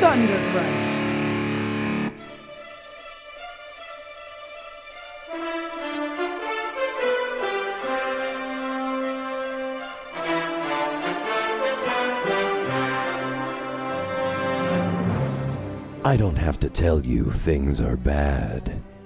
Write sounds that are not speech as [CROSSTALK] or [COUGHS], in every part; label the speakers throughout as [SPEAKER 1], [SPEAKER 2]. [SPEAKER 1] Thundergrunt.
[SPEAKER 2] I don't have to tell you things are bad.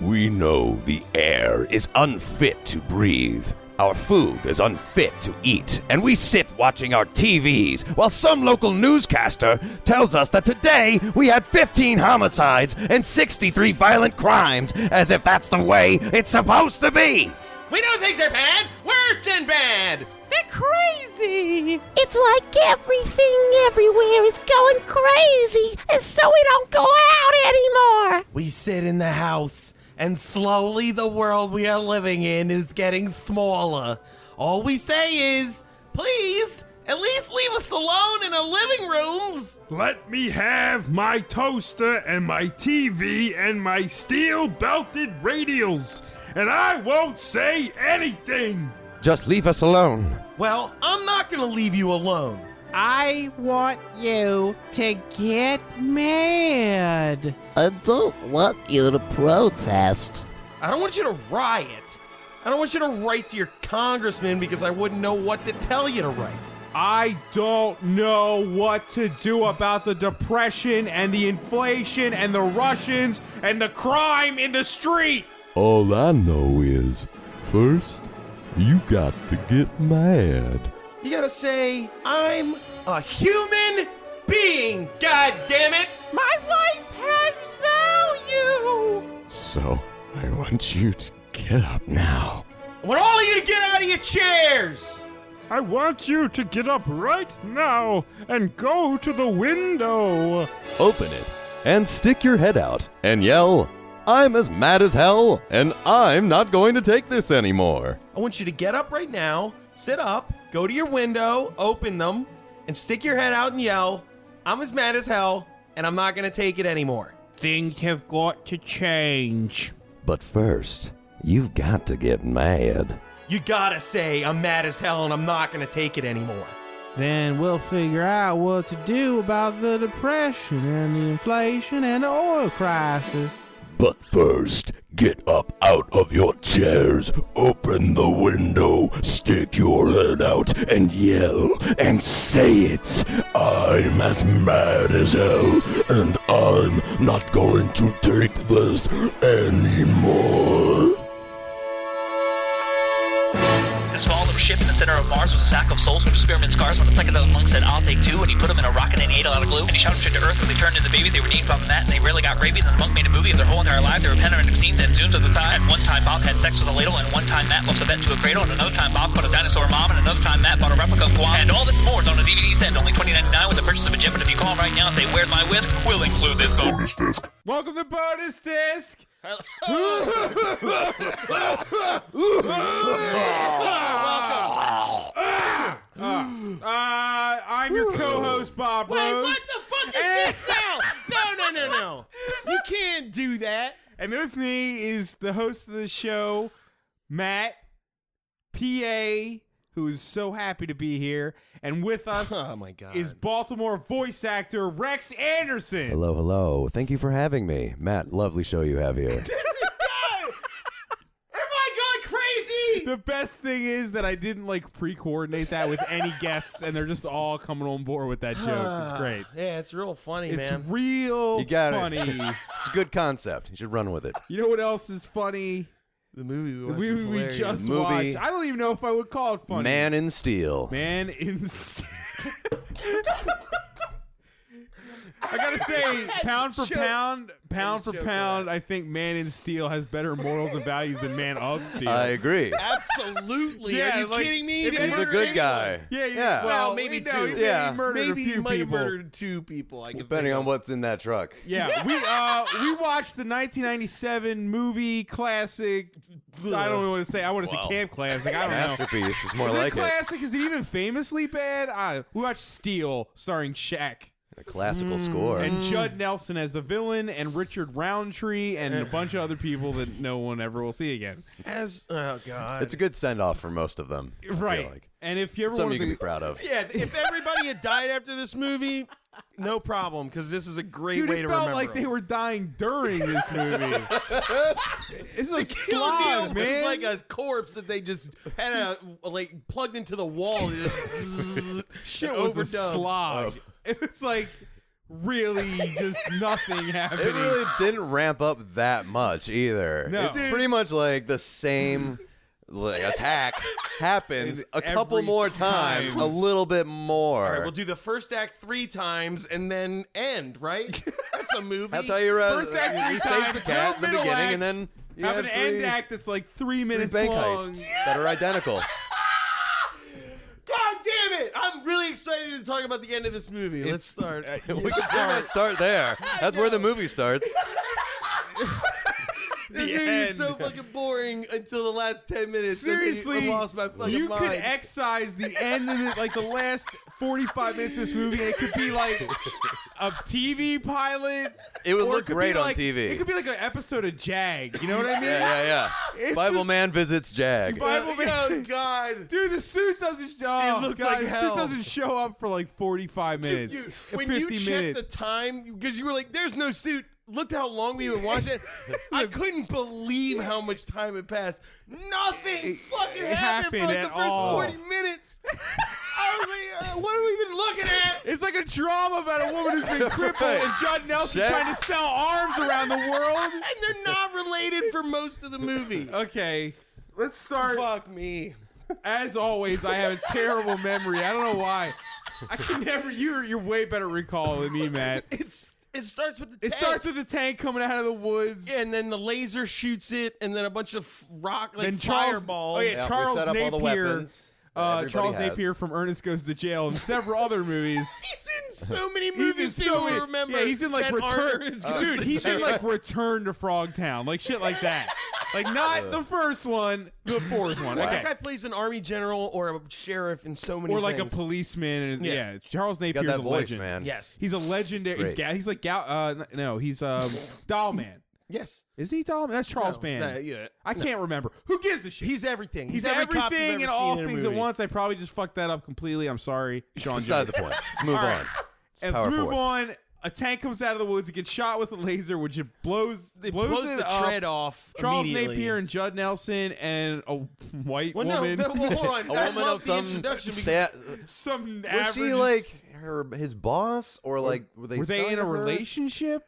[SPEAKER 2] We know the air is unfit to breathe. Our food is unfit to eat, and we sit watching our TVs while some local newscaster tells us that today we had 15 homicides and 63 violent crimes, as if that's the way it's supposed to be.
[SPEAKER 3] We know things are bad, worse than bad.
[SPEAKER 4] They're crazy.
[SPEAKER 5] It's like everything everywhere is going crazy, and so we don't go out anymore.
[SPEAKER 3] We sit in the house, and slowly the world we are living in is getting smaller. All we say is, please, at least leave us alone in our living rooms.
[SPEAKER 6] Let me have my toaster and my TV and my steel belted radials, and I won't say anything.
[SPEAKER 2] Just leave us alone.
[SPEAKER 3] Well, I'm not going to leave you alone.
[SPEAKER 4] I want you to get mad.
[SPEAKER 7] I don't want you to protest.
[SPEAKER 3] I don't want you to riot. I don't want you to write to your congressman because I wouldn't know what to tell you to write.
[SPEAKER 6] I don't know what to do about the depression and the inflation and the Russians and the crime in the street.
[SPEAKER 8] All I know is, first, you got to get mad.
[SPEAKER 3] You gotta say, I'm a human being, god damn it!
[SPEAKER 4] My life has value.
[SPEAKER 8] So, I want you to get up now.
[SPEAKER 3] I want all of you to get out of your chairs!
[SPEAKER 6] I want you to get up right now and go to the window.
[SPEAKER 8] Open it and stick your head out and yell, I'm as mad as hell and I'm not going to take this anymore.
[SPEAKER 3] I want you to get up right now, sit up, go to your window, open them, and stick your head out and yell, I'm as mad as hell, and I'm not gonna take it anymore.
[SPEAKER 4] Things have got to change.
[SPEAKER 2] But first, you've got to get mad.
[SPEAKER 3] You gotta say, I'm mad as hell and I'm not gonna take it anymore.
[SPEAKER 4] Then we'll figure out what to do about the depression and the inflation and the oil crisis.
[SPEAKER 8] But first, get up out of your chairs, open the window, stick your head out, and yell and say it. I'm as mad as hell, and I'm not going to take this anymore.
[SPEAKER 9] This volume ship in the center of Mars was a sack of souls from experiment scars when a psychedelic monk said, I'll take two, and he put them in a rocket and he ate a lot of glue, and he shot them straight to Earth when they turned into babies. They were named from that, and they really got rabies, and the monk made a movie of their whole entire lives. They were panoramic scenes and zooms of the thigh. And one time Bob had sex with a ladle, and one time Matt lost a vet to a cradle, and another time Bob caught a dinosaur mom, and another time Matt bought a replica of Guam. And all this and more is on a DVD set, only $20.99 with the purchase of a gem, but if you call right now and say, where's my whisk, we'll include this bonus.
[SPEAKER 6] Welcome to Bonus Disc. Uh, I'm your co-host Bob
[SPEAKER 3] Wait,
[SPEAKER 6] Rose,
[SPEAKER 3] what the fuck is
[SPEAKER 6] Eh.
[SPEAKER 3] this
[SPEAKER 6] [LAUGHS]
[SPEAKER 3] now? No, no, no, no. You can't do that.
[SPEAKER 6] and with me is the host of the show, Matt PA, who is so happy to be here, and with us
[SPEAKER 3] Oh my god.
[SPEAKER 6] is Baltimore voice actor Rex Anderson.
[SPEAKER 2] Hello, hello. Thank you for having me. Matt, lovely show you have
[SPEAKER 8] [LAUGHS]
[SPEAKER 2] here.
[SPEAKER 3] Am I going crazy?
[SPEAKER 6] The best thing is that I didn't like pre-coordinate that with
[SPEAKER 3] [LAUGHS]
[SPEAKER 6] any guests, and they're just all coming on board with that joke. It's great.
[SPEAKER 3] Yeah, it's real funny,
[SPEAKER 6] It's
[SPEAKER 3] Ah, man.
[SPEAKER 6] real
[SPEAKER 2] You got it.
[SPEAKER 3] [LAUGHS]
[SPEAKER 6] funny.
[SPEAKER 2] it's a good concept. You should run with it.
[SPEAKER 6] you know what else is funny?
[SPEAKER 3] The movie we
[SPEAKER 6] The
[SPEAKER 3] watched is
[SPEAKER 6] movie we
[SPEAKER 3] hilarious.
[SPEAKER 6] just
[SPEAKER 2] Movie.
[SPEAKER 6] watched. I don't even know if I would call it funny.
[SPEAKER 2] Man in Steel.
[SPEAKER 6] Man in Steel. [LAUGHS] I gotta
[SPEAKER 3] [LAUGHS]
[SPEAKER 6] say, pound for
[SPEAKER 10] Joke.
[SPEAKER 6] pound, pound for
[SPEAKER 10] joke
[SPEAKER 6] pound, I think Man in Steel has better morals and values than
[SPEAKER 3] [LAUGHS]
[SPEAKER 6] Man of Steel.
[SPEAKER 8] I
[SPEAKER 6] [LAUGHS]
[SPEAKER 8] agree.
[SPEAKER 10] Absolutely.
[SPEAKER 6] Yeah,
[SPEAKER 10] Are you
[SPEAKER 6] like,
[SPEAKER 10] kidding me?
[SPEAKER 6] if
[SPEAKER 10] He
[SPEAKER 6] he's
[SPEAKER 8] He's a
[SPEAKER 10] murdered
[SPEAKER 8] good
[SPEAKER 10] anyone.
[SPEAKER 8] guy.
[SPEAKER 6] yeah, you-
[SPEAKER 8] yeah.
[SPEAKER 10] Well, maybe
[SPEAKER 6] no,
[SPEAKER 10] two.
[SPEAKER 6] he-
[SPEAKER 8] Yeah.
[SPEAKER 6] He murdered
[SPEAKER 10] Maybe
[SPEAKER 6] a
[SPEAKER 10] he
[SPEAKER 6] few
[SPEAKER 10] might have
[SPEAKER 6] people.
[SPEAKER 10] murdered two people. I can
[SPEAKER 8] Depending
[SPEAKER 10] think
[SPEAKER 8] on
[SPEAKER 10] of.
[SPEAKER 8] what's in that truck.
[SPEAKER 6] Yeah, we uh we watched the 1997 movie classic. I don't want to say. I want to say camp classic. I don't know.
[SPEAKER 8] Masterpiece is more
[SPEAKER 6] Is
[SPEAKER 8] like
[SPEAKER 6] it classic? Is it even famously bad? I, we watched Steel, starring Shaq.
[SPEAKER 8] it. A classical score.
[SPEAKER 6] Mm, and Judd Nelson as the villain, and Richard Roundtree, and a bunch of other people that no one ever will see again.
[SPEAKER 3] As oh god,
[SPEAKER 8] it's a good send off for most of them. I feel
[SPEAKER 6] Right.
[SPEAKER 8] like.
[SPEAKER 6] And if you ever
[SPEAKER 8] Something
[SPEAKER 6] want
[SPEAKER 8] you can be
[SPEAKER 6] to,
[SPEAKER 8] proud of.
[SPEAKER 3] yeah. If everybody had died after this movie, no problem because this is a great
[SPEAKER 6] dude,
[SPEAKER 3] way
[SPEAKER 6] it
[SPEAKER 3] to
[SPEAKER 6] felt
[SPEAKER 3] remember.
[SPEAKER 6] like they
[SPEAKER 3] them.
[SPEAKER 6] were dying during this movie. it's a
[SPEAKER 3] Kill Bill
[SPEAKER 6] slog,
[SPEAKER 3] was
[SPEAKER 6] man.
[SPEAKER 3] like a corpse that they just had a like plugged into the wall. and just [LAUGHS]
[SPEAKER 6] Shit was a
[SPEAKER 3] overdone.
[SPEAKER 6] slog. It was like really just nothing happening.
[SPEAKER 8] It really didn't ramp up that much either.
[SPEAKER 6] No.
[SPEAKER 8] It's pretty much like the same like attack
[SPEAKER 6] [LAUGHS]
[SPEAKER 8] happens a couple
[SPEAKER 6] every
[SPEAKER 8] more times,
[SPEAKER 6] time.
[SPEAKER 8] a little bit more.
[SPEAKER 3] All right, we'll do the first act three times and then end. Right? That's a movie.
[SPEAKER 8] That's how you uh,
[SPEAKER 6] First act
[SPEAKER 8] you-
[SPEAKER 6] three
[SPEAKER 8] you
[SPEAKER 6] times,
[SPEAKER 8] save the cat in the
[SPEAKER 6] no middle
[SPEAKER 8] beginning,
[SPEAKER 6] act,
[SPEAKER 8] and then you
[SPEAKER 6] Have an
[SPEAKER 8] have three,
[SPEAKER 6] end act that's like three
[SPEAKER 8] three
[SPEAKER 6] minutes
[SPEAKER 8] bank
[SPEAKER 6] long.
[SPEAKER 8] heists that
[SPEAKER 6] [LAUGHS]
[SPEAKER 8] are identical.
[SPEAKER 3] God damn it! I'm really excited to talk about the end of this movie. Let's
[SPEAKER 6] [LAUGHS]
[SPEAKER 3] start.
[SPEAKER 8] we can pretty much [LAUGHS] start there. That's where the movie starts.
[SPEAKER 3] This movie is so fucking boring until the last ten minutes. I think
[SPEAKER 6] Seriously,
[SPEAKER 3] I lost my fucking
[SPEAKER 6] you
[SPEAKER 3] mind.
[SPEAKER 6] could excise the end of it, like the last forty-five minutes of this movie. And it could be like a TV pilot.
[SPEAKER 8] It
[SPEAKER 6] or
[SPEAKER 8] would look
[SPEAKER 6] could be
[SPEAKER 8] great on
[SPEAKER 6] like-
[SPEAKER 8] TV.
[SPEAKER 6] It could be like an episode of Jag. You know what I mean?
[SPEAKER 8] Yeah, yeah, yeah.
[SPEAKER 6] [LAUGHS] It's
[SPEAKER 8] Bible
[SPEAKER 6] just-
[SPEAKER 8] man visits Jag.
[SPEAKER 6] Bible Man-
[SPEAKER 3] oh [LAUGHS] God.
[SPEAKER 6] Dude, the suit doesn't. Oh,
[SPEAKER 3] It looks
[SPEAKER 6] God,
[SPEAKER 3] like
[SPEAKER 6] the
[SPEAKER 3] hell.
[SPEAKER 6] suit doesn't show up for like forty-five minutes.
[SPEAKER 3] Dude,
[SPEAKER 6] uh,
[SPEAKER 3] when
[SPEAKER 6] 50
[SPEAKER 3] you checked
[SPEAKER 6] minutes.
[SPEAKER 3] the time, because you were like, "There's no suit." Looked how long we would watch
[SPEAKER 6] [LAUGHS]
[SPEAKER 3] it. I couldn't believe how much time had passed. Nothing fucking
[SPEAKER 6] it
[SPEAKER 3] happened,
[SPEAKER 6] happened
[SPEAKER 3] for like
[SPEAKER 6] at
[SPEAKER 3] the first
[SPEAKER 6] all.
[SPEAKER 3] forty minutes. I was like, uh, "What have we been looking at?"
[SPEAKER 6] [LAUGHS] it's like a drama about a woman who's been crippled and John Nelson
[SPEAKER 8] Shaq-
[SPEAKER 6] trying to sell arms around the world.
[SPEAKER 3] And they're not related for most of the movie.
[SPEAKER 6] Okay, let's start.
[SPEAKER 3] Fuck me.
[SPEAKER 6] As always, I have a terrible memory. I don't know why. I can never. You're you're way better at recall than
[SPEAKER 3] [LAUGHS]
[SPEAKER 6] me, Matt. It
[SPEAKER 3] It's it starts with the. tank.
[SPEAKER 6] starts with a tank coming out of the woods.
[SPEAKER 3] and then the laser shoots it, and then a bunch of f- rock like
[SPEAKER 6] Then Charles-
[SPEAKER 3] fireballs.
[SPEAKER 6] oh, yeah,
[SPEAKER 8] Yeah, we
[SPEAKER 6] Charles
[SPEAKER 8] set up all the
[SPEAKER 6] Napier,
[SPEAKER 8] weapons that
[SPEAKER 6] Uh,
[SPEAKER 8] everybody
[SPEAKER 6] Charles
[SPEAKER 8] has.
[SPEAKER 6] Napier from Ernest Goes to Jail and several other movies.
[SPEAKER 3] He's in so many movies people will
[SPEAKER 6] many-
[SPEAKER 3] remember.
[SPEAKER 6] Yeah, he's in like
[SPEAKER 3] Ben
[SPEAKER 6] Return.
[SPEAKER 3] Harper is
[SPEAKER 6] dude,
[SPEAKER 3] Ghost
[SPEAKER 6] he's in
[SPEAKER 3] in
[SPEAKER 6] like Return to Frogtown, like shit like that. Like
[SPEAKER 8] Uh.
[SPEAKER 6] not the first one, the fourth
[SPEAKER 3] [LAUGHS]
[SPEAKER 6] one.
[SPEAKER 3] That guy
[SPEAKER 6] Okay.
[SPEAKER 3] plays an army general or a sheriff in so many
[SPEAKER 6] Or like a
[SPEAKER 3] things.
[SPEAKER 6] policeman. And,
[SPEAKER 3] Yeah.
[SPEAKER 6] yeah. Charles
[SPEAKER 8] Got
[SPEAKER 6] Napier's
[SPEAKER 8] that
[SPEAKER 6] a
[SPEAKER 8] voice,
[SPEAKER 6] legend.
[SPEAKER 8] man.
[SPEAKER 3] Yes.
[SPEAKER 6] He's a legendary. He's,
[SPEAKER 8] Great.
[SPEAKER 6] Ga- he's like Gal. Uh, n- no, he's
[SPEAKER 8] [LAUGHS]
[SPEAKER 6] um, Doll Man.
[SPEAKER 3] Yes.
[SPEAKER 6] Is he Doll Man? That's Charles
[SPEAKER 3] No,
[SPEAKER 6] Band.
[SPEAKER 3] that- yeah.
[SPEAKER 6] I can't remember. Who gives a
[SPEAKER 3] [LAUGHS]
[SPEAKER 6] shit?
[SPEAKER 3] He's everything.
[SPEAKER 6] He's
[SPEAKER 3] every cop you've
[SPEAKER 6] everything
[SPEAKER 3] ever
[SPEAKER 6] and all
[SPEAKER 3] seen in a
[SPEAKER 6] things at
[SPEAKER 3] movie.
[SPEAKER 6] once. I probably just fucked that up completely. I'm sorry, Sean.
[SPEAKER 8] Beside
[SPEAKER 6] Jones.
[SPEAKER 8] the point. Let's move on.
[SPEAKER 6] [LAUGHS]
[SPEAKER 8] It's
[SPEAKER 6] And
[SPEAKER 8] power
[SPEAKER 6] let's move
[SPEAKER 8] forward.
[SPEAKER 6] on. A tank comes out of the woods. It gets shot with a laser, which it blows. It blows,
[SPEAKER 3] Blows
[SPEAKER 6] it
[SPEAKER 3] the
[SPEAKER 6] up.
[SPEAKER 3] tread off.
[SPEAKER 6] Charles
[SPEAKER 3] immediately.
[SPEAKER 6] Napier and Judd Nelson and a [LAUGHS] white
[SPEAKER 3] Well, no,
[SPEAKER 6] woman.
[SPEAKER 3] that- well, hold
[SPEAKER 6] [LAUGHS]
[SPEAKER 3] on.
[SPEAKER 8] A
[SPEAKER 3] I
[SPEAKER 8] woman
[SPEAKER 3] love
[SPEAKER 8] of
[SPEAKER 3] the
[SPEAKER 8] some
[SPEAKER 3] introduction because-
[SPEAKER 8] sa-
[SPEAKER 6] Some
[SPEAKER 8] was
[SPEAKER 6] average.
[SPEAKER 8] she like her his boss or like were they
[SPEAKER 6] were they in
[SPEAKER 8] selling
[SPEAKER 6] a
[SPEAKER 8] her?
[SPEAKER 6] relationship?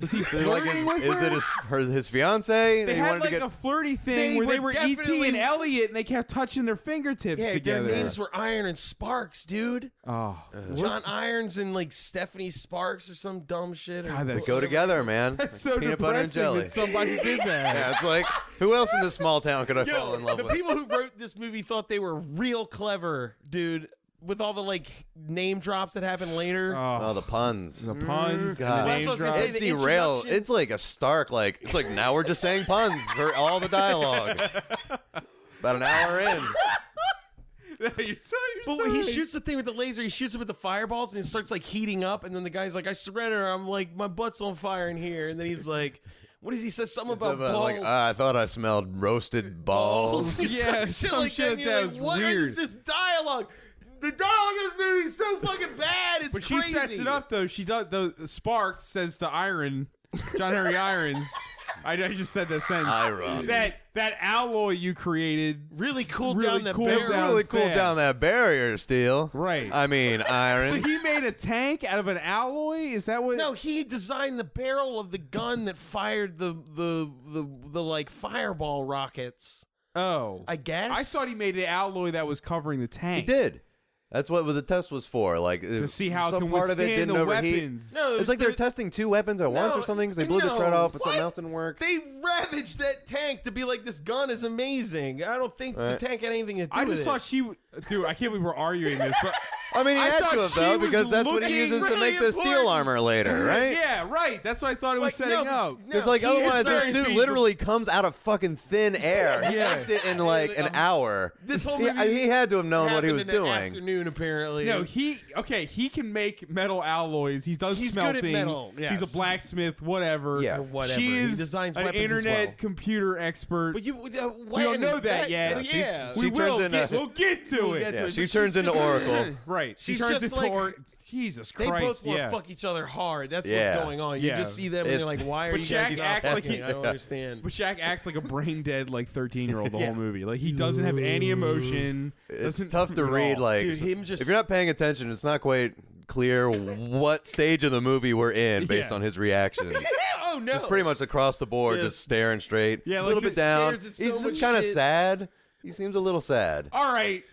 [SPEAKER 6] Was [LAUGHS] he
[SPEAKER 8] Is it like
[SPEAKER 6] flirting with
[SPEAKER 8] his, is
[SPEAKER 6] her?
[SPEAKER 8] it his her, his fiance?
[SPEAKER 6] they
[SPEAKER 8] he
[SPEAKER 6] had
[SPEAKER 8] wanted
[SPEAKER 6] like
[SPEAKER 8] to get
[SPEAKER 6] a flirty thing
[SPEAKER 3] They
[SPEAKER 6] where they
[SPEAKER 3] were
[SPEAKER 6] were ET and
[SPEAKER 3] definitely-
[SPEAKER 6] Elliot, and they kept touching their fingertips
[SPEAKER 3] Yeah,
[SPEAKER 6] together.
[SPEAKER 3] their names were Iron and Sparks, dude.
[SPEAKER 6] oh,
[SPEAKER 3] John Irons and like Stephanie Sparks or some dumb shit. or-
[SPEAKER 6] God, that's
[SPEAKER 8] go together, man.
[SPEAKER 6] [LAUGHS] That's so
[SPEAKER 8] Peanut
[SPEAKER 6] depressing
[SPEAKER 8] butter and jelly.
[SPEAKER 6] that somebody did [LAUGHS] that.
[SPEAKER 8] yeah, it's like who else in this small
[SPEAKER 6] [LAUGHS]
[SPEAKER 8] town could I
[SPEAKER 3] Yo,
[SPEAKER 8] fall in love
[SPEAKER 3] the
[SPEAKER 8] with?
[SPEAKER 3] people who wrote this movie thought they were real clever, dude. With all the like name drops that happen later.
[SPEAKER 8] oh, the puns.
[SPEAKER 6] The puns, and
[SPEAKER 8] God.
[SPEAKER 6] the name
[SPEAKER 8] Well,
[SPEAKER 3] that's what I was gonna
[SPEAKER 6] drop.
[SPEAKER 3] say.
[SPEAKER 8] It
[SPEAKER 3] the
[SPEAKER 8] derail.
[SPEAKER 3] introduction-
[SPEAKER 8] It's like a stark like. It's like now we're just saying puns for all the dialogue. About an
[SPEAKER 6] [LAUGHS]
[SPEAKER 8] hour in,
[SPEAKER 6] You're so- you're
[SPEAKER 3] but
[SPEAKER 6] so
[SPEAKER 3] when he
[SPEAKER 6] right.
[SPEAKER 3] shoots the thing with the laser, he shoots it with the fireballs, and it starts like heating up. And then the guy's like, "I surrender." I'm like, "My butt's on fire in here." And then he's like, "What is he says something about
[SPEAKER 8] Something
[SPEAKER 3] balls?"
[SPEAKER 8] like
[SPEAKER 3] [LAUGHS]
[SPEAKER 8] ah, I thought I smelled roasted balls.
[SPEAKER 6] Yeah, some shit
[SPEAKER 3] and
[SPEAKER 6] like
[SPEAKER 3] you're
[SPEAKER 6] that was
[SPEAKER 3] what is
[SPEAKER 6] weird.
[SPEAKER 3] this dialogue? The dialogue in this movie is so fucking bad. It's
[SPEAKER 6] But she
[SPEAKER 3] crazy.
[SPEAKER 6] sets it up though. She does. The Sparks says to Iron, John Henry [LAUGHS] Irons. I, I just said that sentence.
[SPEAKER 8] Iron.
[SPEAKER 6] That that alloy you created
[SPEAKER 3] Really
[SPEAKER 6] s-
[SPEAKER 3] cooled down that
[SPEAKER 6] cooled
[SPEAKER 3] barrier.
[SPEAKER 6] down
[SPEAKER 8] really cooled
[SPEAKER 6] fast.
[SPEAKER 8] down that barrier, Steel.
[SPEAKER 6] Right.
[SPEAKER 8] I mean,
[SPEAKER 6] [LAUGHS]
[SPEAKER 8] iron.
[SPEAKER 6] So he made a tank out of an alloy. Is that
[SPEAKER 3] [LAUGHS]
[SPEAKER 6] what?
[SPEAKER 3] No, he designed the barrel of the gun that fired the the the, the like fireball rockets.
[SPEAKER 6] Oh,
[SPEAKER 3] I guess.
[SPEAKER 6] I thought he made an alloy that was covering the tank.
[SPEAKER 8] did. That's what the test was for, like to
[SPEAKER 6] see how it
[SPEAKER 8] some
[SPEAKER 6] can
[SPEAKER 8] part of it
[SPEAKER 6] withstand
[SPEAKER 8] didn't
[SPEAKER 6] the
[SPEAKER 8] overheat.
[SPEAKER 6] weapons.
[SPEAKER 3] No, it
[SPEAKER 8] it's
[SPEAKER 3] was
[SPEAKER 8] like
[SPEAKER 3] the-
[SPEAKER 8] they're testing two weapons at once or something. 'cause they blew the
[SPEAKER 3] no,
[SPEAKER 8] thread off, but
[SPEAKER 3] what?
[SPEAKER 8] something else didn't work.
[SPEAKER 3] [LAUGHS] They ravaged that tank to be like, this gun is amazing. I don't think
[SPEAKER 8] Right.
[SPEAKER 3] the tank had anything to do
[SPEAKER 6] I
[SPEAKER 3] with
[SPEAKER 6] just
[SPEAKER 3] it.
[SPEAKER 6] thought she, w- dude. I can't believe we're arguing this,
[SPEAKER 8] [LAUGHS]
[SPEAKER 6] but
[SPEAKER 8] I mean, he
[SPEAKER 6] I
[SPEAKER 8] had
[SPEAKER 6] thought
[SPEAKER 8] to have
[SPEAKER 6] she
[SPEAKER 8] though,
[SPEAKER 6] was
[SPEAKER 8] because that's what he
[SPEAKER 6] looking
[SPEAKER 8] uses to
[SPEAKER 6] really
[SPEAKER 8] make the steel
[SPEAKER 6] important.
[SPEAKER 8] armor later,
[SPEAKER 6] [LAUGHS]
[SPEAKER 8] right?
[SPEAKER 6] yeah, right. That's what I thought it was
[SPEAKER 3] Like,
[SPEAKER 6] setting
[SPEAKER 3] no,
[SPEAKER 6] up.
[SPEAKER 3] no,
[SPEAKER 8] Because like
[SPEAKER 3] he is
[SPEAKER 8] otherwise, the
[SPEAKER 3] very
[SPEAKER 8] suit
[SPEAKER 3] feasible.
[SPEAKER 8] literally comes out of
[SPEAKER 3] [LAUGHS]
[SPEAKER 8] fucking thin air. He
[SPEAKER 6] Yeah.
[SPEAKER 8] fixed it in like an hour.
[SPEAKER 3] um, This whole
[SPEAKER 8] he,
[SPEAKER 3] movie
[SPEAKER 8] he had to have known what he
[SPEAKER 3] happened
[SPEAKER 8] was
[SPEAKER 3] in the
[SPEAKER 8] doing.
[SPEAKER 3] Afternoon, apparently.
[SPEAKER 6] No, he okay. He can make metal alloys. He does
[SPEAKER 3] He's good at
[SPEAKER 6] smelting.
[SPEAKER 3] metal, yes.
[SPEAKER 6] He's a blacksmith. Whatever.
[SPEAKER 8] Yeah. Or
[SPEAKER 3] whatever.
[SPEAKER 6] She
[SPEAKER 3] He
[SPEAKER 6] is
[SPEAKER 3] designs
[SPEAKER 6] an
[SPEAKER 3] weapons as
[SPEAKER 6] internet
[SPEAKER 3] well.
[SPEAKER 6] computer expert.
[SPEAKER 3] but you, uh,
[SPEAKER 6] we don't know that,
[SPEAKER 3] Yeah,
[SPEAKER 6] yet.
[SPEAKER 8] she's-
[SPEAKER 3] yeah.
[SPEAKER 6] we
[SPEAKER 8] she turns
[SPEAKER 6] will.
[SPEAKER 8] in
[SPEAKER 6] get,
[SPEAKER 8] a-
[SPEAKER 6] we'll get to
[SPEAKER 3] We'll
[SPEAKER 6] it.
[SPEAKER 3] get to
[SPEAKER 8] Yeah,
[SPEAKER 3] it,
[SPEAKER 8] she
[SPEAKER 3] but
[SPEAKER 8] turns
[SPEAKER 3] she's
[SPEAKER 8] into
[SPEAKER 3] just-
[SPEAKER 6] [LAUGHS]
[SPEAKER 8] Oracle.
[SPEAKER 6] Right. She
[SPEAKER 3] She's
[SPEAKER 6] turns
[SPEAKER 3] just
[SPEAKER 6] into
[SPEAKER 3] like-
[SPEAKER 6] or- Jesus
[SPEAKER 3] They
[SPEAKER 6] Christ.
[SPEAKER 3] both want to
[SPEAKER 6] yeah.
[SPEAKER 3] fuck each other hard. That's
[SPEAKER 8] Yeah.
[SPEAKER 3] what's going on. You
[SPEAKER 6] Yeah.
[SPEAKER 3] just see them and
[SPEAKER 8] It's-
[SPEAKER 3] you're like, why are
[SPEAKER 6] But
[SPEAKER 3] you
[SPEAKER 6] Shaq
[SPEAKER 3] guys
[SPEAKER 6] acts
[SPEAKER 3] not
[SPEAKER 6] like he-
[SPEAKER 3] fucking? [LAUGHS] I don't
[SPEAKER 8] Yeah.
[SPEAKER 3] understand.
[SPEAKER 6] [LAUGHS] But Shaq acts like a brain dead like
[SPEAKER 3] [LAUGHS]
[SPEAKER 6] thirteen year old the whole movie. Like he doesn't have any emotion.
[SPEAKER 8] It's
[SPEAKER 6] doesn't-
[SPEAKER 8] tough to
[SPEAKER 6] at
[SPEAKER 8] read.
[SPEAKER 6] all.
[SPEAKER 8] Like
[SPEAKER 3] Dude, him just-
[SPEAKER 8] if you're not paying attention, it's not quite clear what stage of the movie we're in based
[SPEAKER 6] Yeah.
[SPEAKER 8] on
[SPEAKER 3] [LAUGHS]
[SPEAKER 8] his reaction.
[SPEAKER 3] oh no!
[SPEAKER 8] It's pretty much across the board,
[SPEAKER 3] Yeah.
[SPEAKER 8] just staring straight.
[SPEAKER 6] Yeah,
[SPEAKER 8] a
[SPEAKER 6] like,
[SPEAKER 8] little
[SPEAKER 6] just
[SPEAKER 8] bit down.
[SPEAKER 3] stares at so
[SPEAKER 8] He's
[SPEAKER 3] much
[SPEAKER 8] just kind of
[SPEAKER 3] shit.
[SPEAKER 8] sad. He seems a little sad.
[SPEAKER 6] all right.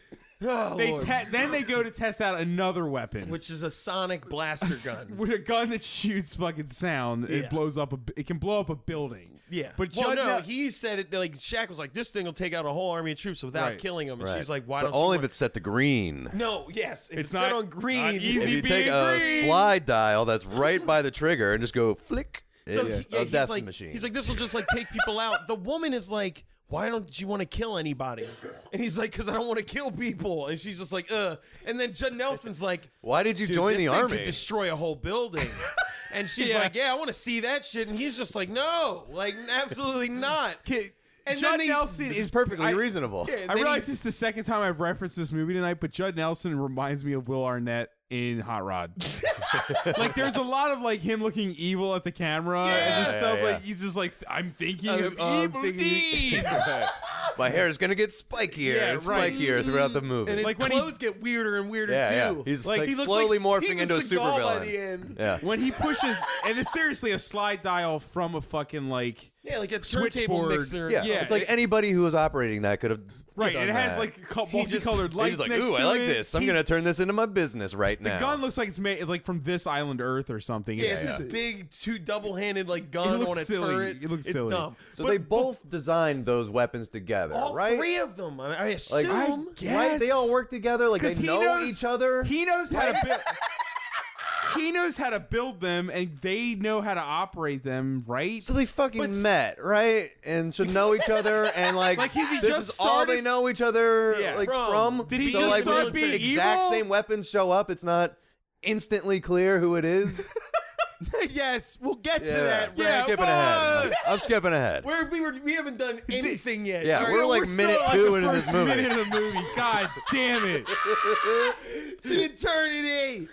[SPEAKER 3] Oh,
[SPEAKER 6] They
[SPEAKER 3] Lord.
[SPEAKER 6] te- then they go to test out another weapon.
[SPEAKER 3] which is a sonic [LAUGHS] blaster gun.
[SPEAKER 6] with a gun that shoots fucking sound,
[SPEAKER 3] Yeah.
[SPEAKER 6] it blows up. A, bu- it can blow up a building.
[SPEAKER 3] Yeah,
[SPEAKER 6] but
[SPEAKER 3] well,
[SPEAKER 6] Judd
[SPEAKER 3] no,
[SPEAKER 6] Nelson-
[SPEAKER 3] he said it like Shaq was like, "This thing will take out a whole army of troops without
[SPEAKER 6] Right.
[SPEAKER 3] killing them," and
[SPEAKER 8] Right.
[SPEAKER 3] she's like, "Why
[SPEAKER 8] but
[SPEAKER 3] don't?" you
[SPEAKER 8] only if
[SPEAKER 3] want-"
[SPEAKER 8] it's set to green.
[SPEAKER 3] no, yes, if
[SPEAKER 6] It's
[SPEAKER 3] it's, not
[SPEAKER 6] not-
[SPEAKER 3] on green.
[SPEAKER 6] not
[SPEAKER 8] if
[SPEAKER 6] easy.
[SPEAKER 8] you
[SPEAKER 6] being
[SPEAKER 8] take a
[SPEAKER 6] green.
[SPEAKER 8] slide dial that's right by the trigger and just go flick,
[SPEAKER 3] So he-
[SPEAKER 8] it's
[SPEAKER 3] yeah,
[SPEAKER 8] a
[SPEAKER 3] he's
[SPEAKER 8] death
[SPEAKER 3] like,
[SPEAKER 8] machine.
[SPEAKER 3] he's like, "This will just like take people out." The woman is like. Why don't you want to kill anybody? And he's like, because I don't want to kill people. And she's just like, ugh. And then Judd Nelson's like,
[SPEAKER 8] why did you
[SPEAKER 3] Dude,
[SPEAKER 8] join
[SPEAKER 3] this
[SPEAKER 8] the
[SPEAKER 3] thing
[SPEAKER 8] army?
[SPEAKER 3] Could destroy a whole
[SPEAKER 8] [LAUGHS]
[SPEAKER 3] building. and she's
[SPEAKER 6] Yeah.
[SPEAKER 3] like, "Yeah, I want to see that shit." And he's just like, "No, like absolutely
[SPEAKER 6] [LAUGHS]
[SPEAKER 3] not."
[SPEAKER 6] Okay,
[SPEAKER 3] And
[SPEAKER 6] Judd
[SPEAKER 3] then they- [LAUGHS]
[SPEAKER 6] Nelson
[SPEAKER 8] It's
[SPEAKER 6] is
[SPEAKER 8] perfectly
[SPEAKER 6] I-
[SPEAKER 8] reasonable.
[SPEAKER 3] Yeah,
[SPEAKER 6] I
[SPEAKER 3] then
[SPEAKER 6] realize
[SPEAKER 3] he-
[SPEAKER 6] this is the second time I've referenced this movie tonight, but Judd Nelson reminds me of Will Arnett in Hot Rod. like, there's a lot of like him looking evil at the camera and this
[SPEAKER 8] Yeah,
[SPEAKER 6] stuff.
[SPEAKER 8] yeah,
[SPEAKER 6] Like, he's just like, I'm
[SPEAKER 3] [LAUGHS]
[SPEAKER 6] thinking
[SPEAKER 3] I'm-
[SPEAKER 6] of
[SPEAKER 3] I'm
[SPEAKER 6] evil
[SPEAKER 3] thinking-
[SPEAKER 6] deeds. [LAUGHS]
[SPEAKER 8] [LAUGHS] My hair is gonna get spikier
[SPEAKER 6] Yeah,
[SPEAKER 8] and
[SPEAKER 6] right.
[SPEAKER 8] spikier throughout the movie.
[SPEAKER 3] And his
[SPEAKER 6] Like when he-
[SPEAKER 3] clothes get weirder and weirder
[SPEAKER 8] yeah,
[SPEAKER 3] too.
[SPEAKER 8] yeah. He's
[SPEAKER 3] like,
[SPEAKER 8] like,
[SPEAKER 3] he looks
[SPEAKER 8] slowly
[SPEAKER 3] like
[SPEAKER 8] morphing
[SPEAKER 3] Steven
[SPEAKER 8] into a
[SPEAKER 3] Seagal by
[SPEAKER 8] supervillain.
[SPEAKER 3] the end.
[SPEAKER 8] Yeah.
[SPEAKER 6] when he pushes, and it's seriously a slide dial from a fucking like.
[SPEAKER 3] Yeah, like a turntable
[SPEAKER 6] Switchboard.
[SPEAKER 3] mixer.
[SPEAKER 8] yeah,
[SPEAKER 6] Yeah,
[SPEAKER 8] It's like
[SPEAKER 6] it-
[SPEAKER 8] anybody who was operating that could have
[SPEAKER 6] Right,
[SPEAKER 8] done
[SPEAKER 6] and it has
[SPEAKER 8] that.
[SPEAKER 6] like co-
[SPEAKER 3] He just-
[SPEAKER 6] multicolored lights
[SPEAKER 8] He's like,
[SPEAKER 6] next
[SPEAKER 8] ooh,
[SPEAKER 6] to
[SPEAKER 8] I like
[SPEAKER 6] it.
[SPEAKER 8] this. I'm
[SPEAKER 6] He's-
[SPEAKER 8] gonna turn this into my business right
[SPEAKER 6] The
[SPEAKER 8] now.
[SPEAKER 6] gun looks like it's made it's like from this island Earth or something.
[SPEAKER 3] Yeah, it's
[SPEAKER 6] just-
[SPEAKER 3] this big two double-handed like gun
[SPEAKER 6] looks
[SPEAKER 3] on a
[SPEAKER 6] silly.
[SPEAKER 3] turret.
[SPEAKER 6] It looks
[SPEAKER 3] it's
[SPEAKER 6] silly.
[SPEAKER 3] dumb.
[SPEAKER 8] so
[SPEAKER 3] But
[SPEAKER 8] they both designed those weapons together,
[SPEAKER 3] all
[SPEAKER 8] right?
[SPEAKER 3] three of them. I, I
[SPEAKER 8] like,
[SPEAKER 3] assume.
[SPEAKER 8] right? They all
[SPEAKER 6] guess.
[SPEAKER 8] work together. Like
[SPEAKER 6] 'Cause
[SPEAKER 8] they
[SPEAKER 6] he
[SPEAKER 8] know
[SPEAKER 6] knows-
[SPEAKER 8] each other.
[SPEAKER 6] He knows how to build. he knows how to build them, and they know how to operate them, right?
[SPEAKER 8] So they fucking
[SPEAKER 6] But s-
[SPEAKER 8] met, right? And should know
[SPEAKER 6] [LAUGHS]
[SPEAKER 8] each other, and like,
[SPEAKER 6] Like, is he
[SPEAKER 8] this
[SPEAKER 6] just
[SPEAKER 8] is all they
[SPEAKER 6] started-
[SPEAKER 8] know each other
[SPEAKER 6] Yeah.
[SPEAKER 8] like
[SPEAKER 3] From.
[SPEAKER 8] from.
[SPEAKER 6] Did he
[SPEAKER 8] so,
[SPEAKER 6] just
[SPEAKER 8] like,
[SPEAKER 6] start
[SPEAKER 8] when
[SPEAKER 6] being
[SPEAKER 8] the exact
[SPEAKER 6] evil?
[SPEAKER 8] same weapons show up. It's not instantly clear who
[SPEAKER 6] [LAUGHS]
[SPEAKER 8] it is.
[SPEAKER 3] yes, we'll get
[SPEAKER 8] Yeah,
[SPEAKER 3] to that.
[SPEAKER 8] we're
[SPEAKER 3] Rex.
[SPEAKER 8] skipping ahead. I'm skipping ahead.
[SPEAKER 3] We're, we were we haven't done anything yet.
[SPEAKER 8] Yeah,
[SPEAKER 3] All right,
[SPEAKER 8] we're like minute
[SPEAKER 6] Like
[SPEAKER 8] two
[SPEAKER 6] the
[SPEAKER 8] into this
[SPEAKER 6] first
[SPEAKER 8] movie.
[SPEAKER 6] minute of the movie. God damn it!
[SPEAKER 3] it's an eternity.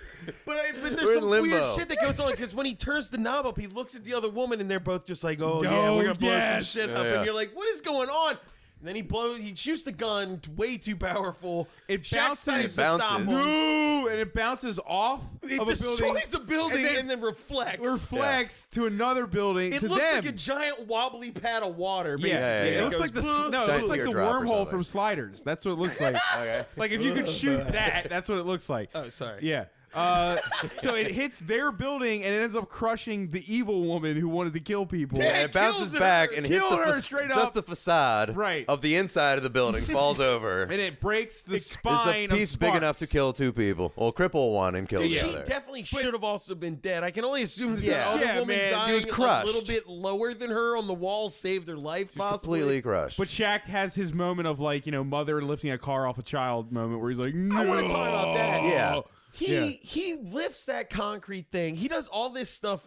[SPEAKER 3] But, I, but there's
[SPEAKER 8] We're in
[SPEAKER 3] some weird
[SPEAKER 8] limbo.
[SPEAKER 3] shit that goes on because when he turns the knob up, he looks at the other woman and they're both just like, "Oh yeah, we're gonna blow
[SPEAKER 6] yes.
[SPEAKER 3] some shit
[SPEAKER 8] Yeah,
[SPEAKER 3] up,"
[SPEAKER 8] yeah.
[SPEAKER 3] and you're like, "What is going on?" And then he blows, he shoots the gun way too powerful.
[SPEAKER 6] It
[SPEAKER 3] Shaq
[SPEAKER 6] bounces.
[SPEAKER 3] tries to
[SPEAKER 8] It
[SPEAKER 3] stop
[SPEAKER 8] bounces.
[SPEAKER 3] him.
[SPEAKER 6] No, and it bounces off
[SPEAKER 3] It
[SPEAKER 6] of a building,
[SPEAKER 3] destroys a building and
[SPEAKER 6] and
[SPEAKER 3] then,
[SPEAKER 6] then
[SPEAKER 3] reflects.
[SPEAKER 6] reflects to another building.
[SPEAKER 3] it
[SPEAKER 6] to
[SPEAKER 3] looks
[SPEAKER 6] them.
[SPEAKER 3] like a giant wobbly pad of water.
[SPEAKER 6] Yeah,
[SPEAKER 3] Basically.
[SPEAKER 6] yeah,
[SPEAKER 8] yeah.
[SPEAKER 6] it looks
[SPEAKER 3] goes
[SPEAKER 6] like the
[SPEAKER 3] boop.
[SPEAKER 6] no, it
[SPEAKER 8] Giant
[SPEAKER 6] looks like the
[SPEAKER 8] teardrop or
[SPEAKER 6] wormhole
[SPEAKER 8] something.
[SPEAKER 6] from Sliders. That's what it looks like.
[SPEAKER 8] Okay.
[SPEAKER 6] Like if you could shoot that, that's what it looks like.
[SPEAKER 3] Oh, sorry.
[SPEAKER 6] Yeah. Uh, so it hits their building and it ends up crushing the evil woman who wanted to kill people.
[SPEAKER 8] And it bounces
[SPEAKER 6] kills her-
[SPEAKER 8] back and hits the
[SPEAKER 6] killed her
[SPEAKER 8] fa-
[SPEAKER 6] straight
[SPEAKER 8] just
[SPEAKER 6] up.
[SPEAKER 8] the facade
[SPEAKER 6] Right.
[SPEAKER 8] of the inside of
[SPEAKER 6] [LAUGHS]
[SPEAKER 8] the building falls over.
[SPEAKER 6] and it breaks the
[SPEAKER 8] it's
[SPEAKER 6] spine
[SPEAKER 8] a piece
[SPEAKER 6] of
[SPEAKER 8] big enough to
[SPEAKER 6] sparks.
[SPEAKER 8] kill two people. Well, cripple one and kill
[SPEAKER 3] Dude,
[SPEAKER 8] the
[SPEAKER 3] she
[SPEAKER 8] other.
[SPEAKER 3] definitely should have also been dead. I can only assume that
[SPEAKER 8] Yeah.
[SPEAKER 3] the other
[SPEAKER 6] Yeah,
[SPEAKER 3] woman
[SPEAKER 6] man,
[SPEAKER 3] dying
[SPEAKER 6] she
[SPEAKER 8] was
[SPEAKER 3] a
[SPEAKER 8] crushed.
[SPEAKER 3] little bit lower than her on the wall saved her life, possibly.
[SPEAKER 8] Completely crushed.
[SPEAKER 6] But Shaq has his moment of like you know mother lifting a car off a child moment where he's like, no.
[SPEAKER 3] I want to talk about that.
[SPEAKER 8] Yeah.
[SPEAKER 3] He
[SPEAKER 6] Yeah.
[SPEAKER 3] he lifts that concrete thing. He does all this stuff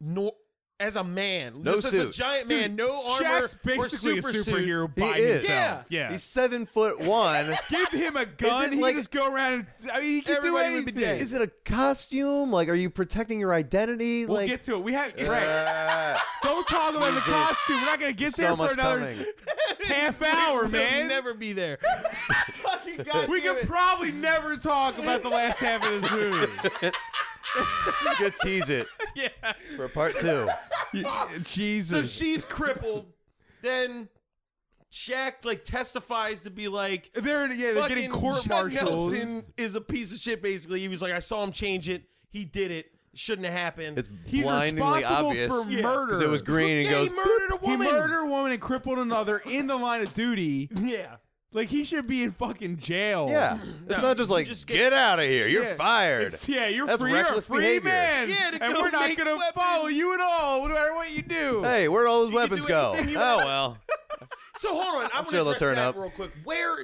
[SPEAKER 3] nor- as a man.
[SPEAKER 8] No
[SPEAKER 3] Just as a
[SPEAKER 8] suit.
[SPEAKER 3] giant
[SPEAKER 6] Dude,
[SPEAKER 3] man, no armor
[SPEAKER 6] Shaq's basically
[SPEAKER 3] or super
[SPEAKER 6] a superhero
[SPEAKER 8] He
[SPEAKER 6] by
[SPEAKER 8] is.
[SPEAKER 6] himself.
[SPEAKER 3] Yeah.
[SPEAKER 6] Yeah.
[SPEAKER 8] He's seven foot
[SPEAKER 6] [LAUGHS]
[SPEAKER 8] one.
[SPEAKER 6] Give
[SPEAKER 8] [LAUGHS]
[SPEAKER 6] him a gun. He
[SPEAKER 8] like-
[SPEAKER 6] can just go around. And, I mean, he can do
[SPEAKER 3] Everybody would be
[SPEAKER 6] anything.
[SPEAKER 3] dead.
[SPEAKER 8] Is it a costume? Like, are you protecting your identity?
[SPEAKER 6] We'll
[SPEAKER 8] like,
[SPEAKER 6] get to it. We have
[SPEAKER 8] [LAUGHS]
[SPEAKER 6] Rex.
[SPEAKER 8] Uh,
[SPEAKER 6] Don't talk about the
[SPEAKER 8] Jesus.
[SPEAKER 6] costume. We're not gonna get there
[SPEAKER 8] so
[SPEAKER 6] for
[SPEAKER 8] much
[SPEAKER 6] another
[SPEAKER 8] coming.
[SPEAKER 3] [LAUGHS]
[SPEAKER 6] half hour,
[SPEAKER 3] We'll
[SPEAKER 6] man.
[SPEAKER 3] never be
[SPEAKER 6] [LAUGHS]
[SPEAKER 3] there. Fucking God
[SPEAKER 6] we could probably never talk about the last half of this movie.
[SPEAKER 8] You could
[SPEAKER 6] [LAUGHS]
[SPEAKER 8] tease it. yeah. For part two.
[SPEAKER 6] Jesus.
[SPEAKER 3] So she's crippled. Then Shaq like testifies to be like
[SPEAKER 6] they're yeah
[SPEAKER 3] they're
[SPEAKER 6] getting court-martialed.
[SPEAKER 3] Nelson is a piece of shit. Basically, he was like, I saw him change it. He did it. Shouldn't have happened.
[SPEAKER 6] [LAUGHS]
[SPEAKER 8] It's blindingly obvious.
[SPEAKER 6] for murder.
[SPEAKER 8] 'Cause It was green. and he
[SPEAKER 6] Yeah,
[SPEAKER 8] goes.
[SPEAKER 6] he murdered a woman. He murdered a woman and crippled another in the line of duty.
[SPEAKER 3] [LAUGHS] Yeah.
[SPEAKER 6] Like he should be in fucking jail.
[SPEAKER 8] Yeah, it's not just like get, out of here. You're
[SPEAKER 6] Yeah.
[SPEAKER 8] fired.
[SPEAKER 6] It's- yeah, you're
[SPEAKER 8] That's
[SPEAKER 6] free. You're a
[SPEAKER 8] reckless
[SPEAKER 6] free
[SPEAKER 8] behavior.
[SPEAKER 6] man.
[SPEAKER 8] Yeah, to
[SPEAKER 6] and
[SPEAKER 8] go
[SPEAKER 6] we're not
[SPEAKER 8] make
[SPEAKER 6] gonna follow you at all, no matter what you do.
[SPEAKER 8] Hey, where'd all those
[SPEAKER 6] You can
[SPEAKER 8] weapons
[SPEAKER 6] do
[SPEAKER 8] go?
[SPEAKER 6] anything
[SPEAKER 8] Oh
[SPEAKER 6] you want. [LAUGHS]
[SPEAKER 8] well.
[SPEAKER 3] So hold on, I
[SPEAKER 8] I'm
[SPEAKER 3] want to
[SPEAKER 8] sure they'll
[SPEAKER 3] address
[SPEAKER 8] turn
[SPEAKER 3] that
[SPEAKER 8] up.
[SPEAKER 3] real quick. Where,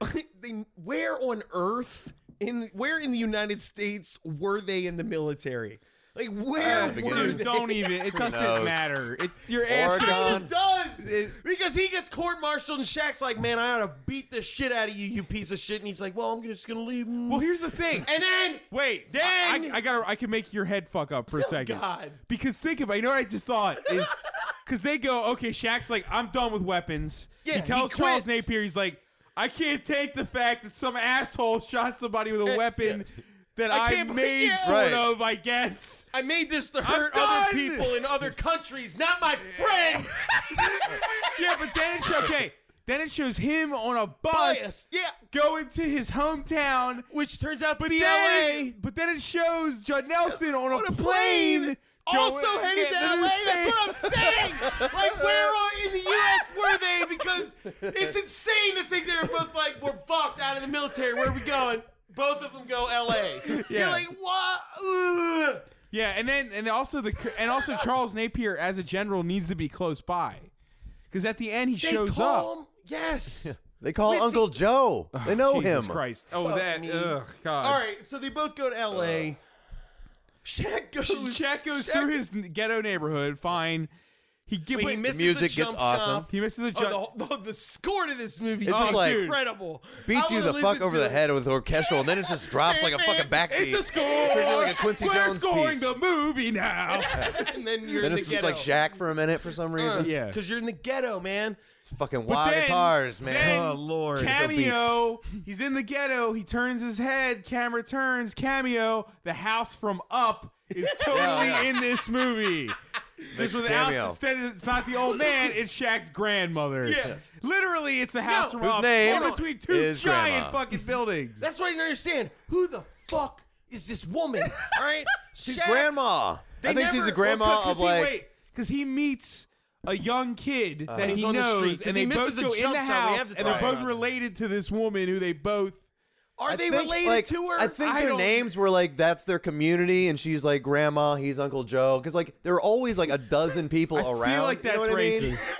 [SPEAKER 3] [LAUGHS] they, where on earth in where in the United States were they in the military? Like where
[SPEAKER 6] Uh,
[SPEAKER 3] were
[SPEAKER 6] dude,
[SPEAKER 3] they?
[SPEAKER 6] don't even. It
[SPEAKER 3] Who
[SPEAKER 6] doesn't
[SPEAKER 3] knows?
[SPEAKER 6] matter. It's your
[SPEAKER 3] It
[SPEAKER 6] ass.
[SPEAKER 3] kind of does because he gets court-martialed and Shaq's like, "Man, I ought to beat the shit out of you, you piece of shit." And he's like, "Well, I'm just gonna leave." Well,
[SPEAKER 6] here's the thing.
[SPEAKER 3] And then
[SPEAKER 6] Wait, then I, I gotta. I can make your head fuck up for a second.
[SPEAKER 3] Oh, God.
[SPEAKER 6] Because think about. You know what I just thought
[SPEAKER 3] [LAUGHS]
[SPEAKER 6] is because they go, okay, Shaq's like, I'm done with weapons.
[SPEAKER 3] Yeah,
[SPEAKER 6] he
[SPEAKER 3] he
[SPEAKER 6] tells Charles Napier, he's like, I can't take the fact that some asshole [LAUGHS] shot somebody with a weapon. That
[SPEAKER 3] Eh, I
[SPEAKER 6] I,
[SPEAKER 3] can't believe-
[SPEAKER 6] made
[SPEAKER 3] yeah.
[SPEAKER 6] sort
[SPEAKER 3] Right.
[SPEAKER 6] of, I guess.
[SPEAKER 3] I made this to
[SPEAKER 6] I'm
[SPEAKER 3] hurt other
[SPEAKER 6] done.
[SPEAKER 3] people in other countries, not my friend.
[SPEAKER 6] [LAUGHS] yeah, but then it shows okay. Then it shows him on a bus,
[SPEAKER 3] Bias, yeah,
[SPEAKER 6] going to his hometown,
[SPEAKER 3] which turns out to
[SPEAKER 6] but
[SPEAKER 3] be
[SPEAKER 6] then, LA. But then it shows Judd Nelson on a, plane,
[SPEAKER 3] also
[SPEAKER 6] going-
[SPEAKER 3] headed to
[SPEAKER 6] yeah,
[SPEAKER 3] LA.
[SPEAKER 6] they're
[SPEAKER 3] That's what I'm
[SPEAKER 6] [LAUGHS]
[SPEAKER 3] saying. Like, where are, in the U.S. were they? Because it's insane to think they were both like, we're fucked out of the military. Where are we going? Both of them go
[SPEAKER 6] [LAUGHS]
[SPEAKER 3] L.A. You're
[SPEAKER 6] Yeah.
[SPEAKER 3] like, what? Ugh.
[SPEAKER 6] Yeah, and then and also the and also Charles Napier as a general needs to be close by, because at the end he
[SPEAKER 3] They
[SPEAKER 6] shows
[SPEAKER 3] call
[SPEAKER 6] up.
[SPEAKER 3] him- Yes.
[SPEAKER 8] They call Uncle Joe. They know
[SPEAKER 6] Oh, Jesus
[SPEAKER 8] him.
[SPEAKER 6] Christ! [LAUGHS] Oh,
[SPEAKER 3] Fuck
[SPEAKER 6] that
[SPEAKER 3] me.
[SPEAKER 6] ugh, God.
[SPEAKER 3] All right, so they both go to L.A. Shaq goes.
[SPEAKER 6] Shaq goes through his n- ghetto neighborhood. Fine. He, get,
[SPEAKER 3] Wait, he
[SPEAKER 6] wait,
[SPEAKER 3] misses The music a gets jump awesome. shop.
[SPEAKER 6] He misses a
[SPEAKER 3] Oh,
[SPEAKER 6] jump.
[SPEAKER 3] the, whole- the, the score to this movie
[SPEAKER 8] It's
[SPEAKER 3] is
[SPEAKER 8] just like-
[SPEAKER 3] incredible.
[SPEAKER 8] Beats
[SPEAKER 3] I
[SPEAKER 8] you
[SPEAKER 3] wanna
[SPEAKER 8] the fuck
[SPEAKER 3] listen
[SPEAKER 8] over
[SPEAKER 3] to
[SPEAKER 8] the
[SPEAKER 3] it.
[SPEAKER 8] head with orchestral, and then it just drops
[SPEAKER 6] [LAUGHS]
[SPEAKER 8] like a fucking backbeat.
[SPEAKER 3] It's a score.
[SPEAKER 8] Turns into
[SPEAKER 3] [LAUGHS]
[SPEAKER 8] like a Quincy
[SPEAKER 3] We're
[SPEAKER 8] Jones
[SPEAKER 3] scoring
[SPEAKER 8] piece.
[SPEAKER 3] the
[SPEAKER 6] movie now.
[SPEAKER 3] [LAUGHS] [LAUGHS] and then you're
[SPEAKER 8] Then
[SPEAKER 3] in the
[SPEAKER 8] it's just
[SPEAKER 3] ghetto.
[SPEAKER 8] like Shaq for a minute for some
[SPEAKER 6] Uh,
[SPEAKER 8] reason.
[SPEAKER 6] yeah.
[SPEAKER 3] Because you're in the ghetto, man.
[SPEAKER 8] Fucking
[SPEAKER 6] But
[SPEAKER 8] wild
[SPEAKER 6] then-
[SPEAKER 8] guitars,
[SPEAKER 3] [LAUGHS]
[SPEAKER 8] man. Oh,
[SPEAKER 6] then
[SPEAKER 3] Oh, Lord.
[SPEAKER 6] Cameo. He's in the ghetto. He turns his head. Camera turns. Cameo. The house from Up
[SPEAKER 3] [LAUGHS]
[SPEAKER 6] is totally
[SPEAKER 3] Oh,
[SPEAKER 8] Yeah.
[SPEAKER 6] in this movie.
[SPEAKER 8] Makes
[SPEAKER 6] Just
[SPEAKER 8] a
[SPEAKER 6] without,
[SPEAKER 8] cameo.
[SPEAKER 6] instead, it's not the old man. It's Shaq's grandmother.
[SPEAKER 3] Yes.
[SPEAKER 6] Literally, it's the house
[SPEAKER 3] No.
[SPEAKER 6] from
[SPEAKER 3] Whose
[SPEAKER 6] Up.
[SPEAKER 3] name
[SPEAKER 6] in between two
[SPEAKER 3] is
[SPEAKER 6] giant
[SPEAKER 3] Grandma.
[SPEAKER 6] fucking buildings.
[SPEAKER 3] That's why I didn't understand. Who the fuck is this woman? All right?
[SPEAKER 8] [LAUGHS] She's
[SPEAKER 3] Shaq-
[SPEAKER 8] grandma.
[SPEAKER 3] They
[SPEAKER 8] I think
[SPEAKER 3] never-
[SPEAKER 8] she's the grandma
[SPEAKER 3] well, 'cause
[SPEAKER 8] of
[SPEAKER 3] he
[SPEAKER 8] like.
[SPEAKER 3] wait-
[SPEAKER 6] Because he meets a young kid
[SPEAKER 8] Uh-huh.
[SPEAKER 6] that
[SPEAKER 8] He's
[SPEAKER 6] he
[SPEAKER 8] on the street,
[SPEAKER 6] knows,
[SPEAKER 8] 'cause
[SPEAKER 6] and
[SPEAKER 8] he
[SPEAKER 6] they
[SPEAKER 8] misses
[SPEAKER 6] both
[SPEAKER 8] a
[SPEAKER 6] go in
[SPEAKER 8] jump
[SPEAKER 6] the
[SPEAKER 8] shot. We
[SPEAKER 6] house,
[SPEAKER 8] have to
[SPEAKER 6] and they're
[SPEAKER 8] talk
[SPEAKER 6] both
[SPEAKER 8] about it.
[SPEAKER 6] related to this woman who they both
[SPEAKER 3] Are
[SPEAKER 8] I
[SPEAKER 3] they
[SPEAKER 8] think,
[SPEAKER 3] related
[SPEAKER 8] like,
[SPEAKER 3] to her?
[SPEAKER 8] I think
[SPEAKER 3] I
[SPEAKER 8] their
[SPEAKER 3] don't-
[SPEAKER 8] names were like that's their community, and she's like grandma, he's Uncle Joe, because like there are always like a dozen people around.
[SPEAKER 6] feel like
[SPEAKER 8] you know
[SPEAKER 6] that's
[SPEAKER 8] what I mean?
[SPEAKER 6] racist.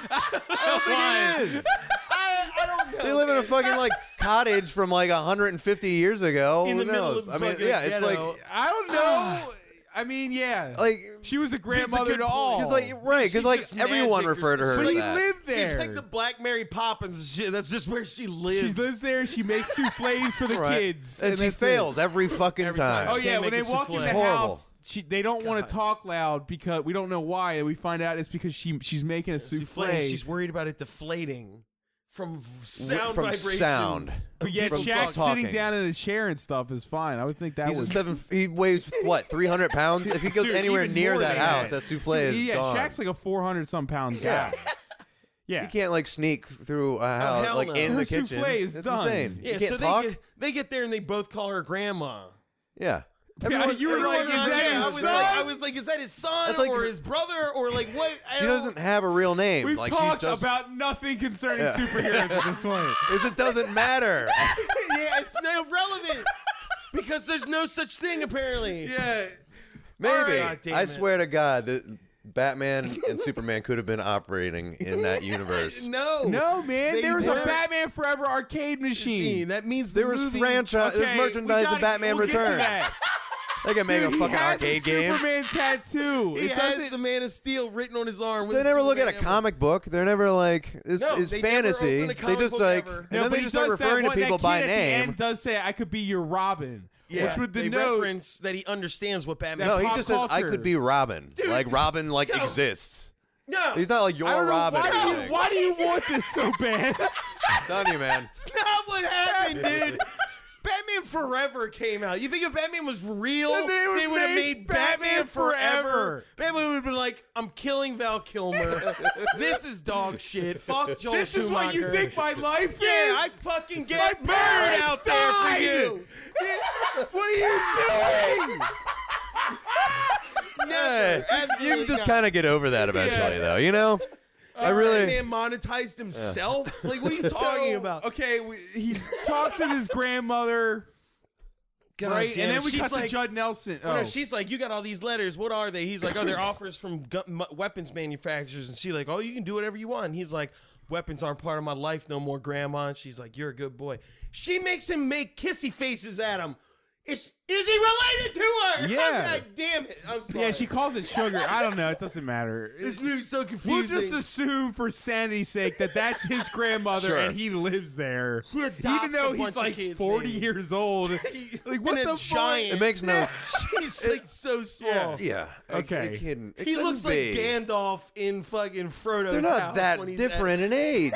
[SPEAKER 8] I don't think it is.
[SPEAKER 3] I, I don't know.
[SPEAKER 8] [LAUGHS] They live in a
[SPEAKER 3] [LAUGHS]
[SPEAKER 8] fucking like cottage from like 150 years ago.
[SPEAKER 3] In
[SPEAKER 8] Who
[SPEAKER 3] the middle of
[SPEAKER 8] knows? I mean,
[SPEAKER 3] fucking
[SPEAKER 8] yeah, it's
[SPEAKER 3] ghetto.
[SPEAKER 8] like
[SPEAKER 6] I don't
[SPEAKER 8] [SIGHS]
[SPEAKER 6] know. I mean, yeah,
[SPEAKER 8] like
[SPEAKER 6] she was a
[SPEAKER 3] That's
[SPEAKER 6] grandmother
[SPEAKER 3] a
[SPEAKER 6] to
[SPEAKER 3] good
[SPEAKER 6] all.
[SPEAKER 3] point.
[SPEAKER 8] It's like right,
[SPEAKER 3] She's
[SPEAKER 8] because like
[SPEAKER 3] just
[SPEAKER 8] everyone
[SPEAKER 3] magic or
[SPEAKER 8] referred to her.
[SPEAKER 3] something.
[SPEAKER 8] as
[SPEAKER 6] But he
[SPEAKER 8] that.
[SPEAKER 6] lived there.
[SPEAKER 3] She's like the Black Mary Poppins and shit. That's just where she lives.
[SPEAKER 6] she lives there. She makes souffles for the
[SPEAKER 8] Right.
[SPEAKER 6] kids,
[SPEAKER 8] and, she
[SPEAKER 6] that's it.
[SPEAKER 8] fails every fucking time.
[SPEAKER 6] Oh yeah, when they walk in the
[SPEAKER 8] It's horrible.
[SPEAKER 6] house, she, they don't want to talk loud because we don't know why. And we find out it's because she she's making a souffle.
[SPEAKER 3] deflating. She's worried about it deflating from v-
[SPEAKER 8] W-
[SPEAKER 3] sound
[SPEAKER 8] from
[SPEAKER 3] vibrations.
[SPEAKER 8] sound.
[SPEAKER 6] but yet
[SPEAKER 8] From
[SPEAKER 6] Jack
[SPEAKER 8] talking.
[SPEAKER 6] sitting down in a chair and stuff is fine. I would think that
[SPEAKER 8] He's a
[SPEAKER 6] was
[SPEAKER 8] seven. He weighs what, three hundred pounds? If he goes
[SPEAKER 6] [LAUGHS] Dude,
[SPEAKER 8] anywhere
[SPEAKER 6] even
[SPEAKER 8] near
[SPEAKER 6] more
[SPEAKER 8] that
[SPEAKER 6] than
[SPEAKER 8] house, that souffle is
[SPEAKER 6] yeah,
[SPEAKER 8] gone.
[SPEAKER 6] Shaq's like a four hundred some pound guy.
[SPEAKER 8] [LAUGHS]
[SPEAKER 6] Yeah.
[SPEAKER 8] you can't like sneak through a house
[SPEAKER 3] hell
[SPEAKER 8] like
[SPEAKER 3] no.
[SPEAKER 8] in
[SPEAKER 6] Her
[SPEAKER 8] the kitchen.
[SPEAKER 6] souffle is
[SPEAKER 8] That's
[SPEAKER 6] done.
[SPEAKER 8] insane.
[SPEAKER 3] Yeah,
[SPEAKER 8] you can't
[SPEAKER 3] so they
[SPEAKER 8] talk.
[SPEAKER 3] get, they get there and they both call her grandma.
[SPEAKER 8] Yeah.
[SPEAKER 6] Yeah, you were
[SPEAKER 3] Everyone
[SPEAKER 6] like, is
[SPEAKER 3] around-
[SPEAKER 6] that
[SPEAKER 3] yeah, I
[SPEAKER 6] his
[SPEAKER 3] was like-
[SPEAKER 6] son?
[SPEAKER 3] I was like, is that his son
[SPEAKER 8] That's like
[SPEAKER 3] or
[SPEAKER 8] her-
[SPEAKER 3] his brother or like what? I
[SPEAKER 8] She
[SPEAKER 3] don't-
[SPEAKER 8] doesn't have a real name.
[SPEAKER 6] We've
[SPEAKER 8] like,
[SPEAKER 6] talked
[SPEAKER 8] she just,
[SPEAKER 6] about nothing concerning
[SPEAKER 8] Yeah.
[SPEAKER 6] superheroes at this
[SPEAKER 8] [LAUGHS]
[SPEAKER 6] point.
[SPEAKER 8] Is it doesn't matter.
[SPEAKER 3] [LAUGHS] yeah, it's not relevant because there's no such thing apparently.
[SPEAKER 6] Yeah.
[SPEAKER 8] Maybe.
[SPEAKER 3] God damn
[SPEAKER 8] I
[SPEAKER 3] it.
[SPEAKER 8] swear to God that Batman and Superman could have been operating in that universe.
[SPEAKER 3] No.
[SPEAKER 6] No, man.
[SPEAKER 3] They
[SPEAKER 6] there was
[SPEAKER 3] never-
[SPEAKER 6] a Batman Forever arcade machine.
[SPEAKER 3] That means
[SPEAKER 8] There was
[SPEAKER 3] movie-
[SPEAKER 8] franchise.
[SPEAKER 6] Okay,
[SPEAKER 8] There's merchandise
[SPEAKER 6] we gotta-
[SPEAKER 8] of Batman
[SPEAKER 6] we'll get to
[SPEAKER 8] Returns. [LAUGHS]
[SPEAKER 6] that.
[SPEAKER 8] They can make
[SPEAKER 6] Dude,
[SPEAKER 8] a
[SPEAKER 6] he
[SPEAKER 8] fucking
[SPEAKER 6] has
[SPEAKER 8] arcade
[SPEAKER 6] a
[SPEAKER 8] game.
[SPEAKER 6] Superman tattoo.
[SPEAKER 3] He
[SPEAKER 6] it
[SPEAKER 3] has
[SPEAKER 6] doesn't.
[SPEAKER 3] the Man of Steel written on his arm. with
[SPEAKER 8] They
[SPEAKER 3] the
[SPEAKER 8] never look at a
[SPEAKER 3] Superman emblem.
[SPEAKER 8] comic book. They're never like this
[SPEAKER 3] No,
[SPEAKER 8] is
[SPEAKER 3] they never
[SPEAKER 8] fantasy.
[SPEAKER 3] open a
[SPEAKER 8] they
[SPEAKER 3] comic
[SPEAKER 8] just
[SPEAKER 3] book
[SPEAKER 8] like
[SPEAKER 3] ever.
[SPEAKER 8] and
[SPEAKER 6] No,
[SPEAKER 8] then
[SPEAKER 6] but
[SPEAKER 8] they
[SPEAKER 6] he
[SPEAKER 8] just start
[SPEAKER 6] does that
[SPEAKER 8] referring to
[SPEAKER 6] one- that
[SPEAKER 8] people by
[SPEAKER 6] kid at The
[SPEAKER 8] name.
[SPEAKER 6] end does say, "I could be your Robin,"
[SPEAKER 3] Yeah,
[SPEAKER 6] which would
[SPEAKER 3] they
[SPEAKER 6] denote
[SPEAKER 3] reference that he understands what Batman.
[SPEAKER 8] No,
[SPEAKER 6] that
[SPEAKER 8] he
[SPEAKER 6] pop
[SPEAKER 8] just says I
[SPEAKER 6] culture.
[SPEAKER 8] could be Robin. like Robin like
[SPEAKER 3] no.
[SPEAKER 8] exists.
[SPEAKER 3] no,
[SPEAKER 8] He's not like
[SPEAKER 6] I
[SPEAKER 8] your
[SPEAKER 6] don't know,
[SPEAKER 8] Robin.
[SPEAKER 6] Why
[SPEAKER 8] or
[SPEAKER 6] do,
[SPEAKER 8] anything.
[SPEAKER 6] you, why do you want this so bad?
[SPEAKER 8] [LAUGHS] I'm telling you, man.
[SPEAKER 3] [LAUGHS] not what happened, dude. Batman Forever came out. You think if Batman was real,
[SPEAKER 6] Then they would
[SPEAKER 3] they would have
[SPEAKER 6] make
[SPEAKER 3] made Batman,
[SPEAKER 6] Batman Forever.
[SPEAKER 3] Forever. Batman would have been like, I'm killing Val
[SPEAKER 6] [LAUGHS]
[SPEAKER 3] Kilmer. this is dog shit. Fuck Joel
[SPEAKER 6] This is what you
[SPEAKER 3] Schumacher.
[SPEAKER 6] think my life
[SPEAKER 3] yeah, I
[SPEAKER 6] is?
[SPEAKER 3] fucking
[SPEAKER 6] My
[SPEAKER 3] get
[SPEAKER 6] parents
[SPEAKER 3] buried out there for
[SPEAKER 6] died!
[SPEAKER 3] you.
[SPEAKER 6] [LAUGHS] What are you doing?
[SPEAKER 8] Yeah, you- you
[SPEAKER 3] absolutely
[SPEAKER 8] just
[SPEAKER 3] not.
[SPEAKER 8] kind of get over that eventually, though. You know, I really.
[SPEAKER 3] That man monetized himself. Like, what are you
[SPEAKER 6] [LAUGHS] So,
[SPEAKER 3] talking about?
[SPEAKER 6] Okay, we, he talks with his grandmother.
[SPEAKER 3] God
[SPEAKER 6] right,
[SPEAKER 3] Oh, damn
[SPEAKER 6] and
[SPEAKER 3] it.
[SPEAKER 6] then we
[SPEAKER 3] She's
[SPEAKER 6] cut to
[SPEAKER 3] like-
[SPEAKER 6] Judd Nelson.
[SPEAKER 3] Well, no,
[SPEAKER 6] Oh.
[SPEAKER 3] she's like, you got all these letters. What are they? He's like, oh, they're offers from gu- m- weapons manufacturers. And she's like, oh, you can do whatever you want. And he's like, weapons aren't part of my life no more, Grandma. And she's like, you're a good boy. She makes him make kissy faces at him. Is, is he related to her? [LAUGHS]
[SPEAKER 6] Yeah.
[SPEAKER 3] God damn it. I'm sorry.
[SPEAKER 6] yeah, she calls it sugar. I don't know. It doesn't matter.
[SPEAKER 3] This movie's so
[SPEAKER 6] We'll
[SPEAKER 3] confusing.
[SPEAKER 6] just assume, for sanity's sake, that that's his grandmother
[SPEAKER 3] Sure.
[SPEAKER 6] and he lives there, even
[SPEAKER 3] adopts a
[SPEAKER 6] though he's
[SPEAKER 3] bunch of
[SPEAKER 6] like
[SPEAKER 3] kids,
[SPEAKER 6] forty
[SPEAKER 3] maybe. [LAUGHS]
[SPEAKER 6] years old. like what
[SPEAKER 3] And a
[SPEAKER 6] the
[SPEAKER 3] giant.
[SPEAKER 6] Fuck?
[SPEAKER 3] [LAUGHS]
[SPEAKER 8] It makes no-
[SPEAKER 3] She's like so small.
[SPEAKER 8] Yeah. I- I
[SPEAKER 6] Okay.
[SPEAKER 8] couldn't- it
[SPEAKER 3] He
[SPEAKER 8] couldn't
[SPEAKER 3] looks
[SPEAKER 8] be.
[SPEAKER 3] like Gandalf in fucking Frodo's
[SPEAKER 8] They're not
[SPEAKER 3] house
[SPEAKER 8] that
[SPEAKER 3] when he's at-
[SPEAKER 8] different in age.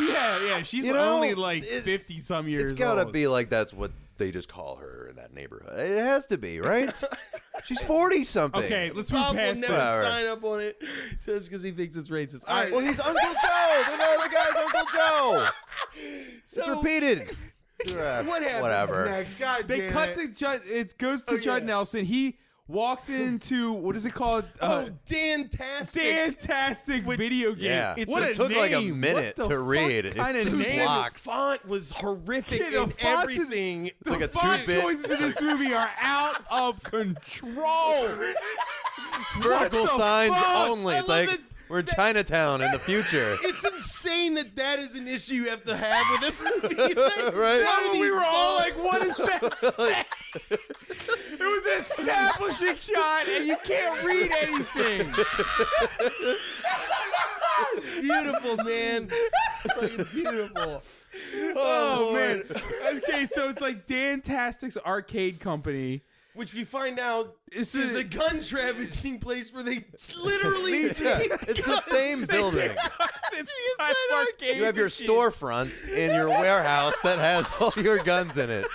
[SPEAKER 6] yeah, yeah. She's
[SPEAKER 8] You know,
[SPEAKER 6] only like fifty some years.
[SPEAKER 8] It's gotta
[SPEAKER 6] old.
[SPEAKER 8] be like that's what they just call her in that neighborhood. It has to be, right?
[SPEAKER 6] [LAUGHS]
[SPEAKER 8] She's forty something.
[SPEAKER 6] Okay, let's move
[SPEAKER 3] Bob will
[SPEAKER 6] past
[SPEAKER 3] never
[SPEAKER 8] Alright.
[SPEAKER 3] sign up on it just because he thinks it's racist.
[SPEAKER 8] All
[SPEAKER 3] All
[SPEAKER 8] right.
[SPEAKER 3] right.
[SPEAKER 8] Well, he's Uncle Joe. The other guy's Uncle Joe.
[SPEAKER 6] [LAUGHS]
[SPEAKER 8] it's
[SPEAKER 3] So-
[SPEAKER 8] repeated.
[SPEAKER 3] What happens
[SPEAKER 8] Whatever.
[SPEAKER 3] next? God
[SPEAKER 6] They
[SPEAKER 3] damn
[SPEAKER 6] cut
[SPEAKER 3] it. Oh,
[SPEAKER 6] to Judd. It goes to Judd Nelson. He
[SPEAKER 3] [LAUGHS]
[SPEAKER 6] walks into what is it called? Uh,
[SPEAKER 3] oh, Dantastic.
[SPEAKER 6] fantastic video game.
[SPEAKER 8] Yeah.
[SPEAKER 6] what
[SPEAKER 8] It
[SPEAKER 6] a
[SPEAKER 8] took like a
[SPEAKER 6] name.
[SPEAKER 8] minute
[SPEAKER 6] What the
[SPEAKER 8] to
[SPEAKER 6] fuck
[SPEAKER 8] read. It's
[SPEAKER 6] Kind of
[SPEAKER 8] two
[SPEAKER 6] name.
[SPEAKER 8] blocks.
[SPEAKER 3] The font was horrific
[SPEAKER 6] Yeah, the
[SPEAKER 3] in
[SPEAKER 6] font is-
[SPEAKER 3] everything.
[SPEAKER 8] It's like a
[SPEAKER 6] The font
[SPEAKER 8] two-bit-
[SPEAKER 6] choices in
[SPEAKER 8] [LAUGHS]
[SPEAKER 6] this movie are out of
[SPEAKER 3] [LAUGHS]
[SPEAKER 6] control.
[SPEAKER 8] Vertical
[SPEAKER 6] the
[SPEAKER 8] signs
[SPEAKER 6] fuck?
[SPEAKER 8] only.
[SPEAKER 3] I
[SPEAKER 8] It's
[SPEAKER 3] love
[SPEAKER 8] like
[SPEAKER 3] it.
[SPEAKER 8] we're in
[SPEAKER 6] [LAUGHS]
[SPEAKER 8] Chinatown in the future.
[SPEAKER 3] It's insane that that is an issue you have to have with a
[SPEAKER 8] [LAUGHS]
[SPEAKER 3] movie. Like,
[SPEAKER 8] Right?
[SPEAKER 3] what are
[SPEAKER 6] And we
[SPEAKER 3] these
[SPEAKER 6] were all
[SPEAKER 3] fonts?
[SPEAKER 6] like, "What is that?"
[SPEAKER 8] [LAUGHS]
[SPEAKER 6] say? it was an establishing shot, and you can't read anything.
[SPEAKER 3] [LAUGHS]
[SPEAKER 8] [LAUGHS]
[SPEAKER 3] beautiful, man. Fucking beautiful.
[SPEAKER 6] Oh,
[SPEAKER 3] Lord.
[SPEAKER 6] man. Okay, so it's like Dan Tastic's arcade company.
[SPEAKER 3] Which we find out
[SPEAKER 6] This
[SPEAKER 3] this is
[SPEAKER 6] is-
[SPEAKER 3] a gun trafficking place where [LAUGHS] they literally
[SPEAKER 8] Yeah, it's the same building.
[SPEAKER 6] [LAUGHS]
[SPEAKER 8] You have your storefront in your warehouse that has [LAUGHS] all your guns in it.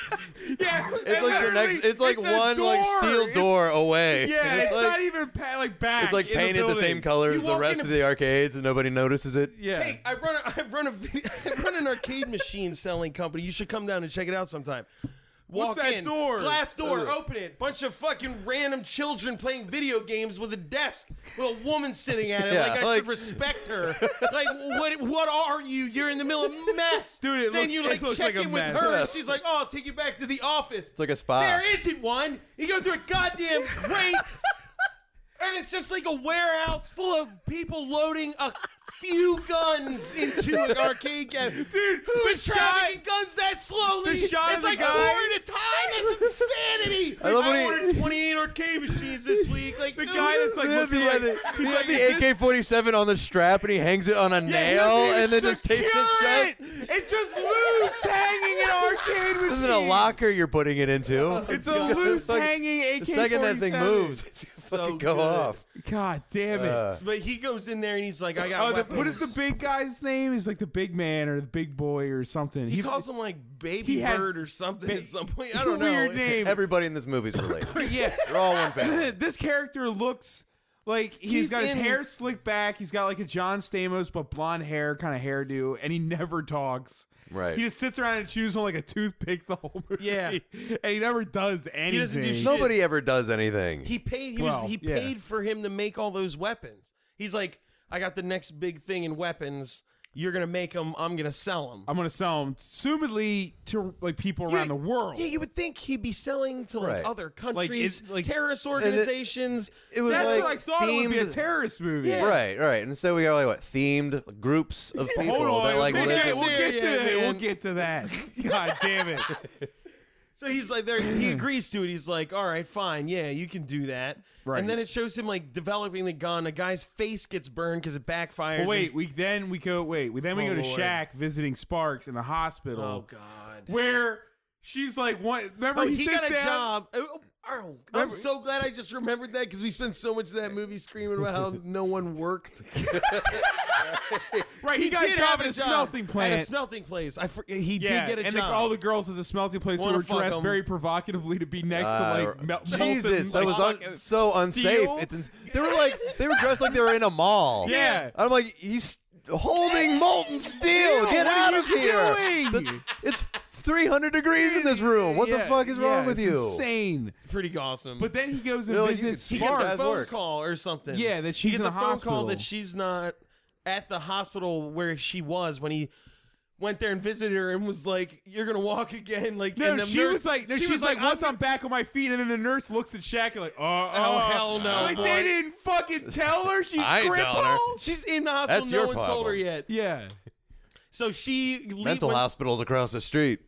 [SPEAKER 6] Yeah,
[SPEAKER 8] [LAUGHS] It's like your next. It's like
[SPEAKER 6] a
[SPEAKER 8] one like steel
[SPEAKER 6] It's- [LAUGHS]
[SPEAKER 8] door away.
[SPEAKER 6] yeah, it's,
[SPEAKER 8] like,
[SPEAKER 6] not even pa- like back.
[SPEAKER 8] it's like
[SPEAKER 6] in
[SPEAKER 8] painted the,
[SPEAKER 6] building.
[SPEAKER 8] same color
[SPEAKER 3] You
[SPEAKER 8] as the
[SPEAKER 3] walk
[SPEAKER 8] rest
[SPEAKER 3] in
[SPEAKER 8] of
[SPEAKER 3] a-
[SPEAKER 8] the arcades, and nobody notices it.
[SPEAKER 6] Yeah.
[SPEAKER 3] Hey, I run a, [LAUGHS] I run a vid- I run an arcade machine selling company. You should come down and check it out sometime. Walk
[SPEAKER 6] What's that
[SPEAKER 3] in,
[SPEAKER 6] door?
[SPEAKER 3] glass door,
[SPEAKER 6] Ugh.
[SPEAKER 3] open it. Bunch of fucking random children playing video games with a desk with a woman sitting at it.
[SPEAKER 8] Yeah,
[SPEAKER 3] like I
[SPEAKER 8] like-
[SPEAKER 3] should respect her. like what? What are you? You're in the middle of mess,
[SPEAKER 6] [LAUGHS] Dude, it
[SPEAKER 3] then
[SPEAKER 6] looks-
[SPEAKER 3] you
[SPEAKER 6] it
[SPEAKER 3] like
[SPEAKER 6] looks
[SPEAKER 3] check
[SPEAKER 6] like a
[SPEAKER 3] in
[SPEAKER 6] mess.
[SPEAKER 3] with her,
[SPEAKER 8] Yeah.
[SPEAKER 3] and she's like, "Oh, I'll take you back to the office."
[SPEAKER 8] It's like a spa.
[SPEAKER 3] There isn't one. You go through a goddamn crate, and it's just like a warehouse full of people loading a few guns into an arcade game. [LAUGHS] Dude, who's trafficking guns that slowly?
[SPEAKER 6] the shot
[SPEAKER 3] it's
[SPEAKER 6] of the
[SPEAKER 3] like
[SPEAKER 6] guy-
[SPEAKER 3] four at a time. [LAUGHS] That's insanity.
[SPEAKER 8] I love when he-
[SPEAKER 3] ordered 28 arcade machines this week. Like
[SPEAKER 6] The guy that's like
[SPEAKER 8] They have
[SPEAKER 6] looking
[SPEAKER 8] the, uh,
[SPEAKER 6] like,
[SPEAKER 8] they-
[SPEAKER 6] he's
[SPEAKER 8] they
[SPEAKER 6] like
[SPEAKER 8] have
[SPEAKER 6] "Is this-
[SPEAKER 8] the AK forty seven on the strap, and he hangs it on a nail, and then just tapes
[SPEAKER 6] Secure
[SPEAKER 8] it shut.
[SPEAKER 6] it. It's
[SPEAKER 3] [LAUGHS]
[SPEAKER 6] just loose hanging in arcade machine.
[SPEAKER 8] This isn't a locker you're putting it into.
[SPEAKER 6] Oh, It's a loose
[SPEAKER 8] like-
[SPEAKER 6] hanging AK.
[SPEAKER 8] The second that thing moves, [LAUGHS] it's just fucking go
[SPEAKER 3] good.
[SPEAKER 8] off.
[SPEAKER 6] God damn it.
[SPEAKER 8] Uh,
[SPEAKER 3] But he goes in there and he's like, "I got
[SPEAKER 6] Oh, the,
[SPEAKER 3] weapons."
[SPEAKER 6] what is the big guy's name? Is like the big man or the big boy or something.
[SPEAKER 3] He, calls him like
[SPEAKER 6] he
[SPEAKER 3] baby
[SPEAKER 6] has
[SPEAKER 3] bird or something
[SPEAKER 6] ba-
[SPEAKER 3] at some point.
[SPEAKER 6] [LAUGHS]
[SPEAKER 3] I don't know. [LAUGHS]
[SPEAKER 6] Weird name.
[SPEAKER 8] Everybody in
[SPEAKER 6] [LAUGHS]
[SPEAKER 8] this movie's related. [LAUGHS]
[SPEAKER 6] yeah.
[SPEAKER 8] They're all one
[SPEAKER 6] [LAUGHS]
[SPEAKER 8] family.
[SPEAKER 6] this character looks like
[SPEAKER 3] He's
[SPEAKER 6] he's got his
[SPEAKER 3] in-
[SPEAKER 6] hair slicked back. He's got like a John Stamos but blonde hair kind of hairdo, and he never talks.
[SPEAKER 8] Right.
[SPEAKER 6] He just sits around and chews on like a toothpick the whole movie.
[SPEAKER 3] Yeah.
[SPEAKER 6] [LAUGHS] and he never does anything.
[SPEAKER 3] doesn't do shit.
[SPEAKER 8] Nobody ever does anything.
[SPEAKER 3] He paid. He
[SPEAKER 6] Well,
[SPEAKER 3] was. He
[SPEAKER 6] yeah.
[SPEAKER 3] paid for him to make all those weapons. He's like, I got the next big thing in weapons. You're gonna make them. I'm gonna sell them.
[SPEAKER 6] I'm gonna sell him, assumedly to like people around the world.
[SPEAKER 3] Yeah, you would think he'd be selling to like
[SPEAKER 8] Right.
[SPEAKER 3] other
[SPEAKER 6] Like,
[SPEAKER 3] countries,
[SPEAKER 6] it's-
[SPEAKER 3] like,
[SPEAKER 6] like-
[SPEAKER 3] terrorist organizations.
[SPEAKER 8] it was
[SPEAKER 6] That's
[SPEAKER 8] like
[SPEAKER 6] what I thought it would be a
[SPEAKER 8] themed-
[SPEAKER 6] terrorist movie.
[SPEAKER 8] Right, right. And so we got like what themed groups of people
[SPEAKER 6] Hold on,
[SPEAKER 8] that like
[SPEAKER 6] we'll,
[SPEAKER 8] live
[SPEAKER 6] get,
[SPEAKER 8] in-
[SPEAKER 6] we'll
[SPEAKER 3] there,
[SPEAKER 6] get to
[SPEAKER 3] yeah,
[SPEAKER 6] that.
[SPEAKER 3] man.
[SPEAKER 6] We'll get to that.
[SPEAKER 3] [LAUGHS]
[SPEAKER 6] God damn it!
[SPEAKER 3] so he's like, there. He agrees to it. He's like, all right, fine, yeah, you can do that.
[SPEAKER 6] Right.
[SPEAKER 3] And then it shows him like developing the gun. A guy's face gets burned because it backfires.
[SPEAKER 6] Well, wait,
[SPEAKER 3] and-
[SPEAKER 6] we then we go. Wait, we then we
[SPEAKER 3] Oh,
[SPEAKER 6] go to
[SPEAKER 3] Lord.
[SPEAKER 6] Shaq visiting Sparks in the hospital.
[SPEAKER 3] oh god.
[SPEAKER 6] where she's like, "What?" Remember,
[SPEAKER 3] Oh,
[SPEAKER 6] he,
[SPEAKER 3] he
[SPEAKER 6] sits
[SPEAKER 3] got a
[SPEAKER 6] down.
[SPEAKER 3] job. Oh, I'm so glad I just remembered that because we spent so much of that movie screaming about how no one worked.
[SPEAKER 6] Right, [LAUGHS] he got a
[SPEAKER 3] did
[SPEAKER 6] job
[SPEAKER 3] have
[SPEAKER 6] at a smelting
[SPEAKER 3] At a
[SPEAKER 6] plant.
[SPEAKER 3] smelting place. I for, he
[SPEAKER 6] yeah,
[SPEAKER 3] did get a
[SPEAKER 6] and the-
[SPEAKER 3] job.
[SPEAKER 6] all the girls at the smelting place
[SPEAKER 3] Wanna
[SPEAKER 6] were
[SPEAKER 3] fuck
[SPEAKER 6] dressed
[SPEAKER 3] 'em.
[SPEAKER 6] very provocatively to be next to like mel-
[SPEAKER 8] Uh, Jesus,
[SPEAKER 6] melted,
[SPEAKER 8] that
[SPEAKER 6] like,
[SPEAKER 8] was un-
[SPEAKER 6] fucking
[SPEAKER 8] so unsafe.
[SPEAKER 6] steel.
[SPEAKER 8] It's ins- they were like they were dressed like they were in a mall.
[SPEAKER 6] Yeah.
[SPEAKER 8] I'm like he's holding molten steel. Get
[SPEAKER 6] what
[SPEAKER 8] out
[SPEAKER 6] are
[SPEAKER 8] of
[SPEAKER 6] you
[SPEAKER 8] here.
[SPEAKER 6] doing?
[SPEAKER 8] The- it's 300 degrees in this room. What the
[SPEAKER 6] Yeah,
[SPEAKER 8] fuck is
[SPEAKER 6] yeah,
[SPEAKER 8] wrong with
[SPEAKER 6] it's
[SPEAKER 8] you?
[SPEAKER 6] Insane.
[SPEAKER 3] Pretty awesome.
[SPEAKER 6] But then he goes and
[SPEAKER 8] Really, you
[SPEAKER 6] visits
[SPEAKER 8] could
[SPEAKER 3] He gets a
[SPEAKER 6] Marv.
[SPEAKER 3] phone call or something.
[SPEAKER 6] Yeah, that
[SPEAKER 3] she
[SPEAKER 6] she's
[SPEAKER 3] gets a
[SPEAKER 6] in the
[SPEAKER 3] phone call
[SPEAKER 6] hospital.
[SPEAKER 3] that she's not at the hospital where she was when he went there and visited her and was like, "You're gonna walk again." [LAUGHS] Like,
[SPEAKER 6] No,
[SPEAKER 3] and the
[SPEAKER 6] she
[SPEAKER 3] nurse-
[SPEAKER 6] was like, no, she, was like, once I'm back on my feet, and then the nurse looks at Shaq and like, oh,
[SPEAKER 3] Oh, hell no,
[SPEAKER 6] like
[SPEAKER 3] boy.
[SPEAKER 6] they didn't fucking tell her she's
[SPEAKER 8] [LAUGHS] I ain't telling
[SPEAKER 6] crippled.
[SPEAKER 8] her.
[SPEAKER 3] She's in the hospital.
[SPEAKER 8] That's
[SPEAKER 3] no
[SPEAKER 8] your
[SPEAKER 3] one's told her
[SPEAKER 8] problem.
[SPEAKER 3] yet.
[SPEAKER 6] Yeah.
[SPEAKER 3] So she leave-
[SPEAKER 8] Mental
[SPEAKER 3] when-
[SPEAKER 8] hospitals across the street.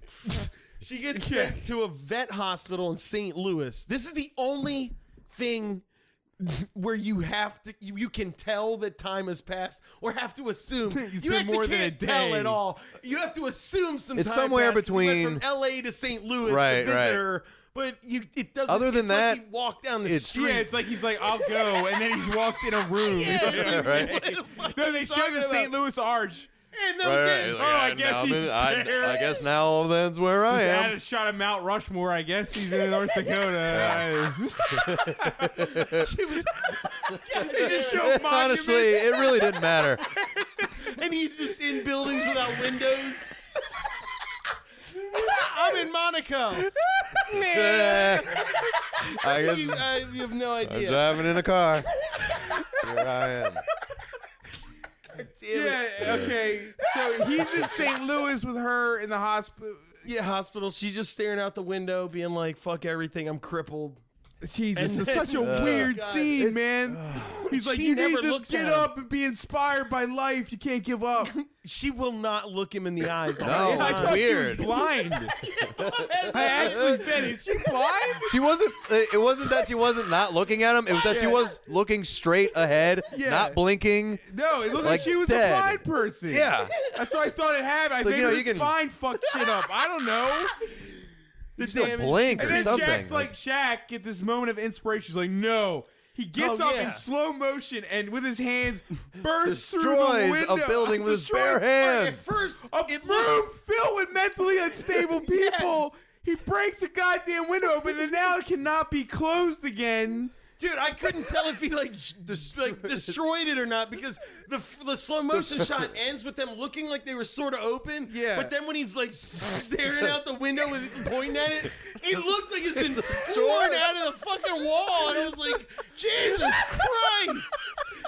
[SPEAKER 3] She gets sent to a vet hospital in St. Louis. This is the only thing where you have to you, you can tell that time has passed or have to
[SPEAKER 8] [LAUGHS]
[SPEAKER 3] assume
[SPEAKER 6] It's
[SPEAKER 3] you
[SPEAKER 6] been
[SPEAKER 3] actually
[SPEAKER 6] more than
[SPEAKER 3] can't
[SPEAKER 6] a
[SPEAKER 3] tell
[SPEAKER 6] day.
[SPEAKER 3] at all you have to assume some
[SPEAKER 8] It's
[SPEAKER 3] time
[SPEAKER 8] somewhere
[SPEAKER 3] passed 'cause he went
[SPEAKER 8] between-
[SPEAKER 3] from LA to St. Louis
[SPEAKER 8] Right,
[SPEAKER 3] to visit
[SPEAKER 8] right.
[SPEAKER 3] her but you it doesn't
[SPEAKER 8] Other than
[SPEAKER 3] it's like
[SPEAKER 8] that,
[SPEAKER 3] he walked down the
[SPEAKER 8] it's-
[SPEAKER 3] street
[SPEAKER 6] Yeah, it's like he's like, I'll go, and then he walks in a room.
[SPEAKER 3] Yeah,
[SPEAKER 8] right.
[SPEAKER 3] what the fuck
[SPEAKER 6] No,
[SPEAKER 3] are
[SPEAKER 6] they
[SPEAKER 3] you
[SPEAKER 6] show
[SPEAKER 3] talking
[SPEAKER 6] the
[SPEAKER 3] about?
[SPEAKER 6] St. Louis Arch.
[SPEAKER 3] and that was
[SPEAKER 8] Right,
[SPEAKER 3] it
[SPEAKER 8] right.
[SPEAKER 6] Oh, I
[SPEAKER 8] Yeah,
[SPEAKER 6] guess
[SPEAKER 8] now
[SPEAKER 6] he's
[SPEAKER 8] I'm in- I-
[SPEAKER 6] there.
[SPEAKER 8] I, guess now that's where I
[SPEAKER 6] He's
[SPEAKER 8] am.
[SPEAKER 6] had a shot of Mount Rushmore. I guess he's in North
[SPEAKER 8] [LAUGHS]
[SPEAKER 6] Dakota.
[SPEAKER 3] she was
[SPEAKER 6] they just show monuments.
[SPEAKER 8] Honestly, it really
[SPEAKER 6] [LAUGHS]
[SPEAKER 8] didn't matter. [LAUGHS]
[SPEAKER 3] and he's just in buildings without
[SPEAKER 8] [LAUGHS]
[SPEAKER 3] windows. [LAUGHS] I'm in Monaco.
[SPEAKER 8] Eh, I guess
[SPEAKER 3] You, I, you have no
[SPEAKER 8] I'm
[SPEAKER 3] idea.
[SPEAKER 8] driving in
[SPEAKER 6] [LAUGHS]
[SPEAKER 8] a car. Here I am.
[SPEAKER 6] yeah, okay. So he's in St. Louis with her in the hospital.
[SPEAKER 3] Yeah, hospital. She's just staring out the window, being like, "Fuck everything. I'm crippled."
[SPEAKER 6] Jesus,
[SPEAKER 3] And
[SPEAKER 6] it's such a
[SPEAKER 8] Uh,
[SPEAKER 3] then- Oh,
[SPEAKER 6] weird
[SPEAKER 3] God.
[SPEAKER 6] scene,
[SPEAKER 3] [SIGHS]
[SPEAKER 6] man. He's like,
[SPEAKER 3] She
[SPEAKER 6] you
[SPEAKER 3] never
[SPEAKER 6] need to
[SPEAKER 3] looks
[SPEAKER 6] get
[SPEAKER 3] at him."
[SPEAKER 6] up and be inspired by life. You can't give up.
[SPEAKER 3] She will not look him in the eyes. the
[SPEAKER 8] No,
[SPEAKER 3] whole
[SPEAKER 6] [LAUGHS]
[SPEAKER 8] it's
[SPEAKER 6] I
[SPEAKER 3] time.
[SPEAKER 6] thought
[SPEAKER 8] weird.
[SPEAKER 6] she was [LAUGHS] blind. I actually said, is she blind?
[SPEAKER 8] She wasn't. It it wasn't that she wasn't not looking at him. It was that she was looking straight ahead,
[SPEAKER 6] Yeah.
[SPEAKER 8] not blinking.
[SPEAKER 6] No, it looked like,
[SPEAKER 8] Like
[SPEAKER 6] she was
[SPEAKER 8] dead.
[SPEAKER 6] a blind person.
[SPEAKER 8] Yeah.
[SPEAKER 6] That's what I thought it happened. I
[SPEAKER 8] like,
[SPEAKER 6] think
[SPEAKER 8] you know,
[SPEAKER 6] her
[SPEAKER 8] you can-
[SPEAKER 6] spine fucked shit up. I don't
[SPEAKER 8] [LAUGHS]
[SPEAKER 6] know.
[SPEAKER 8] Just a blink
[SPEAKER 6] And
[SPEAKER 8] or
[SPEAKER 6] then
[SPEAKER 8] something.
[SPEAKER 6] Shaq's like, Shaq, at this moment of inspiration, he's like, no. He gets
[SPEAKER 3] Oh,
[SPEAKER 6] up
[SPEAKER 3] yeah.
[SPEAKER 6] in slow motion and with his hands bursts through the
[SPEAKER 8] Destroys
[SPEAKER 6] window.
[SPEAKER 8] a building with his bare
[SPEAKER 6] Destroys-
[SPEAKER 3] At
[SPEAKER 8] hands.
[SPEAKER 3] first,
[SPEAKER 6] A
[SPEAKER 3] it
[SPEAKER 6] room
[SPEAKER 3] looks.
[SPEAKER 6] filled with mentally
[SPEAKER 3] [LAUGHS]
[SPEAKER 6] unstable people. He breaks a goddamn window open and now it cannot be closed again.
[SPEAKER 3] Dude, I couldn't tell if he like sh- des-
[SPEAKER 6] [LAUGHS]
[SPEAKER 3] like destroyed it or not because the f- the slow motion
[SPEAKER 6] [LAUGHS]
[SPEAKER 3] shot ends with them looking like they were sort of open.
[SPEAKER 6] Yeah.
[SPEAKER 3] But then when he's like staring out the window with pointing at it, it looks like it's
[SPEAKER 6] [LAUGHS]
[SPEAKER 3] been torn out of the fucking wall. And I was like,
[SPEAKER 6] [LAUGHS]
[SPEAKER 3] Jesus Christ,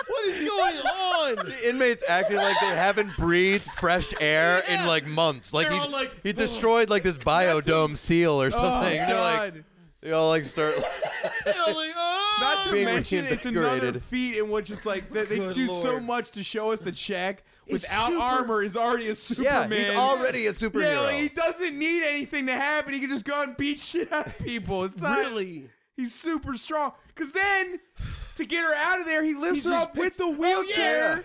[SPEAKER 3] what is going on?
[SPEAKER 8] The inmates acting like they haven't breathed fresh air
[SPEAKER 3] Yeah.
[SPEAKER 8] in like months. Like
[SPEAKER 3] They're
[SPEAKER 8] he,
[SPEAKER 3] all like,
[SPEAKER 8] he destroyed like this biodome seal or something.
[SPEAKER 6] Oh,
[SPEAKER 8] They're like
[SPEAKER 6] God.
[SPEAKER 8] they all
[SPEAKER 6] [LAUGHS]
[SPEAKER 8] like start.
[SPEAKER 3] And I'm like, oh.
[SPEAKER 6] [LAUGHS] Not to
[SPEAKER 8] Being
[SPEAKER 6] mention, it's another
[SPEAKER 8] reinvigorated.
[SPEAKER 6] feat in which it's like that they do so
[SPEAKER 3] lord.
[SPEAKER 6] much to show us that Shaq, without
[SPEAKER 3] super-
[SPEAKER 6] armor, is already a
[SPEAKER 8] yeah,
[SPEAKER 6] Superman.
[SPEAKER 8] he's already a superhero.
[SPEAKER 6] Yeah, like, he doesn't need anything to happen. He can just go out and beat [LAUGHS] shit out of people. It's not
[SPEAKER 3] really.
[SPEAKER 6] He's super strong. Cause then, to get her out of there, he lifts
[SPEAKER 3] He
[SPEAKER 6] her
[SPEAKER 3] just
[SPEAKER 6] up
[SPEAKER 8] Oh,
[SPEAKER 6] with the wheelchair and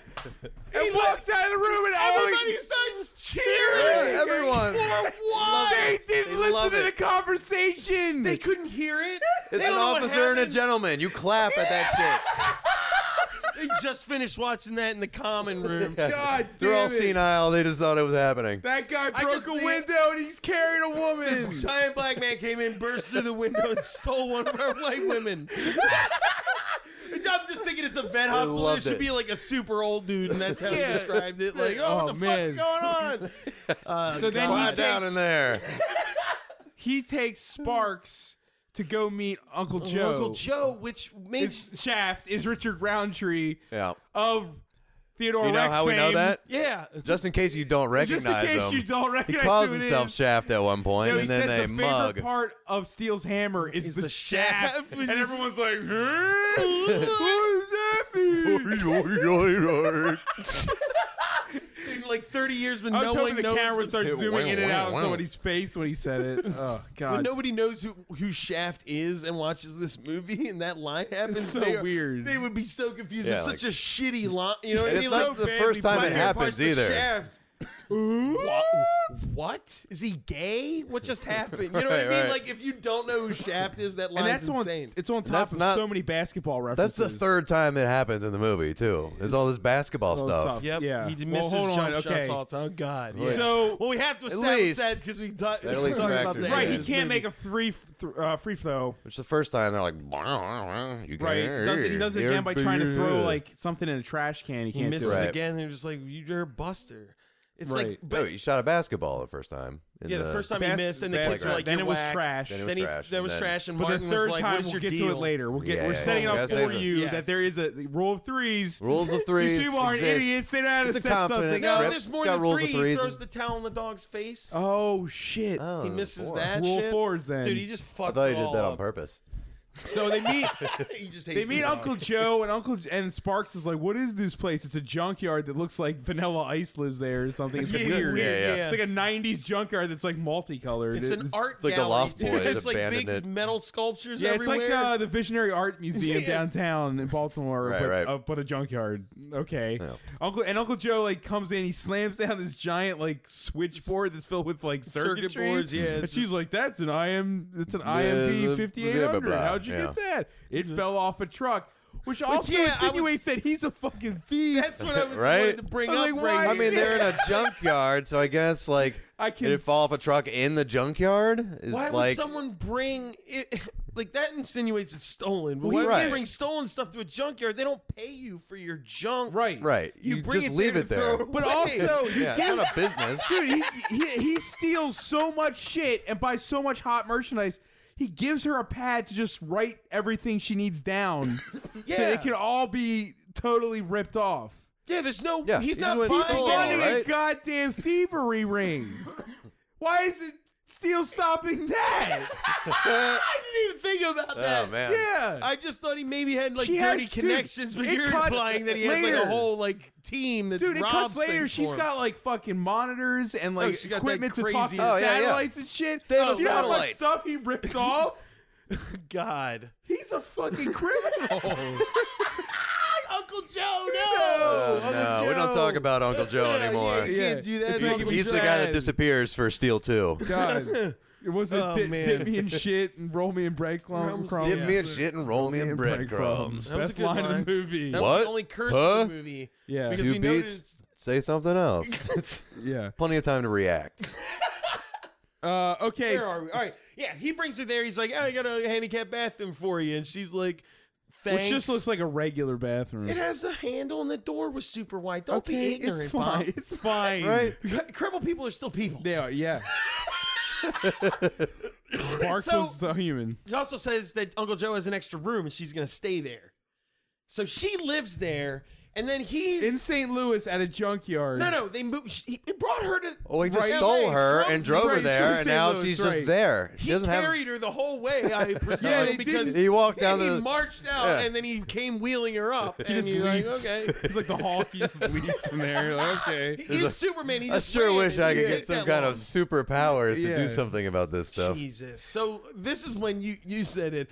[SPEAKER 3] He
[SPEAKER 6] walks out of the room. And
[SPEAKER 3] Everybody
[SPEAKER 6] [LAUGHS] everybody,
[SPEAKER 3] starts
[SPEAKER 8] Yeah,
[SPEAKER 3] cheering.
[SPEAKER 8] everyone.
[SPEAKER 3] For what?
[SPEAKER 6] they didn't
[SPEAKER 8] They
[SPEAKER 6] listen
[SPEAKER 8] love
[SPEAKER 6] to the
[SPEAKER 8] it.
[SPEAKER 6] conversation.
[SPEAKER 3] They couldn't hear it.
[SPEAKER 8] It's
[SPEAKER 3] They
[SPEAKER 8] an
[SPEAKER 3] don't know what
[SPEAKER 8] officer and a
[SPEAKER 3] happened.
[SPEAKER 8] gentleman. You clap at that shit.
[SPEAKER 3] They just finished watching that in the common room.
[SPEAKER 6] God
[SPEAKER 8] They're all
[SPEAKER 6] damn it.
[SPEAKER 8] senile. They just thought it was happening.
[SPEAKER 6] That guy
[SPEAKER 3] I
[SPEAKER 6] broke
[SPEAKER 3] just
[SPEAKER 6] a
[SPEAKER 3] see-
[SPEAKER 6] window and he's carrying a woman.
[SPEAKER 3] This giant black man came in, burst through the window, and stole one of our white women. [LAUGHS] I'm just thinking it's a vet hospital. There
[SPEAKER 8] loved
[SPEAKER 3] should
[SPEAKER 8] it.
[SPEAKER 3] be like a super old dude, and that's how he
[SPEAKER 6] Yeah.
[SPEAKER 3] described it. Like, oh,
[SPEAKER 6] Oh,
[SPEAKER 3] what the fuck's
[SPEAKER 6] man.
[SPEAKER 3] going
[SPEAKER 8] [LAUGHS]
[SPEAKER 3] on?
[SPEAKER 6] so then he
[SPEAKER 8] Lie
[SPEAKER 6] takes,
[SPEAKER 8] down in there.
[SPEAKER 6] he takes Sparks to go meet Uncle Joe.
[SPEAKER 3] Uncle Joe, which makes
[SPEAKER 6] His shaft is Richard Roundtree
[SPEAKER 8] Yeah.
[SPEAKER 6] of Theodore
[SPEAKER 8] You know
[SPEAKER 6] Rex
[SPEAKER 8] how we know
[SPEAKER 6] fame.
[SPEAKER 8] that?
[SPEAKER 3] yeah,
[SPEAKER 8] Just in case you don't recognize
[SPEAKER 6] Just in case
[SPEAKER 8] him.
[SPEAKER 6] you don't
[SPEAKER 8] he
[SPEAKER 6] recognize
[SPEAKER 8] calls
[SPEAKER 6] who it
[SPEAKER 8] himself
[SPEAKER 6] is.
[SPEAKER 8] Shaft at one point,
[SPEAKER 6] No, he
[SPEAKER 8] and then
[SPEAKER 6] says
[SPEAKER 8] they
[SPEAKER 6] the
[SPEAKER 8] mug.
[SPEAKER 6] favorite part of Steel's hammer is, the,
[SPEAKER 3] the
[SPEAKER 6] shaft,
[SPEAKER 3] shaft, which is-
[SPEAKER 6] and everyone's like, huh? "What does that mean?"
[SPEAKER 3] in like 30 years when
[SPEAKER 6] I was
[SPEAKER 3] no
[SPEAKER 6] hoping
[SPEAKER 3] one
[SPEAKER 6] the
[SPEAKER 3] knows.
[SPEAKER 6] camera would start
[SPEAKER 8] Hey,
[SPEAKER 6] zooming
[SPEAKER 8] wow,
[SPEAKER 6] in and
[SPEAKER 8] wow,
[SPEAKER 6] out on
[SPEAKER 8] wow.
[SPEAKER 6] somebody's face when he said it. Oh
[SPEAKER 3] when
[SPEAKER 6] God!
[SPEAKER 3] nobody knows who, who Shaft is and watches this movie, and that line happens,
[SPEAKER 6] so
[SPEAKER 3] they are-
[SPEAKER 6] weird.
[SPEAKER 3] They would be so confused.
[SPEAKER 8] Yeah,
[SPEAKER 3] it's
[SPEAKER 8] like-
[SPEAKER 3] such a shitty line. You know what I
[SPEAKER 8] And
[SPEAKER 3] mean?
[SPEAKER 8] it's
[SPEAKER 3] Like,
[SPEAKER 8] not the
[SPEAKER 6] bad
[SPEAKER 8] first
[SPEAKER 6] we
[SPEAKER 8] time
[SPEAKER 3] Black
[SPEAKER 8] it
[SPEAKER 3] Bear Parts
[SPEAKER 8] happens
[SPEAKER 3] the
[SPEAKER 8] either.
[SPEAKER 3] Shaft. What? what? Is he gay? What just happened? You know what I
[SPEAKER 8] Right,
[SPEAKER 3] mean?
[SPEAKER 8] right.
[SPEAKER 3] Like if you don't know who Shaft is, that line's
[SPEAKER 6] that's on-
[SPEAKER 3] insane.
[SPEAKER 6] it's on top
[SPEAKER 8] That's
[SPEAKER 6] of
[SPEAKER 8] not-
[SPEAKER 6] so many basketball
[SPEAKER 8] That's
[SPEAKER 6] references.
[SPEAKER 8] the third time it happens in the movie too. There's all this basketball
[SPEAKER 6] all
[SPEAKER 8] stuff.
[SPEAKER 6] stuff.
[SPEAKER 3] Yep.
[SPEAKER 6] Yeah.
[SPEAKER 3] He d-
[SPEAKER 6] Well,
[SPEAKER 3] misses
[SPEAKER 6] hold on,
[SPEAKER 3] jump shots
[SPEAKER 6] okay.
[SPEAKER 3] all the time. God.
[SPEAKER 6] Yeah. So-
[SPEAKER 3] well, we have to
[SPEAKER 6] At
[SPEAKER 3] establish
[SPEAKER 6] least-
[SPEAKER 3] that because we [LAUGHS] talked
[SPEAKER 8] That at least
[SPEAKER 3] about
[SPEAKER 8] factors
[SPEAKER 3] that.
[SPEAKER 8] Right, in.
[SPEAKER 6] He can't make a free th- uh, free throw.
[SPEAKER 8] Which the first time they're like, you
[SPEAKER 6] Right. He does it, he does it again by trying to throw like something in a trash can. He
[SPEAKER 3] He
[SPEAKER 6] can't
[SPEAKER 3] misses
[SPEAKER 6] do it.
[SPEAKER 3] again. And they're just like, you're a buster. It's like,
[SPEAKER 8] but
[SPEAKER 3] but
[SPEAKER 8] no, he shot a basketball the first time. in
[SPEAKER 3] Yeah, the, first time he
[SPEAKER 6] Bas-
[SPEAKER 3] missed, and the kids were
[SPEAKER 6] basketball.
[SPEAKER 3] like,
[SPEAKER 6] Then
[SPEAKER 3] "You're
[SPEAKER 6] it was
[SPEAKER 3] whack."
[SPEAKER 6] trash.
[SPEAKER 8] Then it was
[SPEAKER 3] Then he,
[SPEAKER 8] trash,
[SPEAKER 3] there was
[SPEAKER 8] and then-
[SPEAKER 3] trash, and
[SPEAKER 6] But
[SPEAKER 3] Martin
[SPEAKER 6] the third
[SPEAKER 3] was like,
[SPEAKER 6] time
[SPEAKER 3] "What is
[SPEAKER 6] we'll
[SPEAKER 3] your
[SPEAKER 6] get
[SPEAKER 3] deal?"
[SPEAKER 6] to it later. We'll get,
[SPEAKER 8] Yeah,
[SPEAKER 6] we're
[SPEAKER 8] yeah,
[SPEAKER 6] setting
[SPEAKER 8] yeah.
[SPEAKER 6] up
[SPEAKER 8] Gotta
[SPEAKER 6] for
[SPEAKER 8] save it.
[SPEAKER 6] you
[SPEAKER 3] Yes.
[SPEAKER 6] that there is a the rule of threes.
[SPEAKER 8] Rules of threes.
[SPEAKER 6] These people are
[SPEAKER 8] exist.
[SPEAKER 6] idiots. They know how to
[SPEAKER 8] It's a
[SPEAKER 6] set
[SPEAKER 8] competent
[SPEAKER 6] something
[SPEAKER 8] script.
[SPEAKER 3] No,
[SPEAKER 6] up.
[SPEAKER 3] there's
[SPEAKER 8] It's
[SPEAKER 3] more
[SPEAKER 8] got
[SPEAKER 3] than
[SPEAKER 8] rules of
[SPEAKER 3] three. He
[SPEAKER 8] threes
[SPEAKER 3] throws
[SPEAKER 8] and-
[SPEAKER 3] the towel in the dog's face.
[SPEAKER 6] Oh shit!
[SPEAKER 8] Oh,
[SPEAKER 3] he
[SPEAKER 8] there's
[SPEAKER 3] misses
[SPEAKER 8] four.
[SPEAKER 3] that
[SPEAKER 6] Rule
[SPEAKER 3] shit.
[SPEAKER 6] fours then.
[SPEAKER 3] dude. He just fucks.
[SPEAKER 8] I thought he
[SPEAKER 3] it
[SPEAKER 8] did
[SPEAKER 3] all
[SPEAKER 8] that
[SPEAKER 3] up.
[SPEAKER 8] on purpose.
[SPEAKER 6] So they
[SPEAKER 8] [LAUGHS]
[SPEAKER 6] meet.
[SPEAKER 3] He just hates
[SPEAKER 6] They meet
[SPEAKER 3] the dog.
[SPEAKER 6] Uncle Joe and Uncle and Sparks is like, "What is this place? It's a junkyard that looks like Vanilla Ice lives there or something. It's
[SPEAKER 3] [LAUGHS] Yeah,
[SPEAKER 6] weird.
[SPEAKER 3] weird, Yeah, yeah.
[SPEAKER 6] It's like a '90s junkyard that's like multicolored.
[SPEAKER 3] It's an art
[SPEAKER 8] like the
[SPEAKER 3] gallery,
[SPEAKER 8] Lost
[SPEAKER 3] dude.
[SPEAKER 8] Boys
[SPEAKER 3] It's like big
[SPEAKER 8] abandoned it.
[SPEAKER 3] metal sculptures
[SPEAKER 6] Yeah, it's
[SPEAKER 3] everywhere.
[SPEAKER 6] like uh, the Visionary Art
[SPEAKER 3] [LAUGHS]
[SPEAKER 6] Museum
[SPEAKER 3] Yeah.
[SPEAKER 6] downtown in Baltimore,
[SPEAKER 8] Right,
[SPEAKER 6] but,
[SPEAKER 8] right.
[SPEAKER 6] Uh, but a junkyard. Okay, Uncle and Uncle Joe like comes in, he slams down this giant like switchboard that's filled with like
[SPEAKER 3] Circuit
[SPEAKER 6] circuitry.
[SPEAKER 3] boards, yeah,
[SPEAKER 6] and
[SPEAKER 3] it's
[SPEAKER 6] she's like, "That's an IM, it's an
[SPEAKER 8] blah,
[SPEAKER 6] IMB
[SPEAKER 8] blah, blah,
[SPEAKER 6] 5800.
[SPEAKER 8] blah,
[SPEAKER 6] How'd you
[SPEAKER 8] yeah.
[SPEAKER 6] get that? It fell off a truck." Which also
[SPEAKER 3] Mm-hmm. yeah, I was-
[SPEAKER 6] insinuates that he's a fucking thief.
[SPEAKER 3] That's what I was
[SPEAKER 8] Right?
[SPEAKER 3] wanted to bring
[SPEAKER 6] I was
[SPEAKER 3] up.
[SPEAKER 6] like,
[SPEAKER 3] right
[SPEAKER 6] why-
[SPEAKER 8] I
[SPEAKER 3] here.
[SPEAKER 8] mean, they're
[SPEAKER 3] [LAUGHS]
[SPEAKER 8] in a junkyard, so I guess like
[SPEAKER 6] I can
[SPEAKER 8] did it fall off a truck in the junkyard? Is
[SPEAKER 3] Why
[SPEAKER 8] like
[SPEAKER 3] would someone bring it? [LAUGHS] Like that insinuates it's stolen. But
[SPEAKER 8] Well,
[SPEAKER 3] why
[SPEAKER 8] he
[SPEAKER 3] would you
[SPEAKER 8] gives-
[SPEAKER 3] bring stolen stuff to a junkyard? They don't pay you for your junk.
[SPEAKER 6] Right.
[SPEAKER 8] right?
[SPEAKER 3] You
[SPEAKER 8] You,
[SPEAKER 3] bring
[SPEAKER 8] just
[SPEAKER 3] it
[SPEAKER 8] leave
[SPEAKER 3] there
[SPEAKER 8] it
[SPEAKER 3] to
[SPEAKER 8] there.
[SPEAKER 3] throw
[SPEAKER 6] But also,
[SPEAKER 3] [LAUGHS]
[SPEAKER 6] he
[SPEAKER 8] yeah, it's
[SPEAKER 6] gives-
[SPEAKER 8] not a business.
[SPEAKER 6] dude, he, he he steals so much shit and buys so much hot merchandise. He gives her a pad to just write everything she needs
[SPEAKER 8] [LAUGHS]
[SPEAKER 6] down, so
[SPEAKER 3] Yeah.
[SPEAKER 6] they can all be totally ripped off.
[SPEAKER 3] Yeah, there's no.
[SPEAKER 8] Yeah,
[SPEAKER 3] he's
[SPEAKER 8] he's
[SPEAKER 3] not
[SPEAKER 8] with
[SPEAKER 3] buying
[SPEAKER 8] full,
[SPEAKER 3] it.
[SPEAKER 6] Running a
[SPEAKER 8] right?
[SPEAKER 6] goddamn thievery ring. Why isn't Steel stopping
[SPEAKER 8] [LAUGHS]
[SPEAKER 6] that?
[SPEAKER 3] I didn't even think about
[SPEAKER 8] oh
[SPEAKER 3] that.
[SPEAKER 8] man,
[SPEAKER 6] Yeah.
[SPEAKER 3] I just thought he maybe had like
[SPEAKER 6] She has-
[SPEAKER 3] dirty
[SPEAKER 6] dude,
[SPEAKER 3] connections, but
[SPEAKER 6] it
[SPEAKER 3] you're
[SPEAKER 6] cuts
[SPEAKER 3] implying that he has like
[SPEAKER 6] later.
[SPEAKER 3] a whole like team that's
[SPEAKER 6] Dude, it
[SPEAKER 3] robs
[SPEAKER 6] cuts later.
[SPEAKER 3] things
[SPEAKER 6] She's
[SPEAKER 3] for him.
[SPEAKER 6] got like fucking monitors and
[SPEAKER 8] Oh,
[SPEAKER 6] like
[SPEAKER 3] she's got that
[SPEAKER 6] equipment to talk to
[SPEAKER 3] crazy- Oh,
[SPEAKER 8] yeah, yeah.
[SPEAKER 6] satellites and shit.
[SPEAKER 8] They have
[SPEAKER 6] you know how much
[SPEAKER 8] satellites.
[SPEAKER 6] stuff he ripped off? [LAUGHS]
[SPEAKER 3] God.
[SPEAKER 6] He's a fucking [LAUGHS]
[SPEAKER 8] [LAUGHS]
[SPEAKER 6] criminal.
[SPEAKER 3] Uncle Joe, no.
[SPEAKER 8] Oh, no, we don't talk about
[SPEAKER 3] [LAUGHS]
[SPEAKER 8] Uncle Joe anymore.
[SPEAKER 3] You can't do that.
[SPEAKER 6] It's
[SPEAKER 3] Uncle
[SPEAKER 6] making
[SPEAKER 8] He's,
[SPEAKER 6] me
[SPEAKER 8] he's the guy that disappears for Steel Two. [LAUGHS]
[SPEAKER 6] God. It wasn't
[SPEAKER 3] Oh,
[SPEAKER 6] dip,
[SPEAKER 3] man.
[SPEAKER 6] dip me in shit and roll me in
[SPEAKER 3] Crumbs,
[SPEAKER 6] breadcrumbs. crumbs.
[SPEAKER 8] Dip me in shit and roll me in breadcrumbs.
[SPEAKER 3] That was a
[SPEAKER 6] Best
[SPEAKER 3] good
[SPEAKER 6] line
[SPEAKER 3] line.
[SPEAKER 6] of the movie.
[SPEAKER 3] That was
[SPEAKER 8] What?
[SPEAKER 3] the only curse
[SPEAKER 8] Huh?
[SPEAKER 3] in the movie.
[SPEAKER 6] Yeah.
[SPEAKER 3] Because
[SPEAKER 8] Two
[SPEAKER 3] we
[SPEAKER 8] beats.
[SPEAKER 3] noticed
[SPEAKER 8] Say something else. It's
[SPEAKER 6] Yeah.
[SPEAKER 8] plenty of time to react.
[SPEAKER 6] Uh, okay.
[SPEAKER 3] Where are we? All right. Yeah, he brings her there. He's like, "Oh, I got a handicap bathroom for you," and she's like, "Thanks."
[SPEAKER 6] Which just looks like a regular bathroom.
[SPEAKER 3] it has a handle, and the door was super wide. Don't be
[SPEAKER 6] okay,
[SPEAKER 3] ignorant,
[SPEAKER 6] it's fine.
[SPEAKER 3] [LAUGHS] Bob.
[SPEAKER 6] It's fine.
[SPEAKER 8] Right?
[SPEAKER 3] Cripple people are still people.
[SPEAKER 6] They
[SPEAKER 3] [LAUGHS]
[SPEAKER 6] are, yeah. Sparks
[SPEAKER 3] So-
[SPEAKER 6] was a human.
[SPEAKER 3] He also says that Uncle Joe has an extra room, and she's gonna stay there. So she lives there, and then he's
[SPEAKER 6] In St. Louis at a junkyard.
[SPEAKER 3] no, no. They moved. She, he brought her to.
[SPEAKER 8] Oh, he just
[SPEAKER 3] Right.
[SPEAKER 8] stole
[SPEAKER 3] LA
[SPEAKER 8] her
[SPEAKER 3] from-
[SPEAKER 8] and drove her
[SPEAKER 6] right,
[SPEAKER 8] there,
[SPEAKER 6] to
[SPEAKER 8] and
[SPEAKER 6] St.
[SPEAKER 8] now
[SPEAKER 6] Louis,
[SPEAKER 8] she's
[SPEAKER 6] right.
[SPEAKER 8] just there. She
[SPEAKER 3] He
[SPEAKER 8] doesn't have.
[SPEAKER 3] carried her the whole way.
[SPEAKER 8] [LAUGHS]
[SPEAKER 3] I presume
[SPEAKER 6] Yeah, they
[SPEAKER 3] because
[SPEAKER 8] didn't. He walked down
[SPEAKER 3] He
[SPEAKER 8] the-
[SPEAKER 3] marched out,
[SPEAKER 8] Yeah.
[SPEAKER 3] and then he came wheeling her
[SPEAKER 8] [LAUGHS]
[SPEAKER 3] up. and
[SPEAKER 6] just
[SPEAKER 3] you're like,
[SPEAKER 6] leaped. [LAUGHS]
[SPEAKER 3] okay.
[SPEAKER 6] He's like the Hulk. He just leaves from
[SPEAKER 3] [LAUGHS]
[SPEAKER 6] there. Like, okay.
[SPEAKER 3] He's Superman. He
[SPEAKER 8] I
[SPEAKER 3] just
[SPEAKER 8] sure
[SPEAKER 3] ran.
[SPEAKER 8] wish
[SPEAKER 3] It
[SPEAKER 8] I could
[SPEAKER 3] didn't
[SPEAKER 8] get
[SPEAKER 3] take
[SPEAKER 8] some
[SPEAKER 3] that
[SPEAKER 8] kind
[SPEAKER 3] long.
[SPEAKER 8] of superpowers to
[SPEAKER 6] Yeah.
[SPEAKER 8] do something about this stuff.
[SPEAKER 3] Jesus. So this is when you you said it.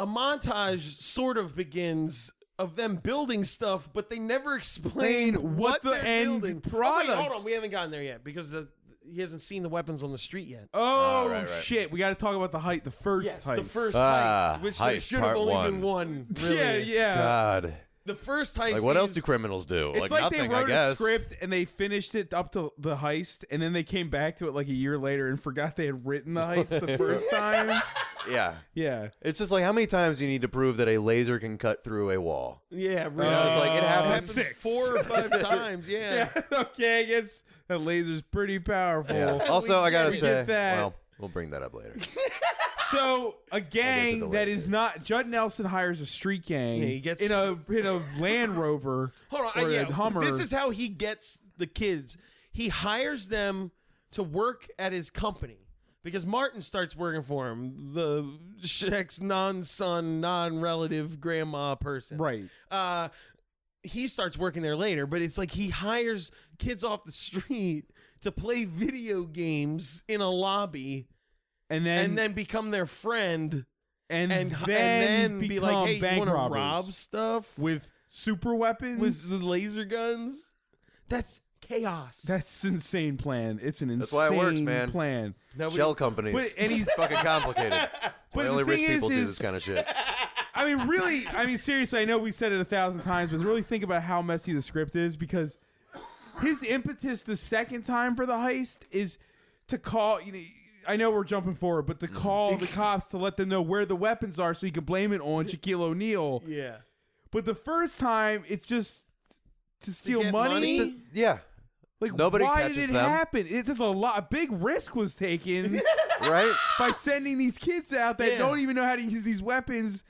[SPEAKER 3] A montage sort of begins of them building stuff, but they never explain
[SPEAKER 6] Explain
[SPEAKER 3] what,
[SPEAKER 6] what the
[SPEAKER 3] they're
[SPEAKER 6] end
[SPEAKER 3] building.
[SPEAKER 6] product-
[SPEAKER 3] Oh, wait, hold on, we haven't gotten there yet because the, he hasn't seen the weapons on the street yet.
[SPEAKER 6] Oh,
[SPEAKER 8] Oh, right, right.
[SPEAKER 6] shit. We got to talk about the height, the first
[SPEAKER 3] yes,
[SPEAKER 6] heist.
[SPEAKER 3] the
[SPEAKER 6] [LAUGHS]
[SPEAKER 3] first
[SPEAKER 8] Ah,
[SPEAKER 3] heist, which there
[SPEAKER 8] heist
[SPEAKER 3] should have
[SPEAKER 8] part
[SPEAKER 3] only
[SPEAKER 8] one.
[SPEAKER 3] been one. Really.
[SPEAKER 6] Yeah, yeah.
[SPEAKER 8] God.
[SPEAKER 3] The first heist.
[SPEAKER 8] Like, what else
[SPEAKER 3] is-
[SPEAKER 8] do criminals do?
[SPEAKER 6] It's like, they
[SPEAKER 8] nothing,
[SPEAKER 6] wrote
[SPEAKER 8] I guess.
[SPEAKER 6] a script and they finished it up to the heist, and then they came back to it like a year later and forgot they had written the heist the
[SPEAKER 8] [LAUGHS]
[SPEAKER 6] first time.
[SPEAKER 8] Yeah.
[SPEAKER 6] Yeah, [LAUGHS]
[SPEAKER 8] It's just like how many times you need to prove that a laser can cut through a wall.
[SPEAKER 3] Yeah, really.
[SPEAKER 8] You know, it's like it
[SPEAKER 3] happens
[SPEAKER 8] happens.
[SPEAKER 6] six.
[SPEAKER 3] four or five
[SPEAKER 6] [LAUGHS]
[SPEAKER 3] times.
[SPEAKER 6] yeah.
[SPEAKER 3] Yeah.
[SPEAKER 6] okay, I guess that laser's pretty powerful.
[SPEAKER 8] Yeah. Also, I gotta
[SPEAKER 6] we
[SPEAKER 8] say,
[SPEAKER 6] get that.
[SPEAKER 8] well, we'll bring that up later.
[SPEAKER 6] So a
[SPEAKER 8] the
[SPEAKER 6] gang that
[SPEAKER 8] laser.
[SPEAKER 6] is not Judd Nelson hires a street gang
[SPEAKER 3] Yeah, he gets-
[SPEAKER 6] in a in a Land Rover
[SPEAKER 3] [LAUGHS] Hold on, I-
[SPEAKER 6] or a
[SPEAKER 3] yeah,
[SPEAKER 6] Hummer.
[SPEAKER 3] This is how he gets the kids. He hires them to work at his company because Martin starts working for him, the Shrek's non-son, non-relative grandma person.
[SPEAKER 6] right.
[SPEAKER 3] Uh, he starts working there later, but it's like he hires kids off the street to play video games in a lobby
[SPEAKER 6] And then
[SPEAKER 3] and, then become their friend
[SPEAKER 6] and,
[SPEAKER 3] and,
[SPEAKER 6] then,
[SPEAKER 3] and then be
[SPEAKER 6] become
[SPEAKER 3] like, hey, you
[SPEAKER 6] bank
[SPEAKER 3] want to
[SPEAKER 6] robbers
[SPEAKER 3] rob stuff?
[SPEAKER 6] with super weapons
[SPEAKER 3] with laser guns. That's chaos.
[SPEAKER 6] That's insane plan. It's an insane
[SPEAKER 8] That's why it works, man.
[SPEAKER 6] plan.
[SPEAKER 8] Nobody- Shell companies. It's [LAUGHS]
[SPEAKER 6] [LAUGHS]
[SPEAKER 8] fucking complicated. That's why only rich people do this kind of shit.
[SPEAKER 6] I mean, really, I mean, seriously, I know we said it a thousand times, but really think about how messy the script is because his impetus the second time for the heist is to call, you know, I know we're jumping forward, but
[SPEAKER 8] Mm-hmm.
[SPEAKER 6] to call the cops to let them know where the weapons are so he can blame it on Shaquille O'Neal.
[SPEAKER 3] Yeah.
[SPEAKER 6] But the first time, it's just to steal money.
[SPEAKER 8] yeah.
[SPEAKER 6] Like
[SPEAKER 8] Nobody
[SPEAKER 6] why
[SPEAKER 8] catches
[SPEAKER 6] did it
[SPEAKER 8] them.
[SPEAKER 6] happen? It, there's a lot. A big risk was
[SPEAKER 8] [LAUGHS]
[SPEAKER 6] taken, [LAUGHS]
[SPEAKER 8] right?
[SPEAKER 6] By sending these kids out that
[SPEAKER 8] Yeah. Mm-hmm.
[SPEAKER 6] don't even know how to use these weapons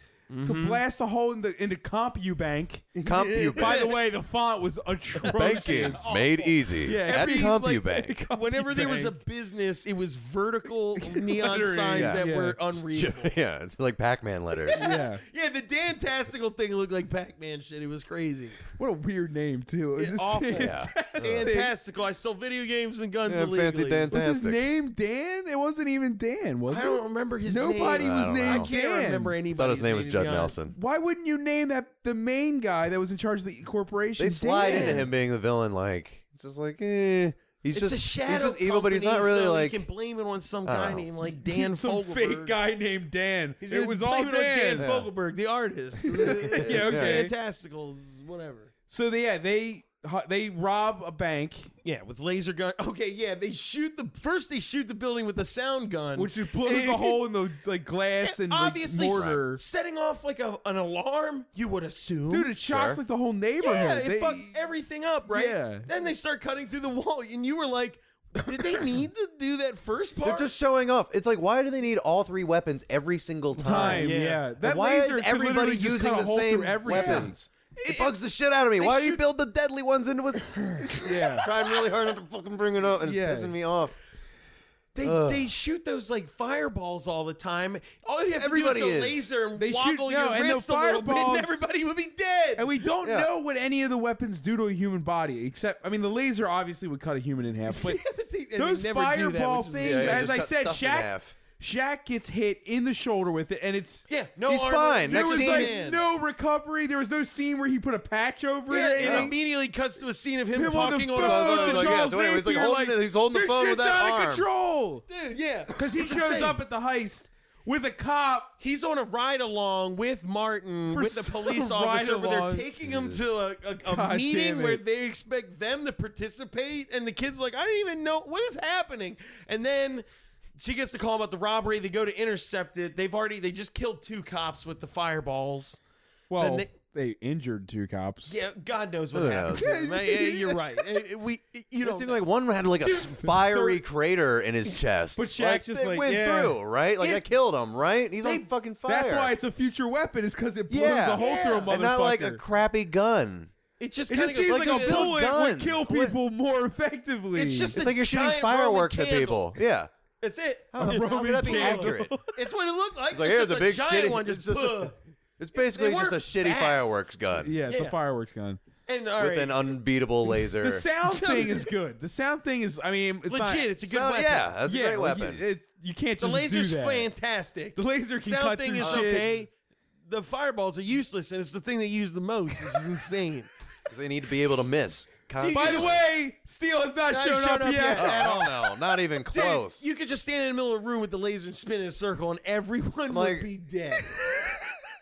[SPEAKER 6] to blast a hole in the into
[SPEAKER 8] [LAUGHS]
[SPEAKER 6] CompuBank.
[SPEAKER 8] CompuBank.
[SPEAKER 6] By the way, the font was atrocious.
[SPEAKER 8] Banking
[SPEAKER 6] [LAUGHS]
[SPEAKER 8] made easy at
[SPEAKER 3] every, [LAUGHS]
[SPEAKER 8] CompuBank.
[SPEAKER 3] like, whenever there was a business, it was vertical [LAUGHS] neon
[SPEAKER 8] Lettering.
[SPEAKER 3] signs
[SPEAKER 8] Yeah.
[SPEAKER 3] that
[SPEAKER 8] [LAUGHS] Yeah.
[SPEAKER 3] were unreadable.
[SPEAKER 8] yeah, it's like
[SPEAKER 6] [LAUGHS]
[SPEAKER 8] Pac-Man letters.
[SPEAKER 3] yeah, the Dantastical thing looked like Pac-Man shit. It was [LAUGHS] crazy. Uh.
[SPEAKER 6] What a weird name too. It's
[SPEAKER 3] awful.
[SPEAKER 6] [LAUGHS]
[SPEAKER 3] Fantastical. I sell video games and guns
[SPEAKER 6] Yeah,
[SPEAKER 3] illegally.
[SPEAKER 6] Was his name Dan? It wasn't even Dan, was
[SPEAKER 3] I
[SPEAKER 6] it?
[SPEAKER 3] don't remember his name.
[SPEAKER 6] Nobody
[SPEAKER 8] I
[SPEAKER 6] was
[SPEAKER 8] don't
[SPEAKER 6] named
[SPEAKER 8] know.
[SPEAKER 6] Dan.
[SPEAKER 8] I can't remember Thought his anybody's name was name, to be Judd honest. Nelson.
[SPEAKER 6] Why wouldn't you name that the main guy that was in charge of the corporation?
[SPEAKER 8] They slide
[SPEAKER 6] Dan?
[SPEAKER 8] into him being the villain, like it's just like eh. He's
[SPEAKER 3] it's
[SPEAKER 8] just
[SPEAKER 3] a shadow.
[SPEAKER 8] He's just evil, but he's not
[SPEAKER 3] company,
[SPEAKER 8] really
[SPEAKER 3] so
[SPEAKER 8] like
[SPEAKER 3] you can blame it on [LAUGHS] some
[SPEAKER 8] I don't
[SPEAKER 3] guy
[SPEAKER 8] know.
[SPEAKER 3] named like Dan
[SPEAKER 6] [LAUGHS] Some
[SPEAKER 3] Fogelberg.
[SPEAKER 6] fake guy named Dan.
[SPEAKER 3] He's
[SPEAKER 6] it
[SPEAKER 3] like,
[SPEAKER 6] was
[SPEAKER 3] blame
[SPEAKER 6] all
[SPEAKER 3] it on
[SPEAKER 6] Dan.
[SPEAKER 3] Dan Fogelberg, the
[SPEAKER 8] [LAUGHS]
[SPEAKER 3] artist.
[SPEAKER 6] Yeah, okay.
[SPEAKER 3] Fantastical, whatever.
[SPEAKER 6] So they, yeah, they hu- they rob a bank.
[SPEAKER 3] Yeah, with laser gun. [LAUGHS] Okay, yeah, they shoot the first. They shoot the building with a sound gun,
[SPEAKER 6] Which is blows [LAUGHS] a hole in the like glass and like,
[SPEAKER 3] obviously s-
[SPEAKER 6] mortar.
[SPEAKER 3] setting off like a, an alarm. You would assume,
[SPEAKER 6] Dude, it shocks like the whole neighborhood.
[SPEAKER 3] Yeah, it
[SPEAKER 6] They-
[SPEAKER 3] fucked everything up, right?
[SPEAKER 6] Yeah.
[SPEAKER 3] Then they start cutting through the wall, and you were like, "Did they need to do that first
[SPEAKER 8] they're
[SPEAKER 3] part?"
[SPEAKER 8] just showing off. It's like why do they need all three weapons every single time?
[SPEAKER 6] Time, yeah. Yeah.
[SPEAKER 8] Like,
[SPEAKER 6] That
[SPEAKER 8] why
[SPEAKER 6] laser
[SPEAKER 8] is
[SPEAKER 6] could literally
[SPEAKER 8] everybody
[SPEAKER 6] just
[SPEAKER 8] using
[SPEAKER 6] cut a
[SPEAKER 8] the
[SPEAKER 6] hole
[SPEAKER 8] same
[SPEAKER 6] through every-
[SPEAKER 8] weapons? It, bugs the shit out of me.
[SPEAKER 6] They
[SPEAKER 8] Why do you
[SPEAKER 6] should-
[SPEAKER 8] build the deadly ones into a?
[SPEAKER 6] [LAUGHS] [LAUGHS] yeah,
[SPEAKER 8] trying really hard not to fucking bring it up and
[SPEAKER 3] Yeah.
[SPEAKER 8] it's pissing me off.
[SPEAKER 3] They,
[SPEAKER 8] Ugh.
[SPEAKER 3] they shoot those like fireballs all the time. All you have
[SPEAKER 8] Everybody
[SPEAKER 3] to do is go
[SPEAKER 8] is.
[SPEAKER 3] laser and
[SPEAKER 6] They shoot-
[SPEAKER 3] woggle
[SPEAKER 6] no,
[SPEAKER 3] your
[SPEAKER 6] and the
[SPEAKER 3] wrist a little bit, and
[SPEAKER 6] fireballs-
[SPEAKER 3] everybody would be dead.
[SPEAKER 6] And we don't
[SPEAKER 3] Yeah.
[SPEAKER 6] know what any of the weapons do to a human body, except I mean, the laser obviously would cut a human in half,
[SPEAKER 8] [LAUGHS]
[SPEAKER 6] but
[SPEAKER 3] they
[SPEAKER 6] those
[SPEAKER 3] never do that, which
[SPEAKER 6] fireball
[SPEAKER 3] is-
[SPEAKER 6] things,
[SPEAKER 3] Yeah, yeah,
[SPEAKER 6] as
[SPEAKER 3] just
[SPEAKER 6] I
[SPEAKER 3] cut
[SPEAKER 6] said,
[SPEAKER 3] stuff in
[SPEAKER 6] Shaq,
[SPEAKER 3] half.
[SPEAKER 6] Shaq gets hit in the shoulder with it, and it's
[SPEAKER 3] Yeah, no
[SPEAKER 6] he's
[SPEAKER 3] armor,
[SPEAKER 6] fine. There
[SPEAKER 3] next
[SPEAKER 6] was
[SPEAKER 3] scene.
[SPEAKER 6] like
[SPEAKER 3] Man.
[SPEAKER 6] no recovery. There was no scene where he put a patch over
[SPEAKER 3] Yeah,
[SPEAKER 6] it.
[SPEAKER 3] it
[SPEAKER 6] and
[SPEAKER 3] immediately cuts to a scene of him,
[SPEAKER 6] Him on the
[SPEAKER 3] talking on,
[SPEAKER 6] phone,
[SPEAKER 3] a
[SPEAKER 6] the
[SPEAKER 3] phone.
[SPEAKER 6] Like, yeah, Charles so anyway, he's, like, Napier, holding- like, he's holding the "This phone with shit's that out of arm." control.
[SPEAKER 3] Dude, [LAUGHS] yeah.
[SPEAKER 6] Because [LAUGHS] he shows up at the heist with a cop.
[SPEAKER 3] He's on a ride along with Martin,
[SPEAKER 6] For
[SPEAKER 3] with the
[SPEAKER 6] some [LAUGHS]
[SPEAKER 3] police officer, where
[SPEAKER 6] ride-along.
[SPEAKER 3] they're taking him to a, a,
[SPEAKER 6] God
[SPEAKER 3] a meeting
[SPEAKER 6] damn
[SPEAKER 3] where
[SPEAKER 6] it.
[SPEAKER 3] they expect them to participate. And the kid's like, I don't even know what is happening. And then. She gets the call about the robbery. They go to intercept it. They've already they just killed two cops with the fireballs.
[SPEAKER 6] well,
[SPEAKER 3] Then
[SPEAKER 6] they injured two cops.
[SPEAKER 3] Yeah, God knows what
[SPEAKER 6] Who
[SPEAKER 3] happens.
[SPEAKER 6] knows?
[SPEAKER 3] to
[SPEAKER 6] [LAUGHS]
[SPEAKER 3] them. Yeah, yeah, you're right. Eh, eh, We you
[SPEAKER 8] It
[SPEAKER 3] don't
[SPEAKER 8] seemed like one had like a
[SPEAKER 3] Dude,
[SPEAKER 8] fiery crater in his chest.
[SPEAKER 6] But Shaq's just
[SPEAKER 8] that
[SPEAKER 6] like,
[SPEAKER 8] went
[SPEAKER 6] yeah.
[SPEAKER 8] through, right? Like
[SPEAKER 6] Yeah.
[SPEAKER 8] I killed him, right? He's
[SPEAKER 6] They-
[SPEAKER 8] on fucking fire.
[SPEAKER 6] That's why it's a future weapon. Is because it blows
[SPEAKER 8] yeah,
[SPEAKER 6] a hole through a motherfucker.
[SPEAKER 8] and not like a crappy gun.
[SPEAKER 3] It just
[SPEAKER 6] it
[SPEAKER 3] kinda
[SPEAKER 6] just seems
[SPEAKER 3] goes
[SPEAKER 6] like,
[SPEAKER 3] like
[SPEAKER 6] a
[SPEAKER 3] a
[SPEAKER 6] bullet would
[SPEAKER 8] gun.
[SPEAKER 6] kill people more effectively.
[SPEAKER 3] It's just
[SPEAKER 8] It's
[SPEAKER 3] a
[SPEAKER 8] like you're shooting
[SPEAKER 3] giant Roman
[SPEAKER 8] fireworks at
[SPEAKER 3] candle.
[SPEAKER 8] people. Yeah.
[SPEAKER 3] It's it.
[SPEAKER 8] How the fuck would that be accurate?
[SPEAKER 3] [LAUGHS] It's what it looked like.
[SPEAKER 8] It's like,
[SPEAKER 3] it's
[SPEAKER 8] here's
[SPEAKER 3] just
[SPEAKER 8] a big
[SPEAKER 3] giant
[SPEAKER 8] shitty-
[SPEAKER 3] one. Just,
[SPEAKER 8] it's just a-
[SPEAKER 3] "Ugh."
[SPEAKER 8] It's basically
[SPEAKER 3] They
[SPEAKER 8] just a
[SPEAKER 3] work
[SPEAKER 8] shitty
[SPEAKER 3] fast.
[SPEAKER 8] fireworks gun.
[SPEAKER 6] yeah, it's
[SPEAKER 3] Yeah.
[SPEAKER 6] a fireworks gun.
[SPEAKER 3] and all
[SPEAKER 8] With
[SPEAKER 3] right,
[SPEAKER 8] an uh, unbeatable laser.
[SPEAKER 6] The sound
[SPEAKER 8] [LAUGHS]
[SPEAKER 6] thing is good. The sound thing is, I mean, it's not-
[SPEAKER 3] Legit, it's a good
[SPEAKER 8] Sound-
[SPEAKER 3] weapon.
[SPEAKER 8] yeah, that's a
[SPEAKER 6] yeah,
[SPEAKER 8] great
[SPEAKER 6] like,
[SPEAKER 8] weapon.
[SPEAKER 6] You, it's, you can't
[SPEAKER 3] the
[SPEAKER 6] just
[SPEAKER 3] laser's
[SPEAKER 6] do that.
[SPEAKER 3] fantastic.
[SPEAKER 6] The laser can
[SPEAKER 3] sound
[SPEAKER 6] cut
[SPEAKER 3] thing
[SPEAKER 6] through
[SPEAKER 3] is
[SPEAKER 6] shit.
[SPEAKER 3] okay. The fireballs are useless, and it's the thing they use the most. This is
[SPEAKER 8] [LAUGHS]
[SPEAKER 3] insane.
[SPEAKER 8] 'Cause they need to be able to miss. Con-
[SPEAKER 6] By the way, Steel has not
[SPEAKER 3] Not
[SPEAKER 6] shown
[SPEAKER 3] shown
[SPEAKER 6] up,
[SPEAKER 3] up yet.
[SPEAKER 6] yet. [LAUGHS]
[SPEAKER 8] oh, [LAUGHS] hell no, not even
[SPEAKER 3] Dude,
[SPEAKER 8] close.
[SPEAKER 3] you could just stand in the middle of a room with the laser and spin in a circle, and everyone
[SPEAKER 8] like-
[SPEAKER 3] would be dead.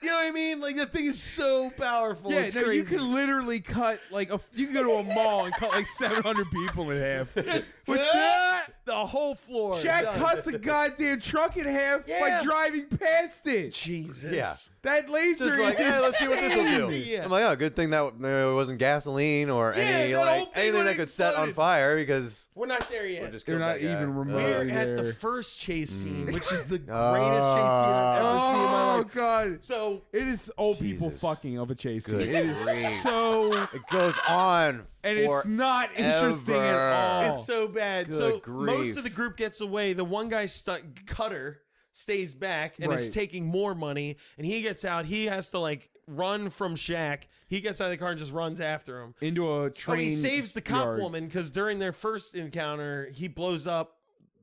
[SPEAKER 3] you know what I mean? Like that thing is so powerful.
[SPEAKER 6] Yeah,
[SPEAKER 3] it's
[SPEAKER 6] no,
[SPEAKER 3] crazy.
[SPEAKER 6] you could literally cut like a. f- You could go to a mall and cut like 700 people in
[SPEAKER 8] [LAUGHS]
[SPEAKER 6] half. With
[SPEAKER 3] Ah, the whole floor.
[SPEAKER 6] Jack
[SPEAKER 3] done.
[SPEAKER 6] cuts a goddamn truck in half by
[SPEAKER 3] Yeah.
[SPEAKER 6] driving past it.
[SPEAKER 3] Jesus.
[SPEAKER 8] Yeah.
[SPEAKER 6] That laser
[SPEAKER 8] Just
[SPEAKER 6] is
[SPEAKER 8] like, hey, let's see what this will do.
[SPEAKER 6] insane.
[SPEAKER 8] I'm like, oh, good thing that there wasn't gasoline or any
[SPEAKER 3] that whole
[SPEAKER 8] like
[SPEAKER 3] thing
[SPEAKER 8] anything
[SPEAKER 3] would've
[SPEAKER 8] that could set on
[SPEAKER 3] exploded.
[SPEAKER 8] fire because
[SPEAKER 3] We're not there yet.
[SPEAKER 8] just
[SPEAKER 6] They're
[SPEAKER 8] killed
[SPEAKER 6] not
[SPEAKER 8] that guy.
[SPEAKER 6] even remotely
[SPEAKER 3] We're at the
[SPEAKER 6] there.
[SPEAKER 3] first chase scene, which is the greatest chase scene I've ever seen in my
[SPEAKER 6] Mm. Oh
[SPEAKER 3] life.
[SPEAKER 6] god!
[SPEAKER 3] So
[SPEAKER 6] It is old people fucking of a chase. scene.
[SPEAKER 8] Good
[SPEAKER 6] It is
[SPEAKER 8] grief.
[SPEAKER 6] so,
[SPEAKER 8] It [LAUGHS] goes on
[SPEAKER 6] and it's not interesting
[SPEAKER 8] forever.
[SPEAKER 6] at all.
[SPEAKER 3] it's so bad.
[SPEAKER 8] Good
[SPEAKER 3] so most
[SPEAKER 8] grief.
[SPEAKER 3] of the group gets away. The one guy stuck cutter stays back and is
[SPEAKER 6] Right.
[SPEAKER 3] taking more money, and he gets out. He has to like run from Shaq. He gets out of the car and just runs after him.
[SPEAKER 6] into a
[SPEAKER 3] Oh,
[SPEAKER 6] train.
[SPEAKER 3] he saves the cop
[SPEAKER 6] yard.
[SPEAKER 3] woman because during their first encounter, he blows up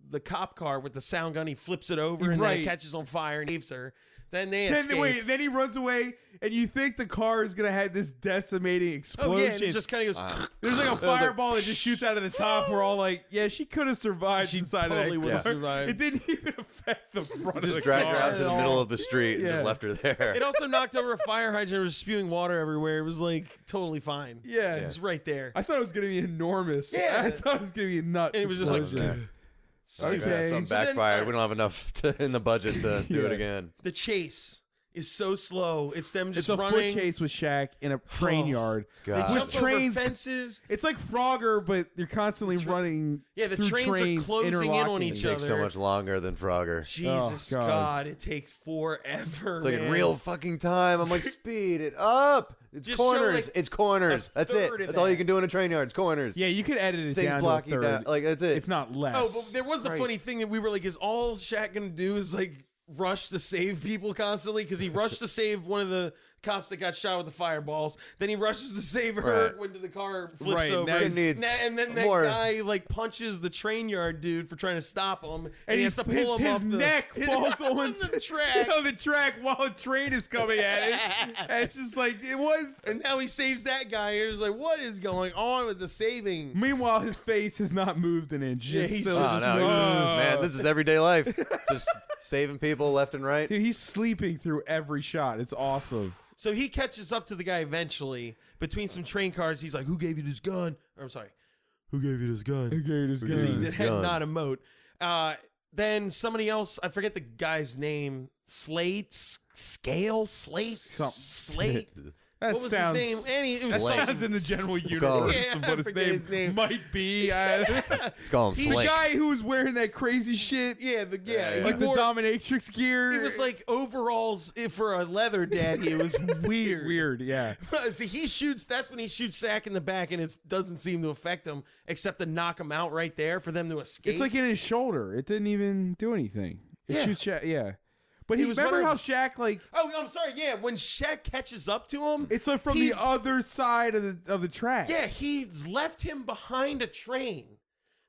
[SPEAKER 3] the cop car with the sound gun. He flips it over and then
[SPEAKER 6] Right.
[SPEAKER 3] it catches on fire and saves her. Then they
[SPEAKER 6] Then,
[SPEAKER 3] escape.
[SPEAKER 6] wait, then he runs away, and you think the car is gonna have this decimating explosion.
[SPEAKER 3] Oh, yeah, and it just kinda goes
[SPEAKER 6] Ah. There's
[SPEAKER 3] [LAUGHS]
[SPEAKER 6] like a
[SPEAKER 3] It was like,
[SPEAKER 6] fireball that just shoots out of the top. We're all like, yeah, she could have survived inside
[SPEAKER 3] totally
[SPEAKER 6] of
[SPEAKER 3] would've
[SPEAKER 6] that car.
[SPEAKER 3] survived.
[SPEAKER 6] It didn't even affect the front of
[SPEAKER 8] Just
[SPEAKER 6] the
[SPEAKER 8] dragged
[SPEAKER 6] car
[SPEAKER 8] her out to
[SPEAKER 6] at
[SPEAKER 8] the
[SPEAKER 6] all.
[SPEAKER 8] middle of the street and
[SPEAKER 6] Yeah.
[SPEAKER 8] just left her there.
[SPEAKER 3] It also knocked over a fire hydrant. It was spewing water everywhere. It was like totally fine.
[SPEAKER 6] Yeah.
[SPEAKER 3] It was right there.
[SPEAKER 6] I thought it was gonna be enormous.
[SPEAKER 3] Yeah.
[SPEAKER 6] [LAUGHS] I thought it was gonna be nuts.
[SPEAKER 3] And it was just like,
[SPEAKER 8] [LAUGHS]
[SPEAKER 6] explosion.
[SPEAKER 8] Okay, something
[SPEAKER 3] So then- uh,
[SPEAKER 8] backfired. we don't have enough to, in the budget to do it
[SPEAKER 6] Yeah.
[SPEAKER 8] again.
[SPEAKER 3] The chase is so slow. It's them
[SPEAKER 6] It's
[SPEAKER 3] just
[SPEAKER 6] a
[SPEAKER 3] running.
[SPEAKER 6] foot chase with Shaq in a train
[SPEAKER 3] Oh,
[SPEAKER 6] yard.
[SPEAKER 3] They jump
[SPEAKER 6] With trains.
[SPEAKER 3] over fences.
[SPEAKER 6] It's like Frogger, but you're constantly running.
[SPEAKER 3] Yeah, the
[SPEAKER 6] through
[SPEAKER 3] trains are closing in on
[SPEAKER 6] interlocking.
[SPEAKER 3] each
[SPEAKER 8] It takes so
[SPEAKER 3] other.
[SPEAKER 8] much longer than Frogger.
[SPEAKER 3] Jesus
[SPEAKER 8] Oh,
[SPEAKER 3] God.
[SPEAKER 8] God.
[SPEAKER 3] it takes forever.
[SPEAKER 8] It's like
[SPEAKER 3] man.
[SPEAKER 8] in real fucking time.
[SPEAKER 3] [LAUGHS]
[SPEAKER 8] I'm like, speed it up. It's
[SPEAKER 3] Just show,
[SPEAKER 8] corners.
[SPEAKER 3] like,
[SPEAKER 8] it's corners.
[SPEAKER 3] a
[SPEAKER 8] That's
[SPEAKER 3] third
[SPEAKER 8] it.
[SPEAKER 3] of
[SPEAKER 8] That's all you
[SPEAKER 3] that.
[SPEAKER 8] can do in a train yard. It's corners.
[SPEAKER 6] Yeah, you could edit it
[SPEAKER 8] Things
[SPEAKER 6] down
[SPEAKER 8] block
[SPEAKER 6] to a
[SPEAKER 8] you
[SPEAKER 6] third,
[SPEAKER 8] down. Like that's it.
[SPEAKER 6] if not less.
[SPEAKER 3] Oh, but there was the
[SPEAKER 8] Christ.
[SPEAKER 3] funny thing that we were like, is all Shaq gonna do is like rush to save people constantly? Because he rushed to save one of the cops that got shot with the fireballs. Then he rushes to save her
[SPEAKER 8] Right.
[SPEAKER 3] when the car flips
[SPEAKER 6] Right,
[SPEAKER 3] over.
[SPEAKER 6] now
[SPEAKER 3] And,
[SPEAKER 8] he's-
[SPEAKER 3] na- and then that
[SPEAKER 8] more-
[SPEAKER 3] guy like punches the train yard dude for trying to stop him, and,
[SPEAKER 6] and
[SPEAKER 3] he
[SPEAKER 6] his,
[SPEAKER 3] has to
[SPEAKER 6] his,
[SPEAKER 3] pull him
[SPEAKER 6] his
[SPEAKER 3] off the [LAUGHS]
[SPEAKER 6] neck falls on,
[SPEAKER 3] the track.
[SPEAKER 6] on [LAUGHS] the track while a train is coming
[SPEAKER 3] [LAUGHS]
[SPEAKER 6] at it. and it's just like it was.
[SPEAKER 3] And now he saves that guy. You're just like, what is going on with the saving?
[SPEAKER 6] Meanwhile, his face has not moved an inch.
[SPEAKER 3] Yeah,
[SPEAKER 6] It's
[SPEAKER 3] he's
[SPEAKER 6] still
[SPEAKER 8] Oh,
[SPEAKER 6] just
[SPEAKER 8] no,
[SPEAKER 6] like, "Ugh."
[SPEAKER 8] [LAUGHS] man, this is
[SPEAKER 3] [LAUGHS]
[SPEAKER 8] everyday life. Just saving people left and right.
[SPEAKER 6] Dude, he's sleeping through every shot. It's awesome.
[SPEAKER 3] So he catches up to the guy eventually between some train cars. He's like, "Who gave you this gun?" Or I'm sorry, "Who gave you this gun?" Because
[SPEAKER 6] gun?
[SPEAKER 3] he
[SPEAKER 6] This
[SPEAKER 3] had
[SPEAKER 8] gun.
[SPEAKER 3] not emote. Uh, then somebody else, I forget the guy's name, Slate, S- Scale, Slate,
[SPEAKER 6] Something.
[SPEAKER 3] Slate.
[SPEAKER 6] That
[SPEAKER 3] what was
[SPEAKER 6] sounds-
[SPEAKER 3] his name? Any, it
[SPEAKER 6] That
[SPEAKER 3] was
[SPEAKER 8] Slate.
[SPEAKER 3] something-
[SPEAKER 6] sounds in the general
[SPEAKER 8] Skull.
[SPEAKER 6] universe
[SPEAKER 3] Yeah,
[SPEAKER 6] of
[SPEAKER 3] I
[SPEAKER 6] what his
[SPEAKER 3] forget
[SPEAKER 6] name,
[SPEAKER 3] his name.
[SPEAKER 6] might
[SPEAKER 3] [LAUGHS]
[SPEAKER 6] be. I-
[SPEAKER 8] Let's call him
[SPEAKER 6] he's the
[SPEAKER 8] Slate.
[SPEAKER 6] guy who was wearing that crazy shit,
[SPEAKER 3] Yeah, the yeah.
[SPEAKER 8] Yeah.
[SPEAKER 3] He
[SPEAKER 6] like the
[SPEAKER 3] wore-
[SPEAKER 6] dominatrix gear.
[SPEAKER 3] it was like overalls if for a leather daddy. [LAUGHS] It was weird.
[SPEAKER 6] [LAUGHS] weird. Yeah,
[SPEAKER 3] So he shoots. That's when he shoots Sack in the back, and it doesn't seem to affect him except to knock him out right there for them to escape.
[SPEAKER 6] it's like in his shoulder. It didn't even do anything. It
[SPEAKER 3] Yeah.
[SPEAKER 6] shoots Shaq. Yeah, but
[SPEAKER 3] He
[SPEAKER 6] he,
[SPEAKER 3] was
[SPEAKER 6] remember
[SPEAKER 3] running-
[SPEAKER 6] how Shaq like
[SPEAKER 3] oh, I'm sorry. Yeah, when Shaq catches up to him,
[SPEAKER 6] it's like from
[SPEAKER 3] he's-
[SPEAKER 6] the other side of the of the tracks.
[SPEAKER 3] yeah, he's left him behind a train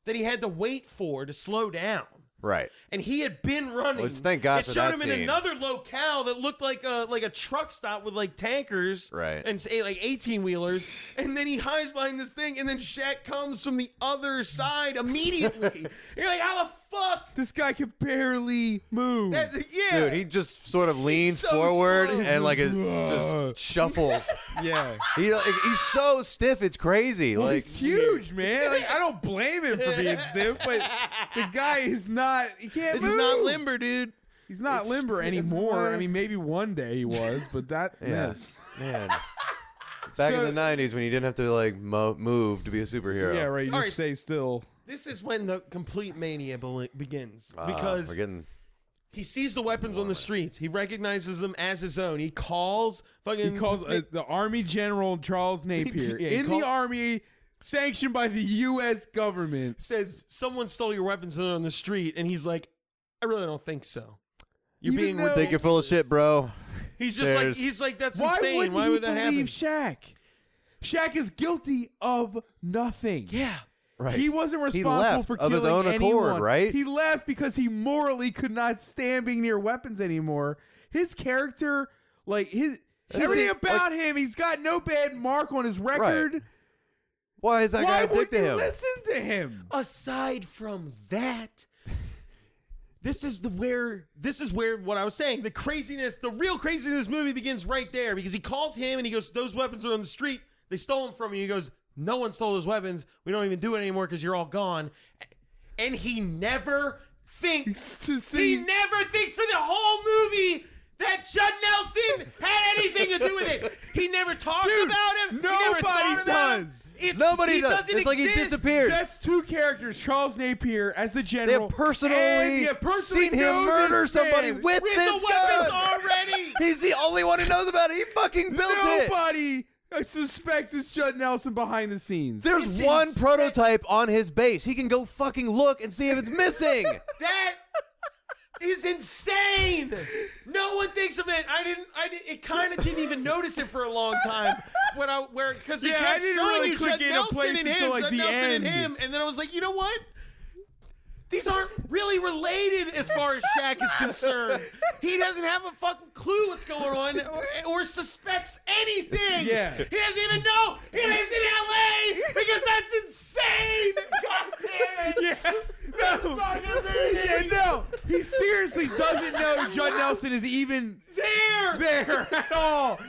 [SPEAKER 3] that he had to wait for to slow down.
[SPEAKER 8] Right.
[SPEAKER 3] And he had been running.
[SPEAKER 8] Which, thank God
[SPEAKER 3] it
[SPEAKER 8] for
[SPEAKER 3] showed
[SPEAKER 8] that
[SPEAKER 3] him in
[SPEAKER 8] scene.
[SPEAKER 3] another locale that looked like a like a truck stop with like tankers,
[SPEAKER 8] Right.
[SPEAKER 3] And say like eighteen wheelers. and then he hides behind this thing, and then Shaq comes from the other side
[SPEAKER 8] [LAUGHS]
[SPEAKER 3] immediately. You're like, how the fuck?
[SPEAKER 6] this guy can barely move.
[SPEAKER 3] That, yeah,
[SPEAKER 8] Dude, he just sort of leans
[SPEAKER 3] so
[SPEAKER 8] forward
[SPEAKER 3] slow. [LAUGHS]
[SPEAKER 8] and like it just shuffles.
[SPEAKER 6] [LAUGHS] yeah.
[SPEAKER 8] he like, he's so stiff, it's crazy.
[SPEAKER 6] Well,
[SPEAKER 8] like
[SPEAKER 6] he's huge, man. Like I don't blame him for being stiff, but the guy is not. He can't.
[SPEAKER 3] this is not
[SPEAKER 6] move.
[SPEAKER 3] limber, dude.
[SPEAKER 6] He's not limber anymore. I mean, maybe one day he was,
[SPEAKER 3] [LAUGHS]
[SPEAKER 6] but that
[SPEAKER 8] Yeah.
[SPEAKER 6] yes. [LAUGHS]
[SPEAKER 8] man. Back
[SPEAKER 6] So-
[SPEAKER 8] in the '90s, when you didn't have to like mo- move to be a superhero.
[SPEAKER 6] Yeah, right. You
[SPEAKER 3] All
[SPEAKER 6] just
[SPEAKER 3] right.
[SPEAKER 6] stay still.
[SPEAKER 3] This is when the complete mania be- begins
[SPEAKER 8] Ah,
[SPEAKER 3] because
[SPEAKER 8] we're getting
[SPEAKER 3] He sees the weapons on the streets. He recognizes them as his own. He calls fucking.
[SPEAKER 6] He calls uh, the Army General
[SPEAKER 3] [LAUGHS]
[SPEAKER 6] Charles Napier
[SPEAKER 3] Yeah, he
[SPEAKER 6] in
[SPEAKER 3] call-
[SPEAKER 6] the Army, sanctioned by the U.S. government.
[SPEAKER 3] says someone stole your weapons on the street, and he's like, "I really don't think so." You're
[SPEAKER 6] Even
[SPEAKER 3] being.
[SPEAKER 6] though-
[SPEAKER 3] ridiculous.
[SPEAKER 8] think you're full of shit, bro.
[SPEAKER 3] he's just like
[SPEAKER 8] There's-
[SPEAKER 3] he's like that's
[SPEAKER 6] Why
[SPEAKER 3] insane.
[SPEAKER 6] wouldn't
[SPEAKER 3] Why
[SPEAKER 6] he
[SPEAKER 3] would that happen?
[SPEAKER 6] believe Shaq? Shaq is guilty of nothing.
[SPEAKER 3] yeah.
[SPEAKER 8] Right.
[SPEAKER 6] He wasn't
[SPEAKER 8] He
[SPEAKER 6] responsible
[SPEAKER 8] left
[SPEAKER 6] for
[SPEAKER 8] of
[SPEAKER 6] killing
[SPEAKER 8] his own
[SPEAKER 6] anyone.
[SPEAKER 8] accord, right?
[SPEAKER 6] He left because he morally could not stand being near weapons anymore. His character, like his
[SPEAKER 8] That's
[SPEAKER 6] everything
[SPEAKER 8] it,
[SPEAKER 6] about him, he's got no bad mark on his record.
[SPEAKER 8] Why is that
[SPEAKER 6] Why
[SPEAKER 8] guy a dick
[SPEAKER 6] would
[SPEAKER 8] to
[SPEAKER 6] you
[SPEAKER 8] him?
[SPEAKER 6] listen to
[SPEAKER 8] [LAUGHS]
[SPEAKER 6] him?
[SPEAKER 3] Aside from that, this is the where this is where what I was saying. The craziness, the real craziness of this movie begins right there because he calls him and he goes, "Those weapons are on the street. They stole them from you." He goes, "No one stole those weapons. We don't even do it anymore because you're all gone." And he never thinks
[SPEAKER 6] To
[SPEAKER 3] he
[SPEAKER 6] see
[SPEAKER 3] never thinks for the whole movie that Judd Nelson had anything to do with it. He never talks
[SPEAKER 6] Dude,
[SPEAKER 3] about him. He never
[SPEAKER 6] nobody
[SPEAKER 3] thought about him.
[SPEAKER 6] does.
[SPEAKER 3] It's,
[SPEAKER 8] Nobody
[SPEAKER 3] he
[SPEAKER 8] does.
[SPEAKER 3] doesn't
[SPEAKER 8] It's like he
[SPEAKER 3] exist.
[SPEAKER 8] disappeared.
[SPEAKER 6] That's two characters, Charles Napier as the general.
[SPEAKER 8] personally
[SPEAKER 6] and you personally
[SPEAKER 8] seen him
[SPEAKER 6] know
[SPEAKER 8] murder
[SPEAKER 6] this
[SPEAKER 8] somebody
[SPEAKER 6] man.
[SPEAKER 8] with-
[SPEAKER 3] With
[SPEAKER 8] This
[SPEAKER 3] the
[SPEAKER 6] [LAUGHS]
[SPEAKER 3] weapons
[SPEAKER 8] gun.
[SPEAKER 3] already.
[SPEAKER 8] He's the only one who knows about it. He fucking [LAUGHS] built it.
[SPEAKER 6] Nobody suspects it's Judd Nelson behind the scenes.
[SPEAKER 8] There's
[SPEAKER 3] It's
[SPEAKER 8] one
[SPEAKER 3] insane.
[SPEAKER 8] prototype on his base. He can go fucking look and see if it's missing.
[SPEAKER 6] [LAUGHS]
[SPEAKER 3] That is insane. No one thinks of it. I didn't. I didn't, it kind of didn't even notice it for a long time when I where because
[SPEAKER 6] Yeah, I
[SPEAKER 3] kept
[SPEAKER 6] didn't
[SPEAKER 3] showing
[SPEAKER 6] really
[SPEAKER 3] you
[SPEAKER 6] click
[SPEAKER 3] Judd
[SPEAKER 6] into
[SPEAKER 3] Nelson
[SPEAKER 6] place
[SPEAKER 3] and
[SPEAKER 6] until,
[SPEAKER 3] him,
[SPEAKER 6] like,
[SPEAKER 3] Judd
[SPEAKER 6] the
[SPEAKER 3] Nelson and
[SPEAKER 6] end.
[SPEAKER 3] him, and then I was like, you know what? These aren't really related as far as Shaq is concerned. He doesn't have a fucking clue what's going on or, or suspects anything.
[SPEAKER 6] Yeah.
[SPEAKER 3] He doesn't even know he lives in LA because that's insane. God damn it.
[SPEAKER 6] Yeah. No. Yeah, no. He seriously doesn't know Judd Nelson is even
[SPEAKER 3] there
[SPEAKER 6] there at all.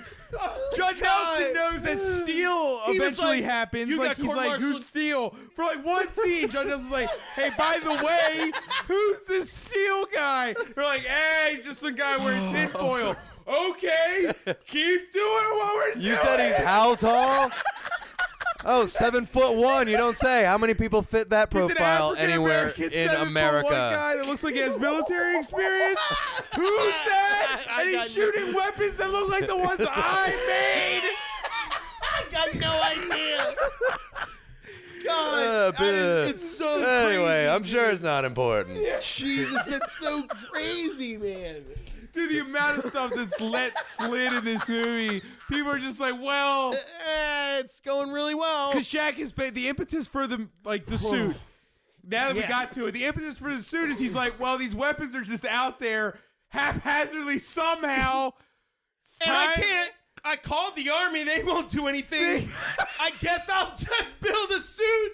[SPEAKER 6] Judd Nelson knows that Steele
[SPEAKER 3] Oh, He was
[SPEAKER 6] eventually
[SPEAKER 3] like,
[SPEAKER 6] happens.
[SPEAKER 3] "You got
[SPEAKER 6] like he's like,
[SPEAKER 3] court-martialed."
[SPEAKER 6] who's Steele? For like one scene, Judd Nelson's like, hey, by the way, who's this Steele guy? They're like, hey, just the
[SPEAKER 3] [GASPS]
[SPEAKER 6] guy wearing tinfoil. Okay, keep doing what we're doing.
[SPEAKER 8] You said he's how tall? Oh, seven foot one. You don't say. How many people fit that profile anywhere
[SPEAKER 6] African-American
[SPEAKER 8] in
[SPEAKER 6] seven foot
[SPEAKER 8] America?
[SPEAKER 6] One guy that looks like he has military experience. Who's that? And he's shooting weapons that look like the ones I made.
[SPEAKER 5] I got no idea.
[SPEAKER 8] God, it's so Anyway, I'm sure it's not important.
[SPEAKER 6] Jesus, that's so crazy, man. Dude, the amount of stuff that's let slid in this movie, people are just like, well,
[SPEAKER 3] Eh, it's going really well.
[SPEAKER 6] Because Shaq is ba- the impetus for the like
[SPEAKER 3] [SIGHS]
[SPEAKER 6] the suit. Now that we
[SPEAKER 3] Yeah.
[SPEAKER 6] got to it, the impetus for the suit is he's like, well, these weapons are just out there haphazardly somehow.
[SPEAKER 3] [LAUGHS] And I can't. I called the army. They won't do
[SPEAKER 6] [LAUGHS]
[SPEAKER 3] anything. I guess I'll just build a suit,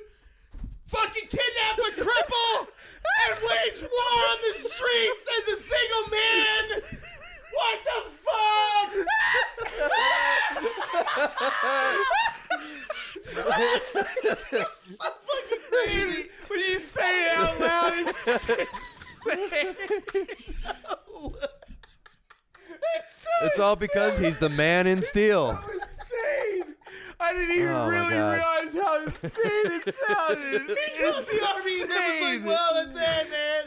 [SPEAKER 3] fucking kidnap a cripple, and wage war on the streets as a single man. What the fuck? so fucking crazy.
[SPEAKER 6] When you say it out loud, it's insane.
[SPEAKER 8] It's all because he's the man in steel.
[SPEAKER 6] insane. I didn't even
[SPEAKER 8] Oh, my
[SPEAKER 6] really
[SPEAKER 8] God.
[SPEAKER 6] realize how insane
[SPEAKER 5] [LAUGHS]
[SPEAKER 6] it sounded.
[SPEAKER 5] Because the army and everyone's like, well, that's it, man.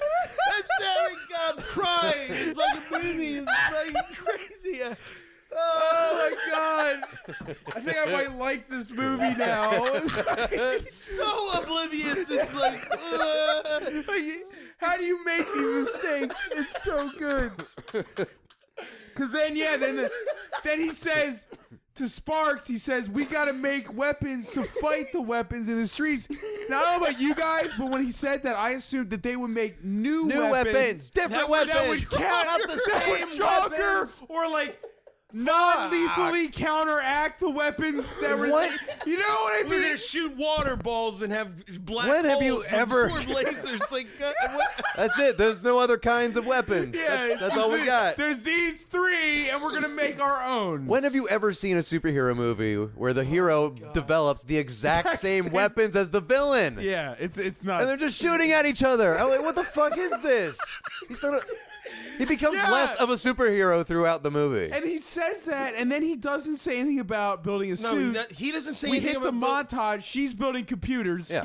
[SPEAKER 5] That's it. We got- I'm crying. It's like a movie. It's
[SPEAKER 6] [LAUGHS]
[SPEAKER 5] like crazy. [LAUGHS]
[SPEAKER 6] Oh my god! I think I might like this
[SPEAKER 5] [LAUGHS]
[SPEAKER 6] movie now. [LAUGHS]
[SPEAKER 5] It's so oblivious. It's like,
[SPEAKER 6] how do you make these mistakes? It's so good. Cause then yeah, then the, then he says to Sparks, he says we gotta make weapons to fight the weapons in the streets. Now I don't know about you guys, but when he said that, I assumed that they would make new
[SPEAKER 8] New weapons, different
[SPEAKER 6] that
[SPEAKER 8] weapons.
[SPEAKER 6] would count,
[SPEAKER 8] Not [LAUGHS] the
[SPEAKER 6] that would
[SPEAKER 8] same
[SPEAKER 6] conquer
[SPEAKER 8] weapons.
[SPEAKER 6] or like non-lethally counteract the weapons that were.
[SPEAKER 3] What?
[SPEAKER 6] You know what I mean?
[SPEAKER 3] We're gonna shoot water balls and have black
[SPEAKER 8] When have you
[SPEAKER 3] holes from
[SPEAKER 8] ever-
[SPEAKER 3] sword lasers. Like, uh,
[SPEAKER 8] [LAUGHS]
[SPEAKER 3] what?
[SPEAKER 8] That's it. There's no other kinds of weapons.
[SPEAKER 6] Yeah,
[SPEAKER 8] that's,
[SPEAKER 6] it's
[SPEAKER 8] that's
[SPEAKER 6] just
[SPEAKER 8] all we
[SPEAKER 6] that
[SPEAKER 8] got.
[SPEAKER 6] There's these three, and we're gonna make our own.
[SPEAKER 8] When have you ever seen a superhero movie where the hero develops the Oh, exact,
[SPEAKER 6] Exact
[SPEAKER 8] same,
[SPEAKER 6] same-
[SPEAKER 8] weapons as the villain?
[SPEAKER 6] Yeah, it's it's not.
[SPEAKER 8] And they're just shooting at each other. I'm like, what the fuck is this? He's not a- he becomes
[SPEAKER 6] Yeah.
[SPEAKER 8] less of a superhero throughout the movie.
[SPEAKER 6] And he says that, and then he doesn't say anything about building a
[SPEAKER 3] No,
[SPEAKER 6] suit.
[SPEAKER 3] no, he doesn't say
[SPEAKER 6] we
[SPEAKER 3] anything
[SPEAKER 6] hit the
[SPEAKER 3] about
[SPEAKER 6] montage. She's building computers. [CLEARS THROAT]
[SPEAKER 8] Yeah.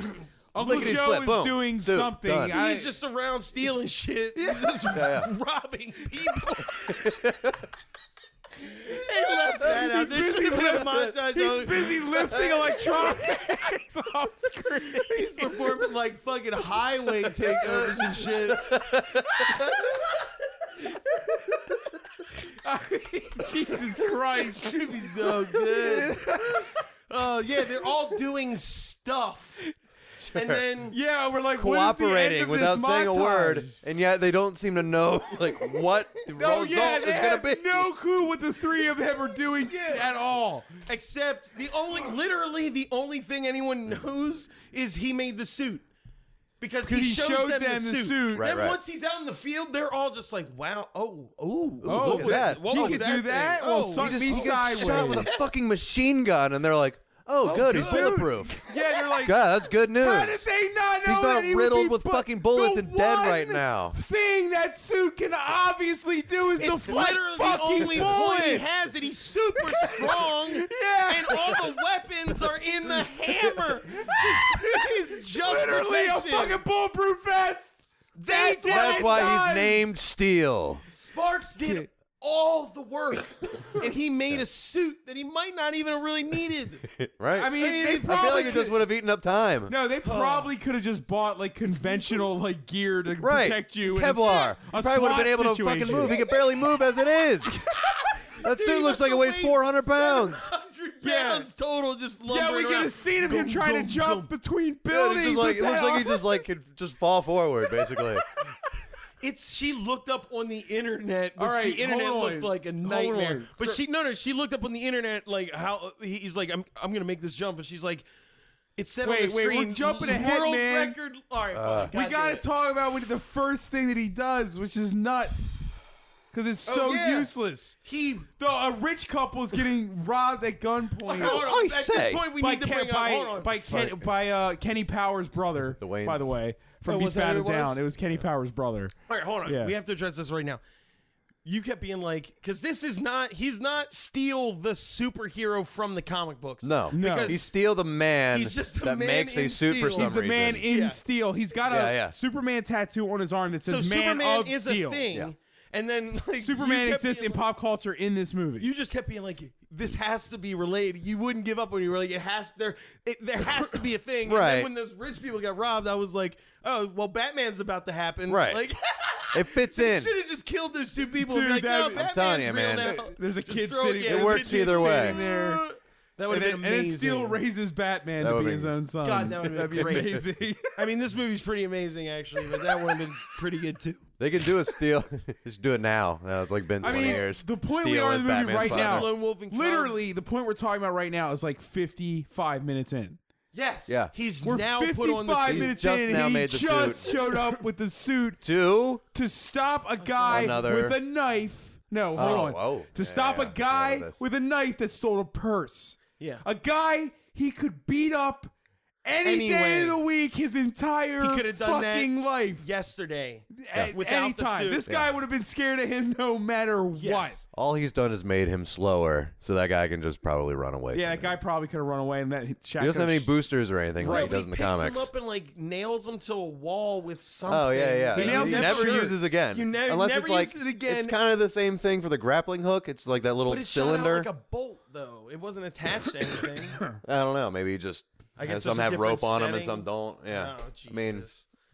[SPEAKER 6] Uncle
[SPEAKER 8] Lickety
[SPEAKER 6] Joe
[SPEAKER 8] split,
[SPEAKER 6] is
[SPEAKER 8] boom.
[SPEAKER 6] doing
[SPEAKER 8] Suit,
[SPEAKER 6] something.
[SPEAKER 8] done.
[SPEAKER 6] I-
[SPEAKER 3] He's just around stealing shit. He's just
[SPEAKER 8] Yeah, yeah.
[SPEAKER 3] [LAUGHS] robbing people. they left that out.
[SPEAKER 6] [LAUGHS] He's
[SPEAKER 3] There should
[SPEAKER 6] busy,
[SPEAKER 3] have been a
[SPEAKER 6] lift-
[SPEAKER 3] montage.
[SPEAKER 6] he's
[SPEAKER 3] on- [LAUGHS]
[SPEAKER 6] busy lifting electronics [LAUGHS] off screen.
[SPEAKER 5] He's performing like fucking highway takeovers and shit.
[SPEAKER 6] Jesus
[SPEAKER 8] [LAUGHS]
[SPEAKER 6] Christ.
[SPEAKER 3] Should be so good. Oh yeah, they're all doing stuff. And then
[SPEAKER 6] yeah, we're like
[SPEAKER 8] Cooperating without saying a word,
[SPEAKER 6] montage?
[SPEAKER 8] and yet they don't seem to know [LAUGHS] like
[SPEAKER 6] [LAUGHS]
[SPEAKER 8] what the
[SPEAKER 6] Oh
[SPEAKER 8] result
[SPEAKER 6] yeah, they
[SPEAKER 8] is gonna
[SPEAKER 6] have
[SPEAKER 8] be.
[SPEAKER 6] no clue what the three of them are
[SPEAKER 8] [LAUGHS]
[SPEAKER 6] doing at all.
[SPEAKER 3] Except the only, literally the only thing anyone knows is he made the suit. Because he,
[SPEAKER 6] Because he
[SPEAKER 3] shows
[SPEAKER 6] showed
[SPEAKER 3] them,
[SPEAKER 6] them
[SPEAKER 3] the,
[SPEAKER 6] the
[SPEAKER 3] suit.
[SPEAKER 6] suit. Right,
[SPEAKER 3] then
[SPEAKER 6] right.
[SPEAKER 3] once he's out in the field, they're all just like, "Wow, oh, oh, oh,
[SPEAKER 8] look at
[SPEAKER 3] was,
[SPEAKER 8] that.
[SPEAKER 3] What
[SPEAKER 6] You
[SPEAKER 3] was
[SPEAKER 6] could
[SPEAKER 3] that
[SPEAKER 6] do that?
[SPEAKER 3] thing?
[SPEAKER 6] Well,
[SPEAKER 3] Oh, he
[SPEAKER 6] suck
[SPEAKER 3] just-
[SPEAKER 6] me
[SPEAKER 3] he got
[SPEAKER 8] Shot
[SPEAKER 6] sideways.
[SPEAKER 8] with a fucking machine gun, and they're like, "Oh, good, he's
[SPEAKER 6] good.
[SPEAKER 8] bulletproof."
[SPEAKER 6] [LAUGHS] Yeah, they're like,
[SPEAKER 8] God, that's good news.
[SPEAKER 6] How did they not know
[SPEAKER 8] He's not
[SPEAKER 6] that he would
[SPEAKER 8] riddled
[SPEAKER 6] be
[SPEAKER 8] with
[SPEAKER 6] bu-
[SPEAKER 8] fucking bullets
[SPEAKER 6] The
[SPEAKER 8] and dead right
[SPEAKER 6] one
[SPEAKER 8] now.
[SPEAKER 6] Thing that suit can obviously do is
[SPEAKER 3] [LAUGHS] It's
[SPEAKER 6] deflect
[SPEAKER 3] literally the
[SPEAKER 6] fucking
[SPEAKER 3] only
[SPEAKER 6] bullets.
[SPEAKER 3] point he has that he's
[SPEAKER 6] [LAUGHS]
[SPEAKER 3] super strong,
[SPEAKER 6] Yeah.
[SPEAKER 3] and all [LAUGHS] the weapons are in the hammer. The suit is just
[SPEAKER 6] Literally a
[SPEAKER 3] protection.
[SPEAKER 6] fucking bulletproof vest.
[SPEAKER 3] That's
[SPEAKER 6] did
[SPEAKER 8] That's
[SPEAKER 6] it
[SPEAKER 8] why
[SPEAKER 6] does.
[SPEAKER 8] he's named Steel.
[SPEAKER 3] Sparks did all the work, and he made a suit that he might not even really needed.
[SPEAKER 6] [LAUGHS]
[SPEAKER 8] Right?
[SPEAKER 6] I mean, they
[SPEAKER 8] I feel
[SPEAKER 6] probably
[SPEAKER 8] like it just
[SPEAKER 6] could-
[SPEAKER 8] would have eaten up time.
[SPEAKER 6] [CLEARS THROAT] No, they probably could have just bought like conventional like gear to
[SPEAKER 8] right.
[SPEAKER 6] protect you. in a
[SPEAKER 8] Kevlar.
[SPEAKER 6] s-
[SPEAKER 8] You
[SPEAKER 6] a
[SPEAKER 8] probably would have
[SPEAKER 6] SWAT
[SPEAKER 8] been able to
[SPEAKER 6] situation. [LAUGHS]
[SPEAKER 8] fucking move. He could barely move as it is. That suit looks like it weighs 400 pounds.
[SPEAKER 3] Hundred
[SPEAKER 5] pounds total just
[SPEAKER 6] Yeah, we
[SPEAKER 5] lumbering
[SPEAKER 6] get
[SPEAKER 5] around.
[SPEAKER 6] a scene of him
[SPEAKER 5] Gum,
[SPEAKER 6] trying
[SPEAKER 5] gum,
[SPEAKER 6] to jump between
[SPEAKER 8] Yeah,
[SPEAKER 6] buildings.
[SPEAKER 8] it's just like, it
[SPEAKER 6] with
[SPEAKER 8] looks
[SPEAKER 6] that
[SPEAKER 8] like he just like could just fall forward, basically.
[SPEAKER 3] It's she looked up on the internet, which
[SPEAKER 8] All right,
[SPEAKER 3] the internet
[SPEAKER 8] hold on.
[SPEAKER 3] looked like a
[SPEAKER 8] Hold
[SPEAKER 3] nightmare.
[SPEAKER 8] on.
[SPEAKER 3] But
[SPEAKER 8] So-
[SPEAKER 3] she no no, she looked up on the internet like how he- he's like I'm I'm gonna make this jump, and she's like, it's said on
[SPEAKER 6] Wait,
[SPEAKER 3] the
[SPEAKER 6] wait, we're
[SPEAKER 3] screen,
[SPEAKER 6] jumping ahead,
[SPEAKER 3] world
[SPEAKER 6] man.
[SPEAKER 3] record. All right,
[SPEAKER 6] Uh,
[SPEAKER 3] fine,
[SPEAKER 6] we
[SPEAKER 3] God
[SPEAKER 6] gotta
[SPEAKER 3] damn it.
[SPEAKER 6] talk about when the first thing that he does, which is nuts, because it's so
[SPEAKER 5] Oh, yeah.
[SPEAKER 6] useless. He, the, a rich couple is getting robbed at gunpoint.
[SPEAKER 5] Hold on, I at this say. point we
[SPEAKER 6] By
[SPEAKER 5] need to
[SPEAKER 6] Ken-
[SPEAKER 5] bring up-
[SPEAKER 6] by,
[SPEAKER 5] hold on.
[SPEAKER 6] by, Ken,
[SPEAKER 5] Fuck.
[SPEAKER 6] by uh, Kenny Powers' brother. The by the way, from
[SPEAKER 3] Oh, was that
[SPEAKER 6] Eastbound and
[SPEAKER 3] who it was?
[SPEAKER 6] Down, it was Kenny Powers' brother.
[SPEAKER 3] All right, hold on.
[SPEAKER 6] Yeah.
[SPEAKER 3] We have to address this right now. You kept being like, because this is not, he's not steal the superhero from the comic books.
[SPEAKER 8] No,
[SPEAKER 3] Because
[SPEAKER 8] He steal the man
[SPEAKER 3] he's just a
[SPEAKER 8] that
[SPEAKER 3] man
[SPEAKER 8] makes
[SPEAKER 3] in
[SPEAKER 8] a suit
[SPEAKER 3] steel.
[SPEAKER 8] for some
[SPEAKER 6] He's the
[SPEAKER 8] reason.
[SPEAKER 6] man in steel. He's got a
[SPEAKER 8] Yeah, yeah.
[SPEAKER 6] Superman tattoo on his arm that
[SPEAKER 3] so
[SPEAKER 6] says "Man
[SPEAKER 3] Superman
[SPEAKER 6] of
[SPEAKER 3] is
[SPEAKER 6] Steel."
[SPEAKER 3] a thing. And then like, you
[SPEAKER 6] Superman
[SPEAKER 3] kept
[SPEAKER 6] exists
[SPEAKER 3] being
[SPEAKER 6] in pop culture in this movie.
[SPEAKER 3] You just kept being like, this has to be related. You wouldn't give up when you were like, it has there, it, there has to be a thing. And
[SPEAKER 8] Right.
[SPEAKER 3] then when those rich people got robbed, I was like, oh, well, Batman's about to happen.
[SPEAKER 8] Right.
[SPEAKER 3] Like, [LAUGHS]
[SPEAKER 8] It fits in.
[SPEAKER 3] should have just killed those two people.
[SPEAKER 8] Dude,
[SPEAKER 3] and be like,
[SPEAKER 8] that-
[SPEAKER 3] no,
[SPEAKER 8] I'm
[SPEAKER 3] Batman's
[SPEAKER 8] telling you,
[SPEAKER 3] real
[SPEAKER 8] man.
[SPEAKER 3] now.
[SPEAKER 6] There's a
[SPEAKER 3] Oh. Just
[SPEAKER 6] kid
[SPEAKER 3] throw
[SPEAKER 6] sitting.
[SPEAKER 3] yeah,
[SPEAKER 6] there's
[SPEAKER 8] It
[SPEAKER 6] a
[SPEAKER 8] works
[SPEAKER 6] kid
[SPEAKER 8] either way.
[SPEAKER 6] sitting There.
[SPEAKER 3] That would have been
[SPEAKER 6] And then-
[SPEAKER 3] amazing.
[SPEAKER 6] And then Steel raises Batman
[SPEAKER 8] That
[SPEAKER 6] to
[SPEAKER 8] would've
[SPEAKER 6] be
[SPEAKER 8] been-
[SPEAKER 6] his own son.
[SPEAKER 3] God, that would have
[SPEAKER 6] That'd
[SPEAKER 3] been great.
[SPEAKER 8] [LAUGHS]
[SPEAKER 6] amazing.
[SPEAKER 3] I mean, this movie's pretty amazing, actually, but that one been pretty good too.
[SPEAKER 8] They can do a steal. [LAUGHS] just do it now. No, it's like been
[SPEAKER 6] I
[SPEAKER 8] 20
[SPEAKER 6] mean,
[SPEAKER 8] years.
[SPEAKER 6] [LAUGHS] the point we
[SPEAKER 8] Steal
[SPEAKER 6] are
[SPEAKER 8] is
[SPEAKER 6] in the movie
[SPEAKER 8] Batman's
[SPEAKER 6] right
[SPEAKER 8] father.
[SPEAKER 6] now,
[SPEAKER 3] Lone Wolf and Cub.
[SPEAKER 6] literally, the point we're talking about right now is like 55 minutes in.
[SPEAKER 3] Yes.
[SPEAKER 8] Yeah.
[SPEAKER 3] He's
[SPEAKER 6] We're
[SPEAKER 3] now
[SPEAKER 6] 55
[SPEAKER 3] put on the suit.
[SPEAKER 6] minutes
[SPEAKER 8] He's just
[SPEAKER 6] in,
[SPEAKER 8] now
[SPEAKER 6] and he
[SPEAKER 8] made the
[SPEAKER 6] just
[SPEAKER 8] suit.
[SPEAKER 6] showed up with the suit
[SPEAKER 8] to
[SPEAKER 6] to stop a guy
[SPEAKER 8] Another-
[SPEAKER 6] with a knife. No, hold
[SPEAKER 8] Oh,
[SPEAKER 6] on.
[SPEAKER 8] oh,
[SPEAKER 6] to
[SPEAKER 8] yeah,
[SPEAKER 6] stop
[SPEAKER 8] yeah,
[SPEAKER 6] a
[SPEAKER 8] I
[SPEAKER 6] guy
[SPEAKER 8] know this.
[SPEAKER 6] with a knife that stole a purse.
[SPEAKER 3] Yeah.
[SPEAKER 6] a guy he could beat up any day
[SPEAKER 3] Anyway.
[SPEAKER 6] of the week, his entire
[SPEAKER 3] He could have done that
[SPEAKER 6] fucking life.
[SPEAKER 3] yesterday.
[SPEAKER 6] At
[SPEAKER 3] Without
[SPEAKER 6] any
[SPEAKER 3] the
[SPEAKER 6] time,
[SPEAKER 3] suit.
[SPEAKER 6] this guy would have been scared of him no matter what.
[SPEAKER 8] All he's done is made him slower, so that guy can just probably run away.
[SPEAKER 6] Yeah, that guy probably could have run away, and that
[SPEAKER 8] He
[SPEAKER 6] Shaq
[SPEAKER 8] doesn't have
[SPEAKER 6] could
[SPEAKER 8] any boosters or anything like he
[SPEAKER 3] but
[SPEAKER 8] does in the
[SPEAKER 3] picks
[SPEAKER 8] comics.
[SPEAKER 3] him up and like nails him to a wall with something.
[SPEAKER 8] Oh yeah, yeah.
[SPEAKER 3] He
[SPEAKER 8] He,
[SPEAKER 3] nails his
[SPEAKER 8] never
[SPEAKER 3] shirt.
[SPEAKER 8] uses again.
[SPEAKER 3] You ne-
[SPEAKER 8] unless
[SPEAKER 3] never
[SPEAKER 8] it's like
[SPEAKER 3] used it again.
[SPEAKER 8] it's kind of the same thing for the grappling hook. It's like that little
[SPEAKER 3] but it
[SPEAKER 8] cylinder.
[SPEAKER 3] Shot out like a bolt, though. It wasn't attached to anything.
[SPEAKER 8] [COUGHS] I don't know. Maybe he just
[SPEAKER 3] I guess
[SPEAKER 8] has some
[SPEAKER 3] there's a
[SPEAKER 8] have
[SPEAKER 3] different
[SPEAKER 8] rope on them and
[SPEAKER 3] setting.
[SPEAKER 8] some don't. Yeah.
[SPEAKER 3] Oh,
[SPEAKER 8] I mean,
[SPEAKER 3] But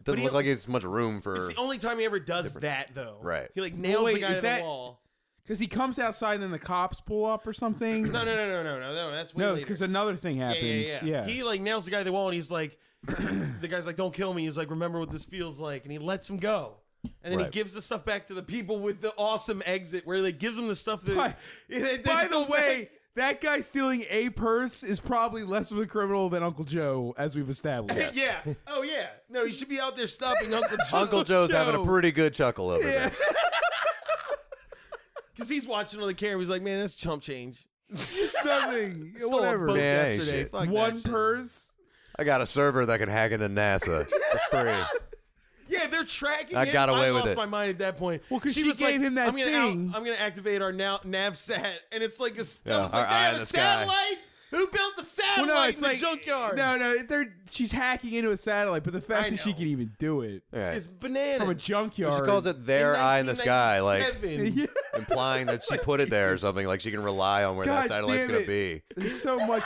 [SPEAKER 8] doesn't
[SPEAKER 3] he-
[SPEAKER 8] look like it's much room for.
[SPEAKER 3] it's the only [LAUGHS] time he ever does that, though.
[SPEAKER 8] Right.
[SPEAKER 3] He like
[SPEAKER 6] Well,
[SPEAKER 3] nails
[SPEAKER 6] wait,
[SPEAKER 3] the guy
[SPEAKER 6] is
[SPEAKER 3] to
[SPEAKER 6] that-
[SPEAKER 3] the wall.
[SPEAKER 6] Because he comes outside and then the cops pull up or something.
[SPEAKER 3] No, no, no, no, no, no, no. That's way
[SPEAKER 6] No,
[SPEAKER 3] later.
[SPEAKER 6] because another thing happens. Yeah,
[SPEAKER 3] Yeah, yeah, yeah. He like nails the guy to the wall, and he's like, [CLEARS THROAT] the guy's like, "Don't kill me." He's like, "Remember what this feels like," and he lets him go. And then he
[SPEAKER 6] Right.
[SPEAKER 3] gives the stuff back to the people with the awesome exit, where he like gives them the stuff that. [LAUGHS]
[SPEAKER 6] By-
[SPEAKER 3] They- they
[SPEAKER 6] By the
[SPEAKER 3] still
[SPEAKER 6] way, that guy stealing a purse is probably less of a criminal than Uncle Joe, as we've established.
[SPEAKER 3] make- [LAUGHS] yeah. Oh yeah. No, you should be out there stopping Uncle Joe.
[SPEAKER 8] Uncle Joe's having a pretty good chuckle over there.
[SPEAKER 3] because he's watching on the camera. He's like, "Man, that's chump change."
[SPEAKER 6] Nothing.
[SPEAKER 3] Stole a
[SPEAKER 6] Whatever.
[SPEAKER 3] boat
[SPEAKER 8] Man, ain't
[SPEAKER 3] yesterday.
[SPEAKER 8] shit.
[SPEAKER 3] Fuck that
[SPEAKER 6] One
[SPEAKER 3] shit.
[SPEAKER 6] purse.
[SPEAKER 8] I got a server that can hack into NASA
[SPEAKER 3] [LAUGHS]
[SPEAKER 8] for free.
[SPEAKER 3] Yeah, they're tracking.
[SPEAKER 8] I
[SPEAKER 3] him.
[SPEAKER 8] got away with
[SPEAKER 3] lost
[SPEAKER 8] it.
[SPEAKER 3] my mind at that point.
[SPEAKER 6] Well, 'cause she
[SPEAKER 3] was like,
[SPEAKER 6] gave him that
[SPEAKER 3] I'm gonna out-
[SPEAKER 6] thing."
[SPEAKER 3] I'm gonna activate our now nav sat, and it's like a,
[SPEAKER 8] Yeah,
[SPEAKER 3] I was like,
[SPEAKER 8] our
[SPEAKER 3] they
[SPEAKER 8] eye
[SPEAKER 3] have
[SPEAKER 8] in
[SPEAKER 3] a
[SPEAKER 8] the sky.
[SPEAKER 3] satellite. Who built the
[SPEAKER 6] Well,
[SPEAKER 3] satellite
[SPEAKER 6] no, it's
[SPEAKER 3] in the
[SPEAKER 6] like
[SPEAKER 3] junkyard?
[SPEAKER 6] no, no. They're she's hacking into a satellite, but the fact that she can even do it
[SPEAKER 8] Right.
[SPEAKER 3] It's bananas.
[SPEAKER 6] from a junkyard.
[SPEAKER 8] She calls it their eye in the sky, like
[SPEAKER 6] [LAUGHS]
[SPEAKER 3] Yeah.
[SPEAKER 8] implying that she put it there or something. Like she can rely on where
[SPEAKER 6] God
[SPEAKER 8] that satellite's
[SPEAKER 6] damn
[SPEAKER 8] gonna
[SPEAKER 6] it.
[SPEAKER 8] be.
[SPEAKER 6] There's so much.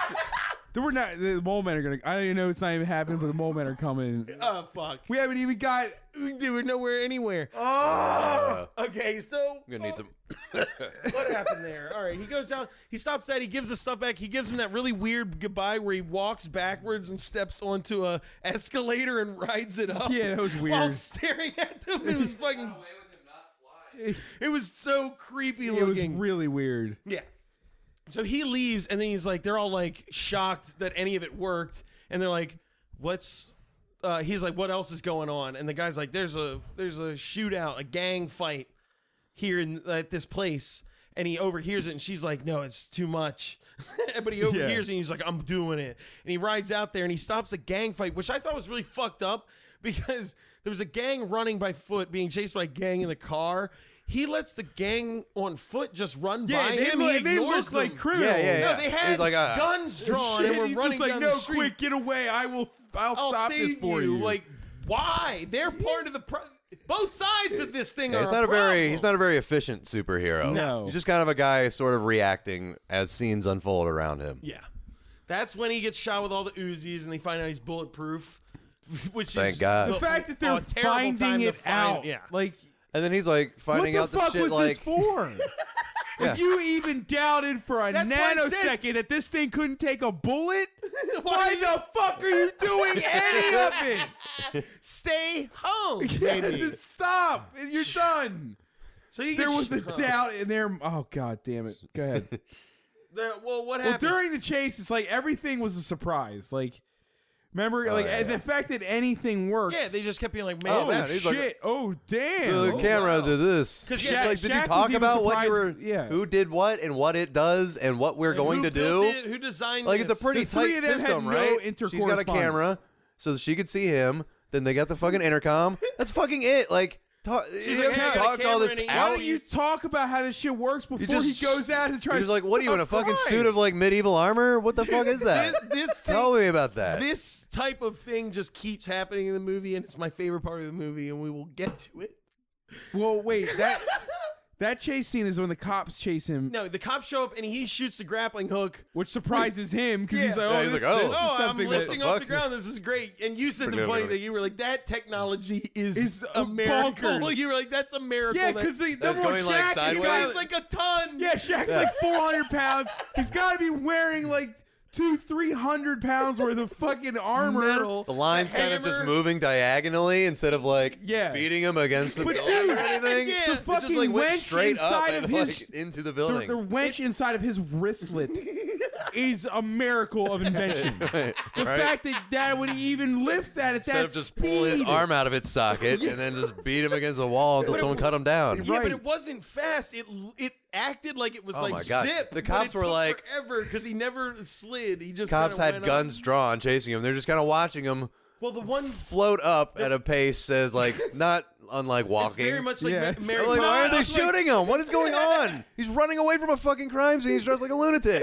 [SPEAKER 6] There were not the mole men are gonna. I don't even know it's not even happening, but the mole men are coming.
[SPEAKER 3] Oh fuck.
[SPEAKER 6] We haven't even got.
[SPEAKER 3] Dude, we're nowhere anywhere.
[SPEAKER 6] Oh.
[SPEAKER 3] okay, so
[SPEAKER 8] I'm gonna need some.
[SPEAKER 3] what happened there? All right, he goes down. He stops that. He gives the stuff back. He gives him that really weird goodbye where he walks backwards and steps onto a escalator and rides it up.
[SPEAKER 6] Yeah, that was
[SPEAKER 3] While
[SPEAKER 6] weird.
[SPEAKER 3] staring at them, it
[SPEAKER 6] [LAUGHS]
[SPEAKER 3] was fucking. It was so creepy
[SPEAKER 6] It was
[SPEAKER 3] looking.
[SPEAKER 6] really weird.
[SPEAKER 3] Yeah. So he leaves, and then he's like, they're all like shocked that any of it worked, and they're like, "What's?" Uh, he's like, "What else is going on?" And the guy's like, "There's a there's a shootout, a gang fight here in, at this place." And he overhears it, and she's like, "No, it's too much." [LAUGHS] but he overhears it, and he's like, "I'm doing it." And he rides out there, and he stops a gang fight, which I thought was really fucked up [LAUGHS] because there was a gang running by foot, being chased by a gang in the car. He lets the gang on foot just run
[SPEAKER 6] Yeah,
[SPEAKER 3] by
[SPEAKER 6] they
[SPEAKER 3] him.
[SPEAKER 6] look-
[SPEAKER 3] he
[SPEAKER 6] they
[SPEAKER 3] ignores
[SPEAKER 6] look like
[SPEAKER 3] them.
[SPEAKER 6] criminals. Yeah, yeah,
[SPEAKER 3] No,
[SPEAKER 6] yeah.
[SPEAKER 3] they had
[SPEAKER 6] He's like,
[SPEAKER 3] [LAUGHS]
[SPEAKER 6] uh,
[SPEAKER 3] guns drawn
[SPEAKER 6] Shit,
[SPEAKER 3] and were
[SPEAKER 6] he's
[SPEAKER 3] running
[SPEAKER 6] just like,
[SPEAKER 3] down
[SPEAKER 6] no,
[SPEAKER 3] the street.
[SPEAKER 6] quick, get away! I will, I'll,
[SPEAKER 3] I'll
[SPEAKER 6] stop this
[SPEAKER 3] save
[SPEAKER 6] for you.
[SPEAKER 3] you. Like, why? They're part of the pro- both sides of this thing
[SPEAKER 8] Yeah,
[SPEAKER 3] are
[SPEAKER 8] he's not a
[SPEAKER 3] problem.
[SPEAKER 8] very he's not a very efficient superhero.
[SPEAKER 3] No.
[SPEAKER 8] he's just kind of a guy sort of reacting as scenes unfold around him.
[SPEAKER 3] Yeah. That's when he gets shot with all the Uzis and they find out he's bulletproof. [LAUGHS] Which
[SPEAKER 8] Thank
[SPEAKER 3] is
[SPEAKER 8] God.
[SPEAKER 6] the fact that they're
[SPEAKER 3] a terrible
[SPEAKER 6] finding
[SPEAKER 3] time to
[SPEAKER 6] it
[SPEAKER 3] find-
[SPEAKER 6] out,
[SPEAKER 3] Yeah.
[SPEAKER 6] like
[SPEAKER 8] And then he's like finding
[SPEAKER 6] what
[SPEAKER 8] out
[SPEAKER 6] the
[SPEAKER 8] the
[SPEAKER 6] fuck
[SPEAKER 8] shit
[SPEAKER 6] was
[SPEAKER 8] like
[SPEAKER 6] this for?
[SPEAKER 8] Yeah.
[SPEAKER 6] If you even doubted for a
[SPEAKER 5] That's why I said-
[SPEAKER 6] nanosecond that this thing couldn't take a bullet, why the fuck are you doing any of it?
[SPEAKER 11] Stay
[SPEAKER 6] [LAUGHS]
[SPEAKER 3] oh, [LAUGHS]
[SPEAKER 11] home.
[SPEAKER 6] Yeah,
[SPEAKER 11] baby.
[SPEAKER 6] just stop. You're done.
[SPEAKER 3] So you
[SPEAKER 6] there
[SPEAKER 3] get-
[SPEAKER 6] was a doubt in there. Oh god, damn it. Go ahead.
[SPEAKER 3] There, well, what
[SPEAKER 6] well,
[SPEAKER 3] happened?
[SPEAKER 6] during the chase, it's like everything was a surprise. Like, remember,
[SPEAKER 3] Oh,
[SPEAKER 6] like
[SPEAKER 3] yeah,
[SPEAKER 6] and the fact that anything worked.
[SPEAKER 3] yeah, they just kept being like, man,
[SPEAKER 6] oh
[SPEAKER 3] that's
[SPEAKER 6] shit!
[SPEAKER 3] shit.
[SPEAKER 6] oh damn!
[SPEAKER 8] The
[SPEAKER 6] Oh,
[SPEAKER 8] camera
[SPEAKER 6] wow.
[SPEAKER 8] did this.
[SPEAKER 6] 'Cause
[SPEAKER 8] It's
[SPEAKER 6] Shaq-
[SPEAKER 8] like, did
[SPEAKER 6] Shaq
[SPEAKER 8] you
[SPEAKER 6] was
[SPEAKER 8] talk
[SPEAKER 6] even
[SPEAKER 8] about what you were,
[SPEAKER 6] surprised- yeah.
[SPEAKER 8] who did what and what it does and what we're going
[SPEAKER 3] who
[SPEAKER 8] to do?
[SPEAKER 3] built it? Who designed
[SPEAKER 8] Like it's
[SPEAKER 3] this?
[SPEAKER 8] a pretty
[SPEAKER 3] The
[SPEAKER 8] tight
[SPEAKER 3] three of them had
[SPEAKER 8] system,
[SPEAKER 3] no
[SPEAKER 8] right? She's got a
[SPEAKER 3] intercorrespondence.
[SPEAKER 8] camera so that she could see him. Then they got the fucking intercom. That's fucking it. Like talk,
[SPEAKER 6] She's
[SPEAKER 8] you
[SPEAKER 6] like,
[SPEAKER 8] can't
[SPEAKER 6] "Hey, I got a
[SPEAKER 8] talk all
[SPEAKER 6] camera
[SPEAKER 8] this
[SPEAKER 6] in it." Why
[SPEAKER 8] out.
[SPEAKER 6] don't you talk about how this shit works before he goes out and tries?
[SPEAKER 8] He's like,
[SPEAKER 6] to
[SPEAKER 8] what are you in a
[SPEAKER 6] stop
[SPEAKER 8] fucking
[SPEAKER 6] crime?"
[SPEAKER 8] suit of like medieval armor? What the fuck is that?
[SPEAKER 3] This thing-
[SPEAKER 8] Tell me about that.
[SPEAKER 3] This type of thing just keeps happening in the movie, and it's my favorite part of the movie, and we will get to it.
[SPEAKER 6] Well, wait
[SPEAKER 8] [LAUGHS]
[SPEAKER 6] that that chase scene is when the cops chase him,
[SPEAKER 3] No, the cops show up, and he shoots the grappling hook.
[SPEAKER 6] which surprises him because he's
[SPEAKER 3] Yeah.
[SPEAKER 6] like, oh,
[SPEAKER 3] Yeah,
[SPEAKER 6] this,
[SPEAKER 3] he's
[SPEAKER 6] this is
[SPEAKER 3] oh, I'm
[SPEAKER 6] something that-
[SPEAKER 3] lifting off the ground. This is great. And you said the
[SPEAKER 6] Forget
[SPEAKER 3] funny
[SPEAKER 6] about it.
[SPEAKER 3] thing. You were like, that technology is,
[SPEAKER 6] Is
[SPEAKER 3] a miracle. [LAUGHS]
[SPEAKER 6] bonkers.
[SPEAKER 3] You were like, that's a miracle.
[SPEAKER 6] Yeah,
[SPEAKER 3] that-
[SPEAKER 6] because the number one Shaq
[SPEAKER 3] This
[SPEAKER 6] has
[SPEAKER 3] guy's
[SPEAKER 6] got
[SPEAKER 3] like a ton.
[SPEAKER 6] Yeah, Shaq's
[SPEAKER 3] Yeah.
[SPEAKER 6] like 400 pounds. He's got to be wearing like two, three hundred pounds worth of fucking armor.
[SPEAKER 8] The line's kind of just
[SPEAKER 6] hammer.
[SPEAKER 8] moving diagonally instead of like
[SPEAKER 6] Yeah.
[SPEAKER 8] beating him against the
[SPEAKER 6] But
[SPEAKER 8] building
[SPEAKER 6] dude,
[SPEAKER 8] or anything.
[SPEAKER 6] yeah.
[SPEAKER 8] It
[SPEAKER 6] the
[SPEAKER 8] just,
[SPEAKER 6] fucking
[SPEAKER 8] like, went
[SPEAKER 6] wench
[SPEAKER 8] straight up
[SPEAKER 6] inside
[SPEAKER 8] and,
[SPEAKER 6] of his-
[SPEAKER 8] like, into the
[SPEAKER 6] The,
[SPEAKER 8] building.
[SPEAKER 6] the wench inside of his
[SPEAKER 8] [LAUGHS]
[SPEAKER 6] wristlet is a miracle of invention.
[SPEAKER 8] Right,
[SPEAKER 6] The
[SPEAKER 8] right.
[SPEAKER 6] fact that that would even lift that at
[SPEAKER 8] instead
[SPEAKER 6] that
[SPEAKER 8] of just
[SPEAKER 6] speed.
[SPEAKER 8] pull his arm out of its socket and then just beat him against the wall until someone cut him down.
[SPEAKER 3] Yeah, but it wasn't fast. It it acted like it was
[SPEAKER 8] Oh
[SPEAKER 3] like
[SPEAKER 8] my God.
[SPEAKER 3] zip.
[SPEAKER 8] The
[SPEAKER 3] but
[SPEAKER 8] cops
[SPEAKER 3] it
[SPEAKER 8] were
[SPEAKER 3] took
[SPEAKER 8] like-
[SPEAKER 3] forever because he never slid. He just
[SPEAKER 8] Cops
[SPEAKER 3] kinda
[SPEAKER 8] had
[SPEAKER 3] went
[SPEAKER 8] guns
[SPEAKER 3] Up.
[SPEAKER 8] drawn, chasing him. They're just kind of watching him
[SPEAKER 3] Well, the one
[SPEAKER 8] float up at a pace as like not unlike walking.
[SPEAKER 3] very much like Yeah. Ma- Mary
[SPEAKER 8] I'm like, why are
[SPEAKER 3] Poppins.
[SPEAKER 8] they
[SPEAKER 3] I'm like-
[SPEAKER 8] shooting him? What is going on? He's running away from a fucking crime scene. He's dressed like a lunatic.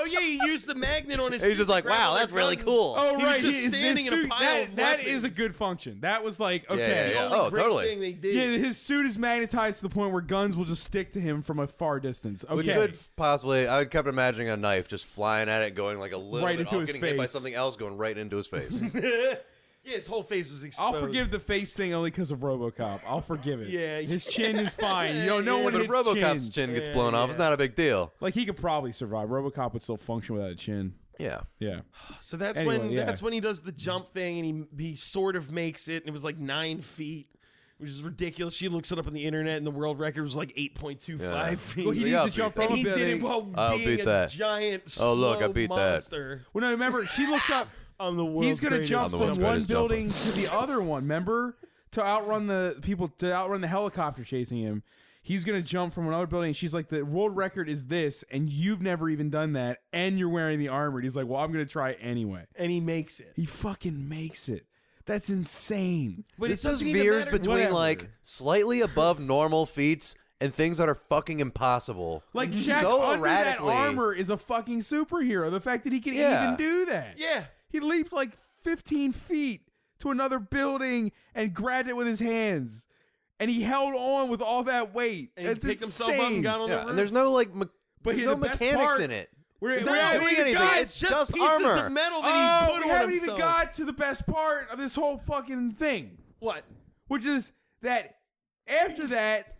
[SPEAKER 3] Oh yeah, he used the magnet on his.
[SPEAKER 8] He's just
[SPEAKER 3] feet to
[SPEAKER 8] like,
[SPEAKER 3] grab
[SPEAKER 8] wow,
[SPEAKER 3] all
[SPEAKER 8] that's
[SPEAKER 3] the
[SPEAKER 8] really
[SPEAKER 3] guns.
[SPEAKER 8] cool.
[SPEAKER 6] Oh
[SPEAKER 3] He was
[SPEAKER 6] right,
[SPEAKER 3] just
[SPEAKER 6] he- his-
[SPEAKER 3] standing
[SPEAKER 6] his
[SPEAKER 3] in a
[SPEAKER 6] suit-
[SPEAKER 3] pile
[SPEAKER 6] that-
[SPEAKER 3] of
[SPEAKER 6] that
[SPEAKER 3] weapons.
[SPEAKER 6] is a good function. That was like
[SPEAKER 8] Yeah,
[SPEAKER 6] okay,
[SPEAKER 8] yeah, yeah. Oh,
[SPEAKER 3] great
[SPEAKER 8] totally.
[SPEAKER 3] thing they did.
[SPEAKER 6] Yeah, his suit is magnetized to the point where guns will just stick to him from a far distance.
[SPEAKER 8] Which
[SPEAKER 6] Okay,
[SPEAKER 8] could possibly, I kept imagining a knife just flying at it, going like a little
[SPEAKER 6] Right
[SPEAKER 8] bit
[SPEAKER 6] into
[SPEAKER 8] off,
[SPEAKER 6] his
[SPEAKER 8] getting hit by
[SPEAKER 6] face.
[SPEAKER 8] something else, going right into
[SPEAKER 6] [LAUGHS]
[SPEAKER 8] his [LAUGHS] face.
[SPEAKER 3] yeah, his whole face was exposed.
[SPEAKER 6] I'll Oh, forgive the face thing only because of RoboCop. I'll forgive
[SPEAKER 3] [LAUGHS]
[SPEAKER 6] it.
[SPEAKER 3] Yeah,
[SPEAKER 6] his chin is
[SPEAKER 3] [LAUGHS]
[SPEAKER 6] fine. You know, no
[SPEAKER 3] Yeah,
[SPEAKER 6] one
[SPEAKER 8] but
[SPEAKER 6] hits
[SPEAKER 8] if RoboCop's
[SPEAKER 6] chins.
[SPEAKER 8] chin gets blown off, it's not a big deal.
[SPEAKER 6] Like he could probably survive. RoboCop would still function without a chin.
[SPEAKER 8] Yeah,
[SPEAKER 6] yeah.
[SPEAKER 3] So that's
[SPEAKER 6] Anyway,
[SPEAKER 3] when
[SPEAKER 6] yeah.
[SPEAKER 3] that's when he does the jump thing, and he he sort of makes it, and it was like nine feet. Which is ridiculous. She looks it up on the internet, and the world record was like eight point two
[SPEAKER 8] Yeah.
[SPEAKER 3] five feet.
[SPEAKER 8] Well,
[SPEAKER 3] [LAUGHS]
[SPEAKER 8] he Like, needs I'll to beat jump that.
[SPEAKER 3] and
[SPEAKER 8] from
[SPEAKER 3] he
[SPEAKER 8] a
[SPEAKER 3] did it
[SPEAKER 8] building.
[SPEAKER 3] while
[SPEAKER 8] I'll
[SPEAKER 3] being
[SPEAKER 8] beat
[SPEAKER 3] a
[SPEAKER 8] that.
[SPEAKER 3] giant.
[SPEAKER 8] Oh, look, I
[SPEAKER 3] slow
[SPEAKER 8] beat that.
[SPEAKER 3] monster.
[SPEAKER 6] Well, no, remember she looks up.
[SPEAKER 3] I'm the [LAUGHS] world's
[SPEAKER 6] He's gonna
[SPEAKER 3] greatest
[SPEAKER 6] jump
[SPEAKER 3] jumper. I'm the world's
[SPEAKER 6] from one
[SPEAKER 3] greatest
[SPEAKER 6] building to the other one. Remember to outrun the people to outrun the helicopter chasing him. He's gonna jump from another building. She's like, "The world record is this, and you've never even done that, and you're wearing the armor." And he's like, "Well, I'm gonna try anyway."
[SPEAKER 3] And he makes it.
[SPEAKER 6] He fucking makes it. That's insane.
[SPEAKER 3] But
[SPEAKER 8] this just veers between like slightly above normal feats and things that are fucking impossible.
[SPEAKER 6] Like Jack
[SPEAKER 8] so
[SPEAKER 6] under that
[SPEAKER 8] erratically.
[SPEAKER 6] armor is a fucking superhero. The fact that he can
[SPEAKER 8] Yeah.
[SPEAKER 6] even do that.
[SPEAKER 3] Yeah.
[SPEAKER 6] He leaped like 15 feet to another building and grabbed it with his hands. And he held on with all that weight.
[SPEAKER 3] And he
[SPEAKER 6] It's
[SPEAKER 3] picked himself up
[SPEAKER 6] insane.
[SPEAKER 3] and got on the Yeah, and roof.
[SPEAKER 8] There's no like, me-
[SPEAKER 6] But
[SPEAKER 8] there's
[SPEAKER 6] here,
[SPEAKER 8] no
[SPEAKER 6] the best
[SPEAKER 8] mechanics
[SPEAKER 6] part-
[SPEAKER 8] in it.
[SPEAKER 6] We're,
[SPEAKER 8] They're
[SPEAKER 6] we're
[SPEAKER 8] not
[SPEAKER 6] haven't
[SPEAKER 8] doing
[SPEAKER 6] even
[SPEAKER 8] anything.
[SPEAKER 6] got-
[SPEAKER 8] It's just armor.
[SPEAKER 6] oh,
[SPEAKER 3] put
[SPEAKER 6] we
[SPEAKER 3] on
[SPEAKER 6] haven't
[SPEAKER 3] himself.
[SPEAKER 6] even got to the best part of this whole fucking thing.
[SPEAKER 3] What?
[SPEAKER 6] Which is that after that,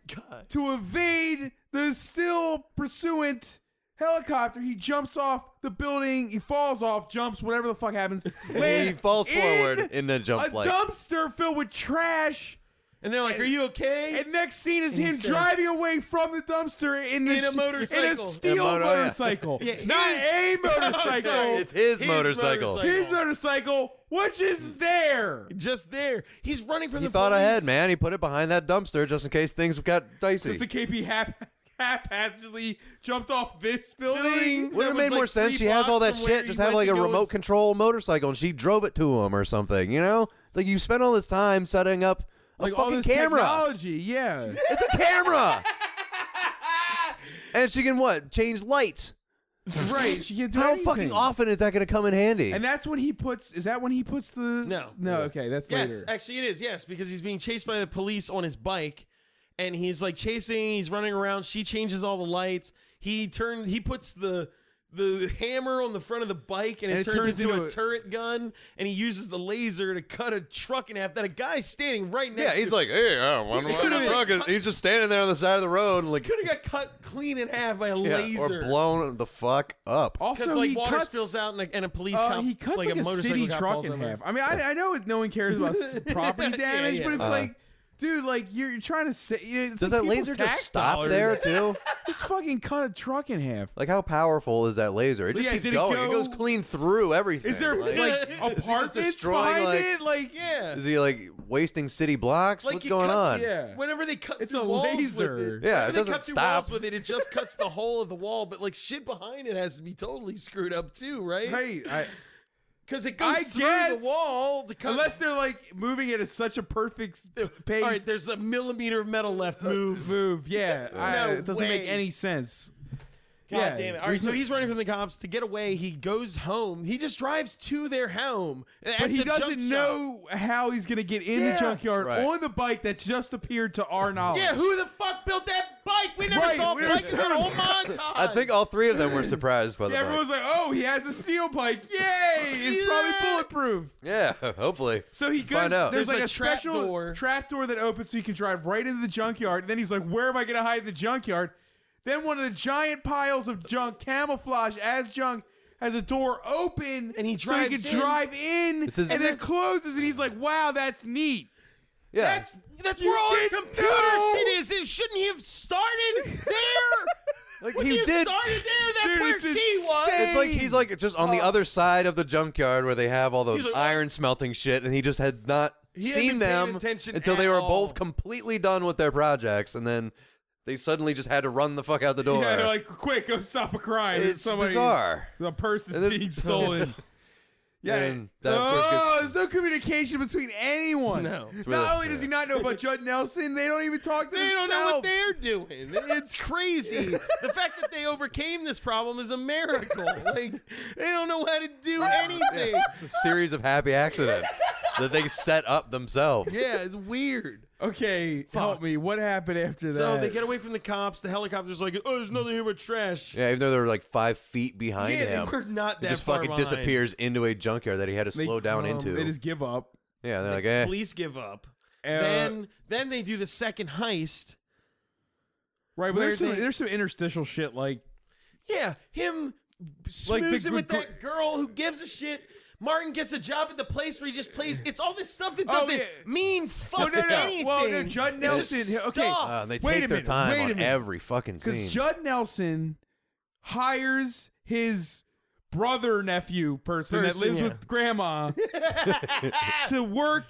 [SPEAKER 6] to evade the still pursuant helicopter, he jumps off the building. He falls off, jumps, whatever the fuck happens.
[SPEAKER 8] [LAUGHS] he
[SPEAKER 6] lands
[SPEAKER 8] falls
[SPEAKER 6] in
[SPEAKER 8] forward in the
[SPEAKER 6] a
[SPEAKER 8] jump like
[SPEAKER 6] dumpster filled with trash.
[SPEAKER 3] And they're like, "Are you okay?"
[SPEAKER 6] And next scene is
[SPEAKER 3] And he
[SPEAKER 6] him
[SPEAKER 3] said-
[SPEAKER 6] driving away from the dumpster in, the
[SPEAKER 3] In a
[SPEAKER 6] sh-
[SPEAKER 3] motorcycle.
[SPEAKER 6] in a steel
[SPEAKER 8] In a motor- yeah.
[SPEAKER 6] motorcycle,
[SPEAKER 3] [LAUGHS] Yeah,
[SPEAKER 6] not
[SPEAKER 3] his-
[SPEAKER 6] a
[SPEAKER 3] I'm
[SPEAKER 6] motorcycle.
[SPEAKER 3] sorry,
[SPEAKER 8] it's his motorcycle.
[SPEAKER 6] His motorcycle, which is there.
[SPEAKER 3] Just there. He's running from
[SPEAKER 8] He
[SPEAKER 3] the
[SPEAKER 8] thought
[SPEAKER 3] police.
[SPEAKER 8] ahead, man. He put it behind that dumpster just in case things got dicey.
[SPEAKER 6] Just the KP hap- [LAUGHS] haphazardly jumped off this building.
[SPEAKER 3] Building. that
[SPEAKER 8] Wouldn't it
[SPEAKER 3] was
[SPEAKER 8] made more
[SPEAKER 3] like
[SPEAKER 8] sense?
[SPEAKER 3] three
[SPEAKER 8] She has all that
[SPEAKER 3] blocks from where
[SPEAKER 8] shit. Just
[SPEAKER 3] you
[SPEAKER 8] have
[SPEAKER 3] went
[SPEAKER 8] like
[SPEAKER 3] to
[SPEAKER 8] a
[SPEAKER 3] go
[SPEAKER 8] remote
[SPEAKER 3] and-
[SPEAKER 8] control motorcycle, and she drove it to him or something. You know, it's like you spent all this time setting up a
[SPEAKER 6] like
[SPEAKER 8] fucking
[SPEAKER 6] all this
[SPEAKER 8] camera.
[SPEAKER 6] technology. Yeah,
[SPEAKER 8] It's a camera. and she can what? Change lights.
[SPEAKER 6] [LAUGHS] right. She can't do
[SPEAKER 8] How
[SPEAKER 6] anything.
[SPEAKER 8] fucking often is that going to come in handy?
[SPEAKER 6] And that's when he puts. Is that when he puts the?
[SPEAKER 3] No.
[SPEAKER 6] no. Okay, that's
[SPEAKER 3] Yes,
[SPEAKER 6] later.
[SPEAKER 3] actually it is. Yes, because he's being chased by the police on his bike, and he's like chasing. He's running around. She changes all the lights. He turned. He puts the the hammer on the front of the bike and, it, turns, into, a, turret gun and he uses the laser to cut a truck in half that a guy's standing right next
[SPEAKER 8] Yeah,
[SPEAKER 3] to
[SPEAKER 8] he's like, hey, I wonder why
[SPEAKER 3] Could've
[SPEAKER 8] the
[SPEAKER 3] been-
[SPEAKER 8] truck is. He's just standing there on the side of the road, and like,
[SPEAKER 3] could have got cut clean in half by a
[SPEAKER 8] yeah,
[SPEAKER 3] laser
[SPEAKER 8] or blown the fuck up.
[SPEAKER 3] because like water spills out and a, and a police
[SPEAKER 6] Uh,
[SPEAKER 3] cop
[SPEAKER 6] he cuts like, a,
[SPEAKER 3] motorcycle
[SPEAKER 6] city
[SPEAKER 3] cop
[SPEAKER 6] truck
[SPEAKER 3] falls
[SPEAKER 6] in
[SPEAKER 3] over.
[SPEAKER 6] half. I mean, I, I know it- no one cares
[SPEAKER 3] [LAUGHS]
[SPEAKER 6] about s- property
[SPEAKER 3] Yeah,
[SPEAKER 6] damage,
[SPEAKER 3] yeah.
[SPEAKER 6] but it's
[SPEAKER 3] Uh-huh.
[SPEAKER 6] like, dude, like you're, you're trying to say. You know, it's like
[SPEAKER 8] Does that
[SPEAKER 6] people's
[SPEAKER 8] laser just
[SPEAKER 6] tax
[SPEAKER 8] stop
[SPEAKER 6] dollars.
[SPEAKER 8] there, too?
[SPEAKER 6] just fucking cut a truck
[SPEAKER 3] [LAUGHS]
[SPEAKER 6] in half.
[SPEAKER 8] Like, how powerful is that laser? It just
[SPEAKER 6] Yeah,
[SPEAKER 8] keeps
[SPEAKER 6] did it
[SPEAKER 8] going. It,
[SPEAKER 6] go-
[SPEAKER 8] goes clean through everything.
[SPEAKER 6] Is there like, apartments
[SPEAKER 8] destroying,
[SPEAKER 6] behind
[SPEAKER 8] like-
[SPEAKER 6] it? Like, yeah.
[SPEAKER 8] Is he like wasting city blocks?
[SPEAKER 3] Like
[SPEAKER 8] What's
[SPEAKER 3] it
[SPEAKER 8] going
[SPEAKER 3] cuts-
[SPEAKER 8] on?
[SPEAKER 3] Yeah. Whenever they cut
[SPEAKER 6] It's
[SPEAKER 3] through
[SPEAKER 6] a
[SPEAKER 3] walls with
[SPEAKER 6] laser.
[SPEAKER 3] it,
[SPEAKER 8] Yeah,
[SPEAKER 3] whenever
[SPEAKER 8] it
[SPEAKER 3] they
[SPEAKER 8] doesn't
[SPEAKER 3] cut through
[SPEAKER 8] stop.
[SPEAKER 3] walls with it, it just cuts the whole of the wall. But like shit behind it has to be totally screwed up too, right?
[SPEAKER 6] Right. I,
[SPEAKER 3] [LAUGHS] Because it goes
[SPEAKER 6] I
[SPEAKER 3] through
[SPEAKER 6] guess
[SPEAKER 3] the wall to cut.
[SPEAKER 6] unless they're like moving it at such a perfect s- pace.
[SPEAKER 3] all right, there's a millimeter of metal left.
[SPEAKER 6] Uh,
[SPEAKER 3] Move,
[SPEAKER 6] move. Yeah, I-
[SPEAKER 3] No
[SPEAKER 6] it doesn't
[SPEAKER 3] way.
[SPEAKER 6] make any sense.
[SPEAKER 3] God
[SPEAKER 6] Yeah,
[SPEAKER 3] damn it! All right, so
[SPEAKER 6] reason-
[SPEAKER 3] he's running from the cops to get away. He goes home. He just drives to their home.
[SPEAKER 6] But he doesn't know how he's gonna get in
[SPEAKER 3] Yeah.
[SPEAKER 6] the junkyard
[SPEAKER 3] Right.
[SPEAKER 6] on the bike that just appeared to our knowledge.
[SPEAKER 3] Yeah, who the fuck built that bike? We never
[SPEAKER 6] Right,
[SPEAKER 3] saw a
[SPEAKER 6] we never
[SPEAKER 3] bike in
[SPEAKER 6] saw
[SPEAKER 3] that whole
[SPEAKER 6] that.
[SPEAKER 3] montage.
[SPEAKER 8] I think all three of them were surprised by the
[SPEAKER 6] Yeah,
[SPEAKER 8] bike.
[SPEAKER 6] everyone's like, "Oh, he has a steel bike! Yay! It's probably bulletproof."
[SPEAKER 8] Yeah, [LAUGHS] hopefully.
[SPEAKER 6] So he
[SPEAKER 8] Let's
[SPEAKER 6] goes.
[SPEAKER 8] find out.
[SPEAKER 6] There's, like a, special trap door that opens so you can drive right into the junkyard. And then he's like, "Where am I going to hide in the junkyard?" Then one of the giant piles of junk, camouflage as junk, has a door open, and he so he
[SPEAKER 3] drives
[SPEAKER 6] can
[SPEAKER 3] in.
[SPEAKER 6] drive in,
[SPEAKER 8] It's his-
[SPEAKER 6] and then closes, and he's like, "Wow, that's neat."
[SPEAKER 8] Yeah.
[SPEAKER 6] That's
[SPEAKER 3] That's
[SPEAKER 6] You
[SPEAKER 3] where all the
[SPEAKER 6] didn't
[SPEAKER 3] computer
[SPEAKER 6] know.
[SPEAKER 3] shit is. It shouldn't he have started there.
[SPEAKER 8] [LAUGHS] Like
[SPEAKER 3] when
[SPEAKER 8] he
[SPEAKER 3] you
[SPEAKER 8] did-
[SPEAKER 3] started there, that's
[SPEAKER 8] Dude,
[SPEAKER 3] where
[SPEAKER 8] it's
[SPEAKER 3] she was.
[SPEAKER 8] It's like he's like just on
[SPEAKER 6] Oh.
[SPEAKER 8] the other side of the junkyard where they have all those
[SPEAKER 3] He's like,
[SPEAKER 8] iron smelting shit, and he just had not
[SPEAKER 3] He hadn't
[SPEAKER 8] seen
[SPEAKER 3] been paying
[SPEAKER 8] them
[SPEAKER 3] attention
[SPEAKER 8] until
[SPEAKER 3] at
[SPEAKER 8] they were
[SPEAKER 3] all.
[SPEAKER 8] both completely done with their projects, and then they suddenly just had to run the fuck out the door.
[SPEAKER 6] [LAUGHS] Yeah, they're like, "Quick, go stop a crime!"
[SPEAKER 8] It's
[SPEAKER 6] somebody,
[SPEAKER 8] bizarre.
[SPEAKER 6] The purse
[SPEAKER 8] And
[SPEAKER 6] is
[SPEAKER 8] then- [LAUGHS]
[SPEAKER 6] being stolen. Yeah.
[SPEAKER 8] And that, of course, gets-
[SPEAKER 6] oh, there's no communication between anyone.
[SPEAKER 3] No.
[SPEAKER 8] It's really-
[SPEAKER 6] Not only does he not know about Judd Nelson, they don't even talk to
[SPEAKER 3] They don't know what
[SPEAKER 6] themselves.
[SPEAKER 3] they're doing. It's crazy. the fact that they overcame this problem is a
[SPEAKER 8] [LAUGHS]
[SPEAKER 3] miracle. Like they don't know how to do anything. Yeah,
[SPEAKER 8] it's a series of happy accidents that they set up themselves.
[SPEAKER 3] it's weird.
[SPEAKER 6] Okay, help me. What happened after that?
[SPEAKER 3] So they get away from the cops. The helicopter's like, "Oh, there's nothing here but trash."
[SPEAKER 8] Yeah, even though they were like five feet behind
[SPEAKER 3] Yeah, they
[SPEAKER 8] him,
[SPEAKER 3] were not
[SPEAKER 8] he
[SPEAKER 3] that
[SPEAKER 8] just
[SPEAKER 3] far
[SPEAKER 8] fucking
[SPEAKER 3] behind.
[SPEAKER 8] disappears into a junkyard that he had to
[SPEAKER 6] They-
[SPEAKER 8] slow down
[SPEAKER 6] um,
[SPEAKER 8] into.
[SPEAKER 6] They just give up.
[SPEAKER 8] yeah, they're like, eh.
[SPEAKER 3] Police give up.
[SPEAKER 6] Uh,
[SPEAKER 3] then then they do the second heist.
[SPEAKER 6] Right, but there's
[SPEAKER 3] where
[SPEAKER 6] some,
[SPEAKER 3] they-
[SPEAKER 6] there's some interstitial shit like
[SPEAKER 3] Yeah, him
[SPEAKER 6] Like
[SPEAKER 3] smooths
[SPEAKER 6] the
[SPEAKER 3] him with
[SPEAKER 6] gr-
[SPEAKER 3] that girl who gives a shit. Martin gets a job at the place where he just plays. It's all this stuff that
[SPEAKER 6] Oh,
[SPEAKER 3] doesn't
[SPEAKER 6] yeah.
[SPEAKER 3] mean fuck
[SPEAKER 6] no, no.
[SPEAKER 3] anything.
[SPEAKER 6] Well, no, Judd
[SPEAKER 3] It's just
[SPEAKER 6] Nelson- okay.
[SPEAKER 3] stuff.
[SPEAKER 8] Uh, they
[SPEAKER 6] Wait
[SPEAKER 8] take
[SPEAKER 6] a
[SPEAKER 8] their
[SPEAKER 6] minute,
[SPEAKER 8] time
[SPEAKER 6] wait a
[SPEAKER 8] on
[SPEAKER 6] minute.
[SPEAKER 8] every fucking scene.
[SPEAKER 6] because Judd Nelson hires his brother nephew person, that
[SPEAKER 3] Person,
[SPEAKER 6] lives
[SPEAKER 3] yeah. [LAUGHS]
[SPEAKER 6] with grandma to work.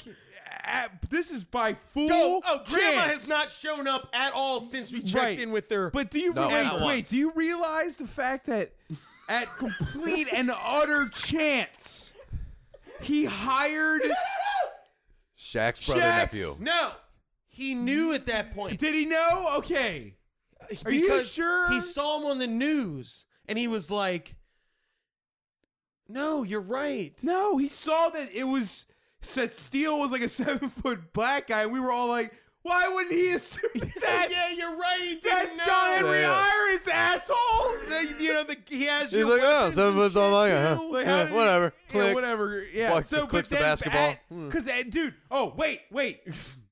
[SPEAKER 6] At, this is by full
[SPEAKER 3] Oh, oh, Grandma
[SPEAKER 6] chance.
[SPEAKER 3] has not shown up at all since we checked
[SPEAKER 6] Right.
[SPEAKER 3] in with her.
[SPEAKER 6] But do you
[SPEAKER 8] No,
[SPEAKER 6] wait,
[SPEAKER 8] not
[SPEAKER 6] wait,
[SPEAKER 8] once.
[SPEAKER 6] do you realize the fact that at complete and utter chance he hired
[SPEAKER 8] Shaq's brother
[SPEAKER 6] Shaq's-
[SPEAKER 8] nephew.
[SPEAKER 3] no, he knew at that point
[SPEAKER 6] Did he know? Okay. Are you
[SPEAKER 3] because
[SPEAKER 6] sure?
[SPEAKER 3] he saw him on the news and he was like, "No, you're right."
[SPEAKER 6] No, he saw that it was said Steele was like a seven foot black guy, and we were all like, why wouldn't he assume that?
[SPEAKER 3] [LAUGHS] yeah, you're right. He didn't
[SPEAKER 6] That's
[SPEAKER 3] know.
[SPEAKER 6] John Henry
[SPEAKER 8] Yeah.
[SPEAKER 6] Irons, asshole!
[SPEAKER 3] The- you know, the, he has
[SPEAKER 8] He's
[SPEAKER 3] your
[SPEAKER 8] like, oh,
[SPEAKER 3] weapons
[SPEAKER 8] some of
[SPEAKER 3] and
[SPEAKER 8] us don't like
[SPEAKER 3] shit,
[SPEAKER 8] it, huh?
[SPEAKER 3] too."
[SPEAKER 6] Like,
[SPEAKER 8] Yeah,
[SPEAKER 6] how did-
[SPEAKER 8] whatever.
[SPEAKER 6] Yeah,
[SPEAKER 8] Click.
[SPEAKER 6] whatever. Yeah.
[SPEAKER 8] Walk-
[SPEAKER 6] so, but
[SPEAKER 8] clicks the
[SPEAKER 6] then
[SPEAKER 8] basketball. Hmm.
[SPEAKER 6] Because, dude, oh, wait, wait.
[SPEAKER 8] [LAUGHS]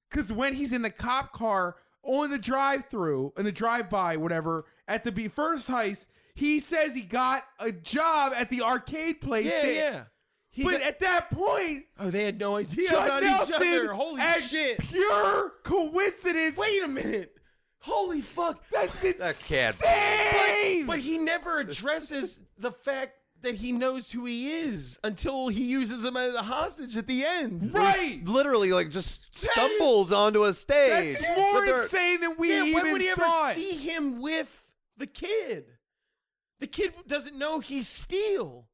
[SPEAKER 6] Because when he's in the cop car on the drive through, in the drive by, whatever, at the be- first heist, he says he got a job at the arcade place.
[SPEAKER 3] Yeah,
[SPEAKER 6] to-
[SPEAKER 3] yeah. He
[SPEAKER 6] but
[SPEAKER 3] got-
[SPEAKER 6] at that point,
[SPEAKER 3] oh, they had no idea
[SPEAKER 6] Judd
[SPEAKER 3] about
[SPEAKER 6] Nelson,
[SPEAKER 3] each other. Holy
[SPEAKER 6] as
[SPEAKER 3] shit!
[SPEAKER 6] Pure coincidence.
[SPEAKER 3] Wait a minute. Holy fuck!
[SPEAKER 6] That's
[SPEAKER 8] That cat.
[SPEAKER 6] insane.
[SPEAKER 3] But he never addresses the fact that he knows who he is until he uses him as a hostage at the end.
[SPEAKER 6] right.
[SPEAKER 8] Literally, like, just stumbles onto a stage.
[SPEAKER 6] That's
[SPEAKER 8] But
[SPEAKER 6] more
[SPEAKER 8] they're-
[SPEAKER 6] insane than we
[SPEAKER 3] yeah,
[SPEAKER 6] even
[SPEAKER 3] when would he ever
[SPEAKER 6] thought.
[SPEAKER 3] see him with the kid? The kid doesn't know he's Steel.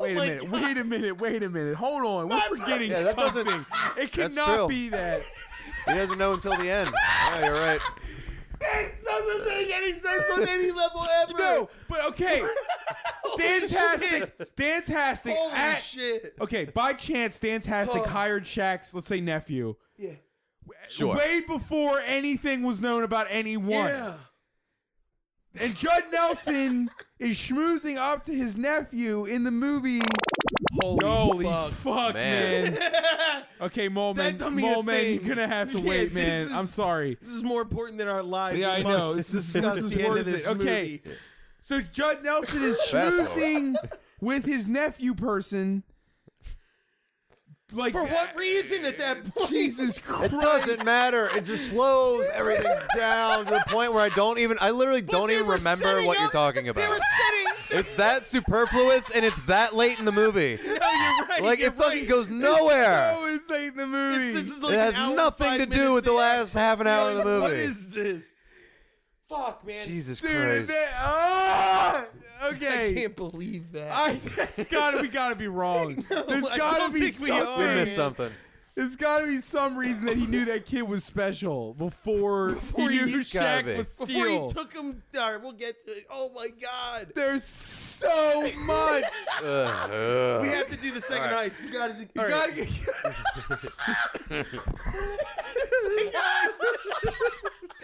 [SPEAKER 6] Wait a
[SPEAKER 3] my
[SPEAKER 6] minute. Wait a minute. Wait a minute. Hold on. We're forgetting
[SPEAKER 8] Yeah, that doesn't-
[SPEAKER 6] something. It
[SPEAKER 8] That's
[SPEAKER 6] cannot
[SPEAKER 8] true.
[SPEAKER 3] [LAUGHS]
[SPEAKER 6] be that.
[SPEAKER 8] He doesn't know until the end. [LAUGHS] Yeah, you're right.
[SPEAKER 3] This doesn't make any sense on any [LAUGHS] level ever.
[SPEAKER 6] No, but
[SPEAKER 3] [LAUGHS]
[SPEAKER 6] okay. Dantastic. Dantastic.
[SPEAKER 3] Holy
[SPEAKER 6] at-
[SPEAKER 3] shit.
[SPEAKER 6] Okay, by chance, Dantastic
[SPEAKER 3] Oh.
[SPEAKER 6] hired Shaq's, let's say, nephew.
[SPEAKER 3] Yeah.
[SPEAKER 8] Sure.
[SPEAKER 6] Way before anything was known about anyone.
[SPEAKER 3] Yeah.
[SPEAKER 6] And Judd Nelson is schmoozing up to his nephew in the movie.
[SPEAKER 3] Holy,
[SPEAKER 6] fuck, man.
[SPEAKER 3] man. [LAUGHS]
[SPEAKER 6] okay, Mole Man,
[SPEAKER 3] That don't mean a
[SPEAKER 6] Mole Man,
[SPEAKER 3] thing.
[SPEAKER 6] you're gonna have to
[SPEAKER 3] Yeah,
[SPEAKER 6] wait,
[SPEAKER 3] [LAUGHS] this
[SPEAKER 6] man.
[SPEAKER 3] is-
[SPEAKER 6] I'm sorry.
[SPEAKER 3] This is more important than our lives.
[SPEAKER 6] Yeah, I
[SPEAKER 3] We
[SPEAKER 6] know.
[SPEAKER 3] must
[SPEAKER 6] This is,
[SPEAKER 3] discuss
[SPEAKER 6] this is
[SPEAKER 3] the end
[SPEAKER 6] worth
[SPEAKER 3] of this
[SPEAKER 6] it. Okay.
[SPEAKER 3] movie.
[SPEAKER 6] So Judd Nelson is
[SPEAKER 3] Fast forward.
[SPEAKER 6] schmoozing with his nephew person. Like
[SPEAKER 3] For what reason at that point?
[SPEAKER 6] [LAUGHS] Jesus Christ.
[SPEAKER 8] It doesn't matter. It just slows everything
[SPEAKER 5] [LAUGHS]
[SPEAKER 8] down to the point where I don't even. I literally don't even remember what you're talking about. [LAUGHS] It's that superfluous and it's that late in
[SPEAKER 5] [LAUGHS]
[SPEAKER 8] the movie.
[SPEAKER 5] No, you're right.
[SPEAKER 8] Like
[SPEAKER 5] you're
[SPEAKER 8] it fucking
[SPEAKER 5] right.
[SPEAKER 8] goes nowhere.
[SPEAKER 6] So it's late in the movie.
[SPEAKER 5] this is
[SPEAKER 8] it
[SPEAKER 5] like
[SPEAKER 8] has
[SPEAKER 5] an hour and
[SPEAKER 8] nothing
[SPEAKER 5] five
[SPEAKER 8] to do
[SPEAKER 5] minutes
[SPEAKER 8] with the
[SPEAKER 5] in.
[SPEAKER 8] last half an hour of the
[SPEAKER 5] You're
[SPEAKER 8] movie.
[SPEAKER 5] like, What is
[SPEAKER 3] this? Fuck, man.
[SPEAKER 8] Jesus
[SPEAKER 6] Dude,
[SPEAKER 8] Christ.
[SPEAKER 6] that- ah!
[SPEAKER 3] [LAUGHS]
[SPEAKER 6] okay.
[SPEAKER 3] I can't believe that.
[SPEAKER 6] I, it's gotta we gotta
[SPEAKER 3] [LAUGHS]
[SPEAKER 6] be wrong. There's
[SPEAKER 3] I
[SPEAKER 6] gotta
[SPEAKER 3] don't
[SPEAKER 6] be
[SPEAKER 3] think we are,
[SPEAKER 6] something.
[SPEAKER 8] We
[SPEAKER 5] [LAUGHS]
[SPEAKER 8] missed something.
[SPEAKER 6] There's gotta be some reason that he knew that kid was special before,
[SPEAKER 3] [LAUGHS] Before
[SPEAKER 6] he knew
[SPEAKER 3] you-
[SPEAKER 8] Gotta
[SPEAKER 6] Shaq
[SPEAKER 8] be.
[SPEAKER 6] was
[SPEAKER 3] Before
[SPEAKER 6] steal.
[SPEAKER 3] you took him, all right, we'll get to it. Oh my god. [LAUGHS]
[SPEAKER 6] There's so much.
[SPEAKER 8] Ugh.
[SPEAKER 3] We have to do the second
[SPEAKER 8] All right.
[SPEAKER 3] heist. We gotta do.
[SPEAKER 6] You
[SPEAKER 3] Uh, all
[SPEAKER 6] gotta
[SPEAKER 3] right.
[SPEAKER 6] get.
[SPEAKER 3] [LAUGHS]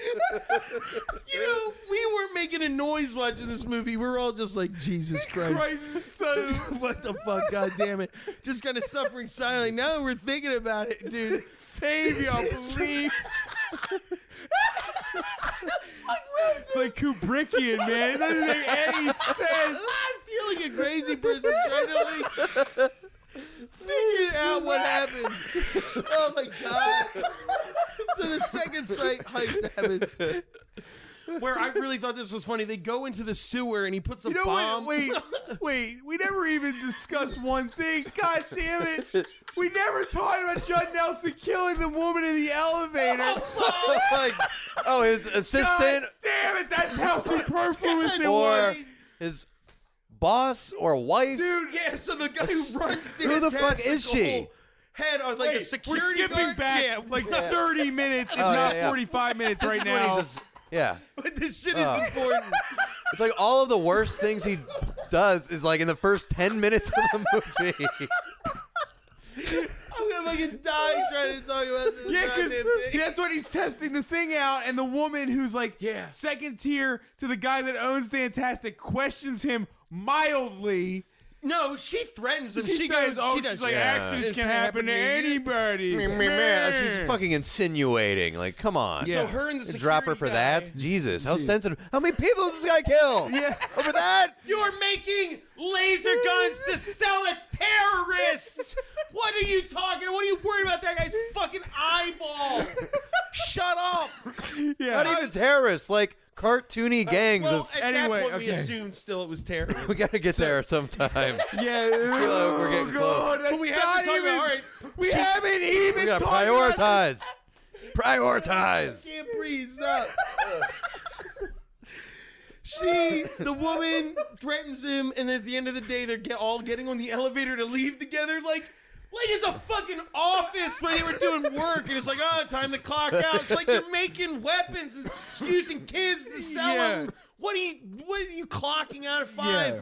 [SPEAKER 3] you know, we weren't making a noise watching this movie. We were all just like, [LAUGHS] Jesus Christ.
[SPEAKER 6] Christ, son.
[SPEAKER 3] [LAUGHS] what the fuck? God damn it. Just kind of suffering silently. Now that we're thinking about it, dude.
[SPEAKER 6] Save
[SPEAKER 3] [LAUGHS]
[SPEAKER 6] y'all, believe. it's like Kubrickian, man. It doesn't make any sense.
[SPEAKER 3] [LAUGHS] I'm feeling a crazy person trying to like figure out what happened. Oh my god! So the second site heist happens, where I really thought this was funny. They go into the sewer and he puts a
[SPEAKER 6] You know
[SPEAKER 3] bomb.
[SPEAKER 6] what? Wait,
[SPEAKER 8] [LAUGHS]
[SPEAKER 6] wait. We never even discussed one thing. God damn it. We never talked about Judd Nelson killing the woman in the elevator.
[SPEAKER 8] [LAUGHS] like, oh, his
[SPEAKER 6] God
[SPEAKER 8] assistant
[SPEAKER 6] damn it. That's how superfluous it
[SPEAKER 8] or
[SPEAKER 6] was.
[SPEAKER 8] his boss or wife.
[SPEAKER 6] Dude,
[SPEAKER 3] Yeah, so the guy who runs there,
[SPEAKER 8] Who the
[SPEAKER 3] attacks
[SPEAKER 8] fuck
[SPEAKER 3] the
[SPEAKER 8] is she?
[SPEAKER 3] whole Head on like
[SPEAKER 6] Wait,
[SPEAKER 3] a security
[SPEAKER 6] We're skipping
[SPEAKER 3] guard?
[SPEAKER 6] back
[SPEAKER 3] Yeah,
[SPEAKER 6] [LAUGHS] like
[SPEAKER 3] yeah.
[SPEAKER 6] 30 minutes, if
[SPEAKER 8] Oh,
[SPEAKER 6] not
[SPEAKER 8] yeah, yeah.
[SPEAKER 6] 45 minutes right
[SPEAKER 8] This is when he's
[SPEAKER 6] now.
[SPEAKER 8] just- yeah.
[SPEAKER 3] But this shit is
[SPEAKER 8] Oh.
[SPEAKER 3] important.
[SPEAKER 8] It's like all of the worst things he does is like in the first 10 minutes of the movie.
[SPEAKER 3] I'm gonna fucking die trying to talk about this.
[SPEAKER 6] Yeah,
[SPEAKER 3] goddamn
[SPEAKER 6] because
[SPEAKER 3] thing.
[SPEAKER 6] that's what he's testing the thing out, and the woman who's like
[SPEAKER 3] Yeah.
[SPEAKER 6] second tier to the guy that owns Fantastic questions him mildly.
[SPEAKER 3] No, she threatens him.
[SPEAKER 6] She
[SPEAKER 3] She,
[SPEAKER 6] threatens-
[SPEAKER 3] goes.
[SPEAKER 6] oh,
[SPEAKER 3] she
[SPEAKER 6] she's
[SPEAKER 3] does.
[SPEAKER 6] like,
[SPEAKER 3] yeah.
[SPEAKER 6] accidents
[SPEAKER 3] This
[SPEAKER 6] can happen to
[SPEAKER 3] you.
[SPEAKER 6] anybody.
[SPEAKER 8] Meh, meh, meh. She's fucking insinuating. Like, come on.
[SPEAKER 3] So her and the
[SPEAKER 8] And drop her
[SPEAKER 3] security
[SPEAKER 8] for
[SPEAKER 3] guy-
[SPEAKER 8] that? Jesus, how sensitive. How many people does this guy kill?
[SPEAKER 6] Yeah.
[SPEAKER 8] Over that?
[SPEAKER 3] You're making laser guns to sell at terrorists. What are you talking? What are you worried about? That guy's fucking eyeball. Shut up. Uh,
[SPEAKER 6] Yeah.
[SPEAKER 8] Not even terrorists, like cartoony gangs
[SPEAKER 3] Well,
[SPEAKER 8] of.
[SPEAKER 3] at
[SPEAKER 6] Anyway,
[SPEAKER 3] that point, we
[SPEAKER 6] okay.
[SPEAKER 3] assumed still it was terrorists.
[SPEAKER 6] [LAUGHS]
[SPEAKER 8] We gotta get there sometime.
[SPEAKER 3] [LAUGHS]
[SPEAKER 6] yeah.
[SPEAKER 8] like we're getting
[SPEAKER 6] oh, God,
[SPEAKER 8] close.
[SPEAKER 6] that's
[SPEAKER 3] But we have to
[SPEAKER 6] not
[SPEAKER 3] talk
[SPEAKER 6] even,
[SPEAKER 3] about. All right,
[SPEAKER 6] We haven't even
[SPEAKER 8] we gotta
[SPEAKER 6] talked about the
[SPEAKER 3] [LAUGHS]
[SPEAKER 8] prioritize. Prioritize.
[SPEAKER 3] can't breathe. Stop. She, the woman, threatens him, and at the end of the day, they're get, all getting on the elevator to leave together. Like, like it's a fucking office where they were doing work, and it's like, oh, time to clock out. It's like you're making weapons and s- using kids to sell
[SPEAKER 6] Yeah.
[SPEAKER 3] them. What are you? What are you clocking out at five?
[SPEAKER 6] Yeah.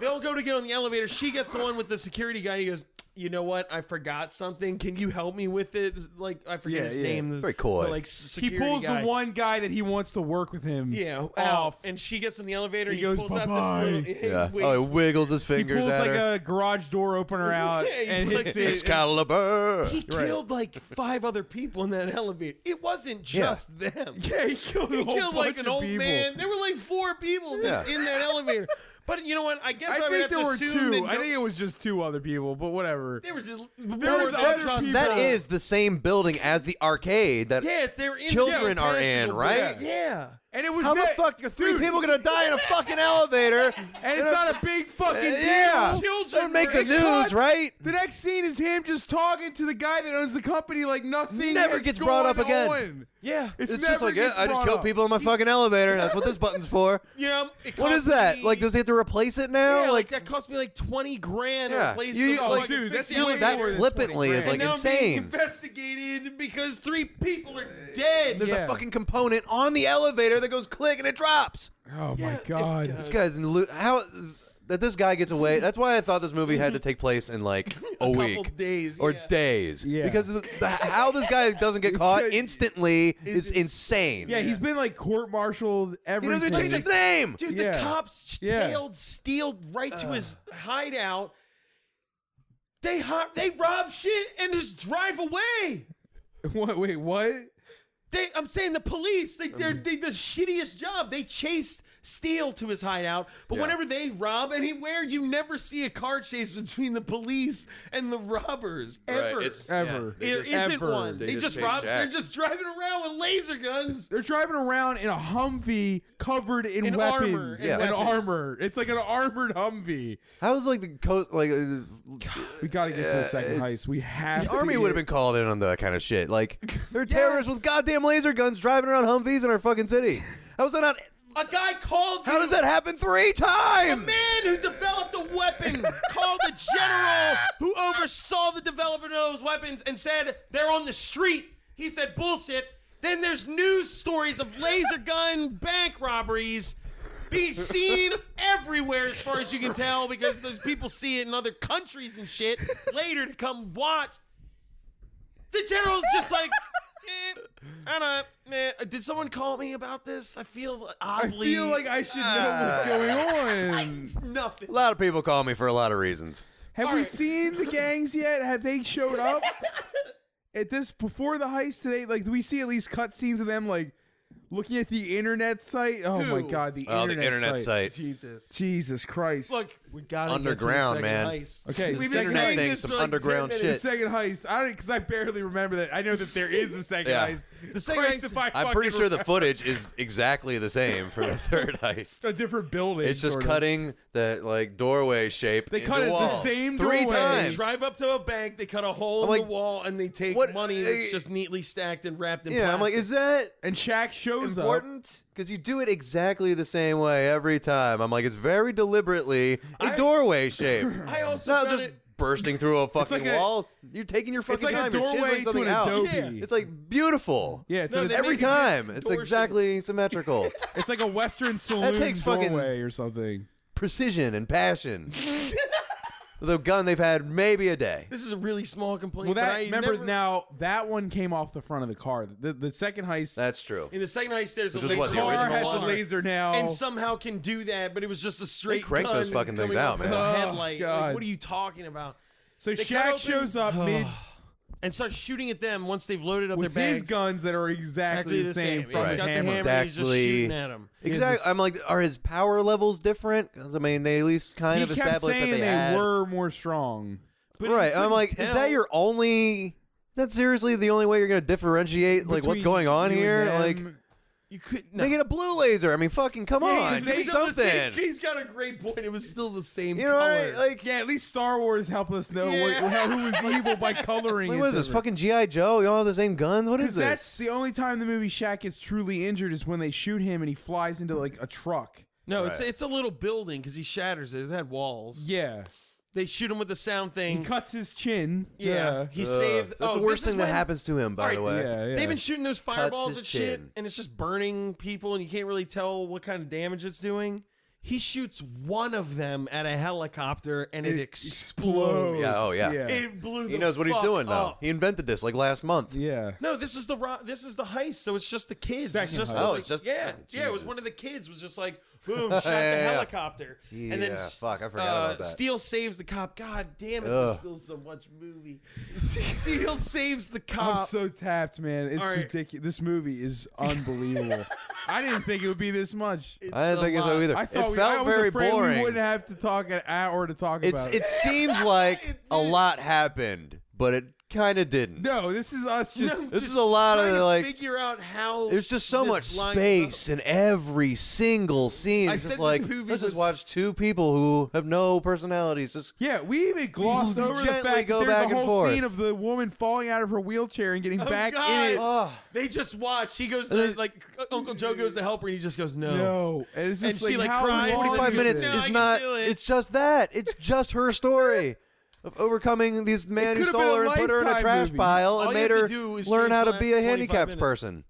[SPEAKER 3] They'll go to get on the elevator. She gets the one with the security guy. And he goes, "You know what? I forgot something. Can you help me with it? Like, I forget
[SPEAKER 6] Yeah,
[SPEAKER 3] his
[SPEAKER 6] yeah.
[SPEAKER 3] name. the-
[SPEAKER 8] Very coy.
[SPEAKER 3] the, like,
[SPEAKER 6] He
[SPEAKER 3] security
[SPEAKER 6] pulls
[SPEAKER 3] guy.
[SPEAKER 6] the one guy that he wants to work with him.
[SPEAKER 3] Yeah,
[SPEAKER 6] off.
[SPEAKER 3] out, and she gets in the elevator. and
[SPEAKER 6] He
[SPEAKER 3] He,
[SPEAKER 6] goes,
[SPEAKER 3] pulls out this little.
[SPEAKER 8] Yeah.
[SPEAKER 3] He
[SPEAKER 8] Oh, he
[SPEAKER 3] waits.
[SPEAKER 8] wiggles his
[SPEAKER 6] He
[SPEAKER 8] fingers
[SPEAKER 6] pulls
[SPEAKER 8] at
[SPEAKER 6] like
[SPEAKER 8] her.
[SPEAKER 6] a garage door opener out
[SPEAKER 3] Yeah, he
[SPEAKER 6] and hits
[SPEAKER 3] flicks
[SPEAKER 6] it.
[SPEAKER 3] it.
[SPEAKER 8] Excalibur.
[SPEAKER 3] he killed like five other people in that [LAUGHS] elevator. It wasn't
[SPEAKER 8] Yeah.
[SPEAKER 3] just them.
[SPEAKER 6] [LAUGHS] Yeah, he killed, a
[SPEAKER 3] He
[SPEAKER 6] whole
[SPEAKER 3] killed like an
[SPEAKER 6] bunch of
[SPEAKER 3] old
[SPEAKER 6] people.
[SPEAKER 3] man. There were like four people just
[SPEAKER 8] Yeah.
[SPEAKER 3] in that
[SPEAKER 8] [LAUGHS]
[SPEAKER 3] elevator. But you know what? I guess I,
[SPEAKER 6] I
[SPEAKER 3] would have
[SPEAKER 6] think there
[SPEAKER 3] to
[SPEAKER 6] were
[SPEAKER 3] assume that
[SPEAKER 6] two. I
[SPEAKER 3] no-
[SPEAKER 6] think it was just two other people, but whatever.
[SPEAKER 3] there was a,
[SPEAKER 6] There was other people.
[SPEAKER 8] That is the same building as the arcade that
[SPEAKER 3] Yes, they were in
[SPEAKER 8] children
[SPEAKER 3] yeah,
[SPEAKER 8] are
[SPEAKER 3] personal-
[SPEAKER 8] in, right?
[SPEAKER 3] Yeah.
[SPEAKER 6] And it was
[SPEAKER 8] How the
[SPEAKER 6] that-
[SPEAKER 8] fuck are three
[SPEAKER 6] dude,
[SPEAKER 8] people gonna die in a fucking elevator?
[SPEAKER 6] And it's not a big fucking deal.
[SPEAKER 8] yeah,
[SPEAKER 3] Children
[SPEAKER 8] That'd make the
[SPEAKER 3] were-
[SPEAKER 8] news,
[SPEAKER 6] cuts.
[SPEAKER 8] right?
[SPEAKER 6] The next scene is him just talking to the guy that owns the company like nothing
[SPEAKER 8] Never
[SPEAKER 6] had
[SPEAKER 8] gets brought up
[SPEAKER 6] gone
[SPEAKER 8] again.
[SPEAKER 6] on.
[SPEAKER 3] Yeah.
[SPEAKER 6] It's,
[SPEAKER 8] It's
[SPEAKER 6] never
[SPEAKER 8] just like, yeah,
[SPEAKER 6] gets
[SPEAKER 8] I just
[SPEAKER 6] brought
[SPEAKER 8] killed
[SPEAKER 6] up.
[SPEAKER 8] people in my fucking elevator. That's what this button's for.
[SPEAKER 3] You know, it
[SPEAKER 8] What
[SPEAKER 3] cost
[SPEAKER 8] is that?
[SPEAKER 3] me-
[SPEAKER 8] Like, does he have to replace it now?
[SPEAKER 3] yeah, like, that cost me like twenty grand to
[SPEAKER 8] Yeah.
[SPEAKER 3] replace
[SPEAKER 8] You-
[SPEAKER 3] the
[SPEAKER 8] oh,
[SPEAKER 3] fucking
[SPEAKER 6] dude, that's
[SPEAKER 3] fix the
[SPEAKER 6] way
[SPEAKER 8] that
[SPEAKER 3] elevator.
[SPEAKER 6] more than
[SPEAKER 8] flippantly
[SPEAKER 6] 20
[SPEAKER 8] is like
[SPEAKER 3] and now I'm being
[SPEAKER 8] insane.
[SPEAKER 3] investigated because three people are dead.
[SPEAKER 8] There's
[SPEAKER 6] Yeah.
[SPEAKER 8] a fucking component on the elevator that goes click and it drops.
[SPEAKER 6] Oh my god.
[SPEAKER 8] This guy's in lo- how that this guy gets away. That's why I thought this
[SPEAKER 3] [LAUGHS]
[SPEAKER 8] movie had to take place in like a, week
[SPEAKER 6] days
[SPEAKER 8] or days.
[SPEAKER 6] Yeah.
[SPEAKER 8] Because the, the, how this guy doesn't [LAUGHS] get caught instantly is insane.
[SPEAKER 6] Yeah, he's been like court martialed.
[SPEAKER 8] doesn't
[SPEAKER 6] Everything.
[SPEAKER 8] change his name!
[SPEAKER 3] Dude,
[SPEAKER 6] Yeah.
[SPEAKER 3] the cops
[SPEAKER 6] Yeah.
[SPEAKER 3] tailed Steele right to his hideout. They hop, they rob shit and just drive away.
[SPEAKER 6] What? [LAUGHS] Wait, what?
[SPEAKER 3] They, I'm saying the police. They, they're
[SPEAKER 8] Um.
[SPEAKER 3] they, the shittiest job. They chased Steele to his hideout, but
[SPEAKER 8] Yeah.
[SPEAKER 3] whenever they rob anywhere, you never see a car chase between the police and the robbers ever.
[SPEAKER 8] Right, it's-
[SPEAKER 6] Ever.
[SPEAKER 8] yeah, they
[SPEAKER 3] There
[SPEAKER 8] just-
[SPEAKER 3] isn't
[SPEAKER 8] ever.
[SPEAKER 3] one. They,
[SPEAKER 8] They
[SPEAKER 3] just,
[SPEAKER 8] just chase
[SPEAKER 3] rob. They're
[SPEAKER 8] Jack.
[SPEAKER 3] just driving around with laser guns.
[SPEAKER 6] They're driving around in a Humvee covered in,
[SPEAKER 3] In armor,
[SPEAKER 6] weapons
[SPEAKER 3] in
[SPEAKER 6] and
[SPEAKER 3] weapons.
[SPEAKER 6] armor. It's like an armored Humvee.
[SPEAKER 8] How is like the coast like uh,
[SPEAKER 6] We got to get to the second heist. We have
[SPEAKER 8] [LAUGHS] the army
[SPEAKER 6] to
[SPEAKER 8] would have been called in on that kind of shit. Like [LAUGHS] they're terrorists with goddamn laser guns driving around Humvees in our fucking city. How is that not?
[SPEAKER 3] A guy called.
[SPEAKER 8] How does that happen three
[SPEAKER 3] A
[SPEAKER 8] times?
[SPEAKER 3] man who developed a
[SPEAKER 6] [LAUGHS]
[SPEAKER 3] weapon called the general who oversaw the development of those weapons and said they're on the street. He said bullshit. Then there's news stories of laser gun bank robberies being seen everywhere, as far as you can tell, because those people see it in other countries and shit later to come watch. The general's just like, eh, I don't know. eh, Did someone call me about this? I feel
[SPEAKER 6] I
[SPEAKER 3] oddly.
[SPEAKER 6] feel like I should know
[SPEAKER 8] Ah.
[SPEAKER 6] what's
[SPEAKER 8] [LAUGHS]
[SPEAKER 6] going on.
[SPEAKER 3] Nothing.
[SPEAKER 8] A lot of people call me for a lot of reasons.
[SPEAKER 6] Have we seen the gangs yet? Have they
[SPEAKER 3] [LAUGHS]
[SPEAKER 6] showed up at this before the heist today? Like, do we see at least cutscenes of them like looking at the internet site? Oh my
[SPEAKER 3] Who?
[SPEAKER 6] god, the
[SPEAKER 8] Oh, the
[SPEAKER 6] internet
[SPEAKER 8] internet site.
[SPEAKER 3] Jesus.
[SPEAKER 6] Jesus Christ!
[SPEAKER 3] Look, we got
[SPEAKER 8] Underground, man.
[SPEAKER 6] Okay,
[SPEAKER 8] This
[SPEAKER 6] we've been
[SPEAKER 8] internet
[SPEAKER 6] saying
[SPEAKER 8] thing,
[SPEAKER 6] this
[SPEAKER 8] some
[SPEAKER 6] for, like,
[SPEAKER 8] underground
[SPEAKER 6] 10 minutes.
[SPEAKER 8] shit.
[SPEAKER 6] The second heist, I don't because I barely remember that. I know that there is a second
[SPEAKER 8] Yeah.
[SPEAKER 6] heist.
[SPEAKER 3] The second
[SPEAKER 6] Christ,
[SPEAKER 3] heist-
[SPEAKER 6] if I
[SPEAKER 8] I'm pretty
[SPEAKER 6] fucking
[SPEAKER 8] sure the
[SPEAKER 6] remember.
[SPEAKER 8] footage is exactly the same for
[SPEAKER 6] [LAUGHS]
[SPEAKER 8] the third heist.
[SPEAKER 6] a different building.
[SPEAKER 8] It's just
[SPEAKER 6] sort of.
[SPEAKER 8] cutting that like doorway shape.
[SPEAKER 6] They
[SPEAKER 8] in
[SPEAKER 6] cut
[SPEAKER 8] the
[SPEAKER 6] it the
[SPEAKER 8] wall.
[SPEAKER 6] same
[SPEAKER 8] three
[SPEAKER 6] doorway.
[SPEAKER 8] times.
[SPEAKER 3] drive up to a bank, they cut a hole in
[SPEAKER 8] I'm
[SPEAKER 3] the
[SPEAKER 8] like,
[SPEAKER 3] wall, and they take money that's just neatly stacked and wrapped in
[SPEAKER 8] Yeah, I'm like,
[SPEAKER 3] plastic.
[SPEAKER 8] is that
[SPEAKER 6] And Shaq shows up.
[SPEAKER 8] important? Because you do it exactly the same way every time. I'm like, it's very deliberately a
[SPEAKER 3] I-
[SPEAKER 6] [LAUGHS]
[SPEAKER 8] doorway shape.
[SPEAKER 3] I also
[SPEAKER 8] not
[SPEAKER 3] found
[SPEAKER 8] just
[SPEAKER 3] it-
[SPEAKER 8] bursting through a fucking
[SPEAKER 6] like a-
[SPEAKER 8] wall. You're taking your fucking
[SPEAKER 6] like a
[SPEAKER 8] time. You're
[SPEAKER 6] doorway
[SPEAKER 8] chiseling
[SPEAKER 6] to
[SPEAKER 8] something
[SPEAKER 6] an
[SPEAKER 8] out.
[SPEAKER 6] adobe.
[SPEAKER 8] Yeah. It's like beautiful.
[SPEAKER 6] Yeah, it's,
[SPEAKER 3] No,
[SPEAKER 6] a-
[SPEAKER 3] they-
[SPEAKER 8] Every
[SPEAKER 3] make it
[SPEAKER 8] [LAUGHS] time, it's
[SPEAKER 3] door shape.
[SPEAKER 8] exactly symmetrical.
[SPEAKER 6] it's like a Western saloon
[SPEAKER 8] takes
[SPEAKER 6] doorway
[SPEAKER 8] fucking-
[SPEAKER 6] or something.
[SPEAKER 8] Precision and
[SPEAKER 6] [LAUGHS]
[SPEAKER 8] passion. With a gun they've had maybe a day.
[SPEAKER 3] This is a really small complaint.
[SPEAKER 6] Well,
[SPEAKER 3] but
[SPEAKER 6] that
[SPEAKER 3] I
[SPEAKER 6] remember
[SPEAKER 3] never-
[SPEAKER 6] now that one came off the front of the car. The the second heist,
[SPEAKER 8] That's true.
[SPEAKER 3] in the second heist, there's
[SPEAKER 8] Which
[SPEAKER 3] a
[SPEAKER 8] was
[SPEAKER 3] laser
[SPEAKER 8] what, the
[SPEAKER 6] car
[SPEAKER 8] original
[SPEAKER 6] has
[SPEAKER 8] one?
[SPEAKER 6] a laser now.
[SPEAKER 3] and somehow can do that, but it was just a straight.
[SPEAKER 8] crank
[SPEAKER 3] gun
[SPEAKER 8] those fucking things
[SPEAKER 3] coming
[SPEAKER 8] out,
[SPEAKER 3] off of
[SPEAKER 8] man.
[SPEAKER 3] a
[SPEAKER 6] Oh,
[SPEAKER 3] headlight. Like,
[SPEAKER 6] God.
[SPEAKER 3] what are you talking about?
[SPEAKER 6] so
[SPEAKER 3] they cut
[SPEAKER 6] Shaq
[SPEAKER 3] open-
[SPEAKER 6] shows
[SPEAKER 8] [SIGHS]
[SPEAKER 6] up mid
[SPEAKER 3] And start shooting at them once they've loaded up
[SPEAKER 6] with
[SPEAKER 3] their bags.
[SPEAKER 6] his guns that are exactly,
[SPEAKER 3] Exactly
[SPEAKER 6] the same. from
[SPEAKER 3] He's
[SPEAKER 6] his
[SPEAKER 3] got the
[SPEAKER 6] hammer.
[SPEAKER 3] hammer. He's just
[SPEAKER 8] Exactly.
[SPEAKER 3] shooting at them.
[SPEAKER 8] Exactly. I'm like, are his power levels different? 'Cause, I mean, they at least kind
[SPEAKER 6] He
[SPEAKER 8] of
[SPEAKER 6] kept
[SPEAKER 8] established
[SPEAKER 6] saying
[SPEAKER 8] that they,
[SPEAKER 6] they
[SPEAKER 8] had.
[SPEAKER 6] were more strong.
[SPEAKER 3] But you
[SPEAKER 8] right. I'm
[SPEAKER 3] couldn't
[SPEAKER 8] like, is
[SPEAKER 3] tell.
[SPEAKER 8] that your only? Is that seriously the only way you're gonna differentiate like what's
[SPEAKER 6] Between
[SPEAKER 8] going on
[SPEAKER 6] you and
[SPEAKER 8] here?
[SPEAKER 6] them,
[SPEAKER 8] Like,
[SPEAKER 3] You could.
[SPEAKER 8] they
[SPEAKER 3] No.
[SPEAKER 8] get a blue laser. I mean, fucking come
[SPEAKER 6] Yeah,
[SPEAKER 8] on,
[SPEAKER 6] he's-
[SPEAKER 8] do
[SPEAKER 6] he's
[SPEAKER 3] Still the same-
[SPEAKER 8] something.
[SPEAKER 3] He's got a great point. It was still the same
[SPEAKER 8] You know,
[SPEAKER 3] color.
[SPEAKER 8] right? like,
[SPEAKER 6] yeah, at least Star Wars helped us know
[SPEAKER 3] Yeah.
[SPEAKER 6] what, how, who was evil by coloring.
[SPEAKER 8] like,
[SPEAKER 6] it
[SPEAKER 8] what is this?
[SPEAKER 6] different.
[SPEAKER 8] Fucking GI Joe? You all have the same guns? What is
[SPEAKER 6] Because that's
[SPEAKER 8] this?
[SPEAKER 6] the only time the movie Shaq gets truly injured is when they shoot him and he flies into like a truck.
[SPEAKER 3] No, it's it's a little building because he shatters it. It had walls.
[SPEAKER 6] Yeah,
[SPEAKER 3] They shoot him with the sound
[SPEAKER 6] he
[SPEAKER 3] thing.
[SPEAKER 6] cuts his chin.
[SPEAKER 3] yeah. He
[SPEAKER 8] Ugh,
[SPEAKER 3] saved.
[SPEAKER 8] That's
[SPEAKER 3] oh,
[SPEAKER 8] the worst
[SPEAKER 3] this is
[SPEAKER 8] thing that
[SPEAKER 3] when-
[SPEAKER 8] happens to him, by
[SPEAKER 3] Alright,
[SPEAKER 8] the way.
[SPEAKER 6] yeah, yeah.
[SPEAKER 3] They've been shooting those fireballs
[SPEAKER 8] his
[SPEAKER 3] and shit,
[SPEAKER 8] chin.
[SPEAKER 3] and it's just burning people, and you can't really tell what kind of damage it's doing. He shoots one of them at a helicopter, and it,
[SPEAKER 6] It
[SPEAKER 3] explodes.
[SPEAKER 6] explodes.
[SPEAKER 8] Yeah, oh, yeah.
[SPEAKER 3] It blew.
[SPEAKER 8] He
[SPEAKER 3] the
[SPEAKER 8] knows what he's
[SPEAKER 3] fuck
[SPEAKER 8] doing now.
[SPEAKER 3] up.
[SPEAKER 8] He invented this like last month.
[SPEAKER 6] yeah.
[SPEAKER 3] No, this is the ro- this is the heist. So it's just the kids. It's
[SPEAKER 6] Second
[SPEAKER 3] just
[SPEAKER 6] heist.
[SPEAKER 8] Oh,
[SPEAKER 3] like-
[SPEAKER 8] it's just-
[SPEAKER 3] yeah,
[SPEAKER 8] oh,
[SPEAKER 3] yeah. It was
[SPEAKER 8] Jesus.
[SPEAKER 3] one of the kids was just like boom,
[SPEAKER 8] [LAUGHS]
[SPEAKER 3] shot the
[SPEAKER 8] yeah, yeah.
[SPEAKER 3] helicopter, and then
[SPEAKER 8] Yeah,
[SPEAKER 3] s-
[SPEAKER 8] fuck, I forgot
[SPEAKER 3] uh,
[SPEAKER 8] about that.
[SPEAKER 3] Steele saves the cop. God damn it!
[SPEAKER 8] Ugh.
[SPEAKER 3] There's still so much movie. [LAUGHS] Steele saves the cop.
[SPEAKER 6] I'm so tapped, man. It's
[SPEAKER 3] all right.
[SPEAKER 6] ridiculous. This movie is unbelievable. I didn't think it would be this much.
[SPEAKER 8] I didn't
[SPEAKER 3] a
[SPEAKER 8] think so
[SPEAKER 3] lot.
[SPEAKER 8] either.
[SPEAKER 6] I thought
[SPEAKER 8] it
[SPEAKER 6] we, I
[SPEAKER 8] felt
[SPEAKER 6] was
[SPEAKER 8] very
[SPEAKER 6] afraid
[SPEAKER 8] boring.
[SPEAKER 6] we wouldn't have to talk an hour to talk
[SPEAKER 8] It's
[SPEAKER 3] [LAUGHS]
[SPEAKER 6] about
[SPEAKER 8] it seems like a lot happened, but it kind
[SPEAKER 3] [LAUGHS]
[SPEAKER 8] of didn't.
[SPEAKER 6] No, this is us just.
[SPEAKER 8] this is a lot
[SPEAKER 3] trying
[SPEAKER 8] of,
[SPEAKER 3] to
[SPEAKER 8] like-
[SPEAKER 3] figure out how.
[SPEAKER 8] There's just so
[SPEAKER 3] this
[SPEAKER 8] much
[SPEAKER 3] lines
[SPEAKER 8] space in every single scene.
[SPEAKER 3] I
[SPEAKER 8] It's
[SPEAKER 3] said this
[SPEAKER 8] just like
[SPEAKER 3] movie
[SPEAKER 8] let's
[SPEAKER 3] was-
[SPEAKER 8] just watch two people who have no personalities. Just
[SPEAKER 6] Yeah, we even glossed
[SPEAKER 8] You
[SPEAKER 6] over the
[SPEAKER 8] gently
[SPEAKER 6] fact
[SPEAKER 8] go
[SPEAKER 6] that there's
[SPEAKER 8] back
[SPEAKER 6] a
[SPEAKER 8] and
[SPEAKER 6] whole
[SPEAKER 8] forth.
[SPEAKER 6] scene of the woman falling out of her wheelchair and getting
[SPEAKER 8] [LAUGHS]
[SPEAKER 3] Oh,
[SPEAKER 6] back
[SPEAKER 3] God.
[SPEAKER 6] in it.
[SPEAKER 8] oh,
[SPEAKER 3] They just watch. He goes
[SPEAKER 8] then-
[SPEAKER 3] to, like Uncle Joe goes to help her, and he just goes no.
[SPEAKER 6] No, and it's
[SPEAKER 3] And
[SPEAKER 6] just
[SPEAKER 3] she, like,
[SPEAKER 6] how
[SPEAKER 3] cries
[SPEAKER 6] long
[SPEAKER 3] and
[SPEAKER 8] 45
[SPEAKER 3] then
[SPEAKER 6] is
[SPEAKER 8] minutes
[SPEAKER 3] No,
[SPEAKER 6] this?
[SPEAKER 3] I
[SPEAKER 8] is
[SPEAKER 3] can
[SPEAKER 8] not.
[SPEAKER 3] do it.
[SPEAKER 8] It's just that. It's just her story of overcoming this man who
[SPEAKER 6] could've
[SPEAKER 8] stole
[SPEAKER 6] been a
[SPEAKER 8] her and put her in a
[SPEAKER 6] Lifetime
[SPEAKER 8] trash
[SPEAKER 6] movie.
[SPEAKER 8] pile and
[SPEAKER 3] All you
[SPEAKER 8] made
[SPEAKER 3] have to
[SPEAKER 8] her
[SPEAKER 3] do is
[SPEAKER 8] learn
[SPEAKER 3] change
[SPEAKER 8] how
[SPEAKER 3] the
[SPEAKER 8] to be
[SPEAKER 3] last
[SPEAKER 8] a
[SPEAKER 3] 25
[SPEAKER 8] handicapped
[SPEAKER 3] minutes.
[SPEAKER 8] person.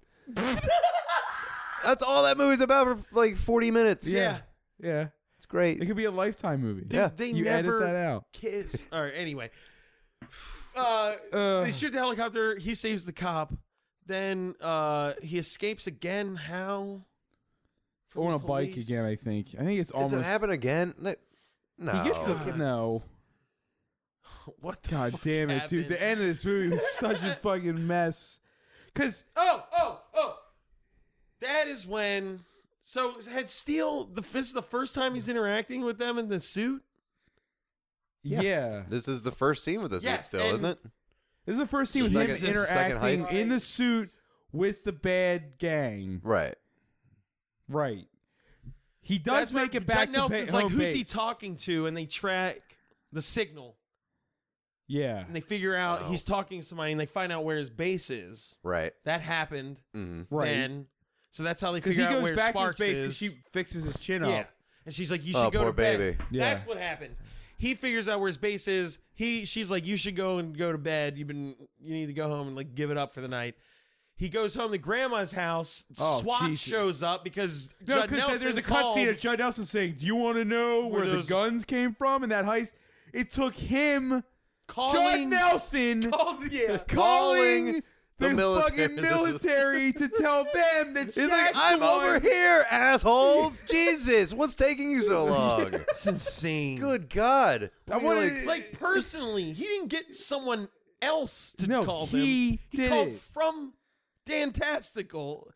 [SPEAKER 8] That's all that movie's about for like 40 minutes.
[SPEAKER 6] Yeah, yeah.
[SPEAKER 8] it's great.
[SPEAKER 6] It could be a lifetime movie.
[SPEAKER 3] Dude, they
[SPEAKER 6] you
[SPEAKER 3] never
[SPEAKER 6] edit that out. [LAUGHS]
[SPEAKER 3] kiss. All right, anyway. [SIGHS] Uh, they shoot the helicopter. He saves the cop. Then uh, he escapes again. How?
[SPEAKER 6] On a bike again, I think. I think it's almost.
[SPEAKER 8] Does it happen again? No.
[SPEAKER 6] He gets the
[SPEAKER 3] [LAUGHS]
[SPEAKER 8] God.
[SPEAKER 6] no.
[SPEAKER 3] What?
[SPEAKER 6] God damn it, dude! The end of this movie
[SPEAKER 3] [LAUGHS]
[SPEAKER 6] was such a fucking mess. Cause
[SPEAKER 3] oh oh oh, that is when. So had Steele the this is the first time he's interacting with them in the suit.
[SPEAKER 6] Yeah.
[SPEAKER 8] This is the first scene with this
[SPEAKER 3] Yes,
[SPEAKER 8] still,
[SPEAKER 3] and-
[SPEAKER 8] isn't it?
[SPEAKER 6] This is the first scene with
[SPEAKER 8] Second-
[SPEAKER 6] him
[SPEAKER 8] second
[SPEAKER 6] interacting
[SPEAKER 8] heist.
[SPEAKER 6] in the suit with the bad gang.
[SPEAKER 8] Right.
[SPEAKER 6] Right. He does
[SPEAKER 3] That's where
[SPEAKER 6] make it back
[SPEAKER 3] Judd
[SPEAKER 6] to
[SPEAKER 3] Nelson's
[SPEAKER 6] ba-
[SPEAKER 3] like,
[SPEAKER 6] home
[SPEAKER 3] who's he
[SPEAKER 6] base.
[SPEAKER 3] talking to? And they track the signal,
[SPEAKER 6] Yeah.
[SPEAKER 3] and they figure out he's talking to somebody, and they find out where his base is.
[SPEAKER 8] Right.
[SPEAKER 3] That happened.
[SPEAKER 8] Mhm.
[SPEAKER 6] Right.
[SPEAKER 3] Then, so that's how they
[SPEAKER 6] Because he
[SPEAKER 3] figure out
[SPEAKER 6] goes
[SPEAKER 3] where
[SPEAKER 6] back
[SPEAKER 3] Sparks
[SPEAKER 6] to his base
[SPEAKER 3] is.
[SPEAKER 6] because she fixes his chin
[SPEAKER 3] Yeah.
[SPEAKER 6] up.
[SPEAKER 3] And she's like, you
[SPEAKER 6] Oh,
[SPEAKER 3] should go
[SPEAKER 6] poor
[SPEAKER 3] to bed.
[SPEAKER 6] baby. Yeah.
[SPEAKER 3] That's what happens. He figures out where his base is. He she's like, you should go and go to bed. You've been you need to go home and like give it up for the night. He goes home to grandma's house.
[SPEAKER 6] Oh,
[SPEAKER 3] SWAT
[SPEAKER 6] Jesus.
[SPEAKER 3] shows up because
[SPEAKER 6] No,
[SPEAKER 3] Judd
[SPEAKER 6] because
[SPEAKER 3] Nelson
[SPEAKER 6] there's a
[SPEAKER 3] called.
[SPEAKER 6] cutscene of Judd Nelson saying, "Do you want to know where,
[SPEAKER 3] Where
[SPEAKER 6] the
[SPEAKER 3] those-
[SPEAKER 6] guns came from in that heist?" It took him,
[SPEAKER 3] Calling-
[SPEAKER 6] Judd Nelson,
[SPEAKER 3] [LAUGHS] Called- yeah.
[SPEAKER 6] calling
[SPEAKER 8] Calling
[SPEAKER 6] the,
[SPEAKER 8] the [LAUGHS]
[SPEAKER 6] fucking military
[SPEAKER 8] military.
[SPEAKER 6] to tell them that
[SPEAKER 8] He's like,
[SPEAKER 6] Jack's the
[SPEAKER 8] I'm
[SPEAKER 6] one."
[SPEAKER 8] over here, assholes.
[SPEAKER 3] [LAUGHS]
[SPEAKER 8] Jesus, what's taking you so long?
[SPEAKER 3] It's insane.
[SPEAKER 8] Good God.
[SPEAKER 6] I
[SPEAKER 8] What are you,
[SPEAKER 6] wanted-
[SPEAKER 8] like,
[SPEAKER 3] like personally, he didn't get someone else to
[SPEAKER 6] No,
[SPEAKER 3] call
[SPEAKER 6] he
[SPEAKER 3] them. He
[SPEAKER 6] did
[SPEAKER 3] called
[SPEAKER 6] it.
[SPEAKER 3] from Dantastical,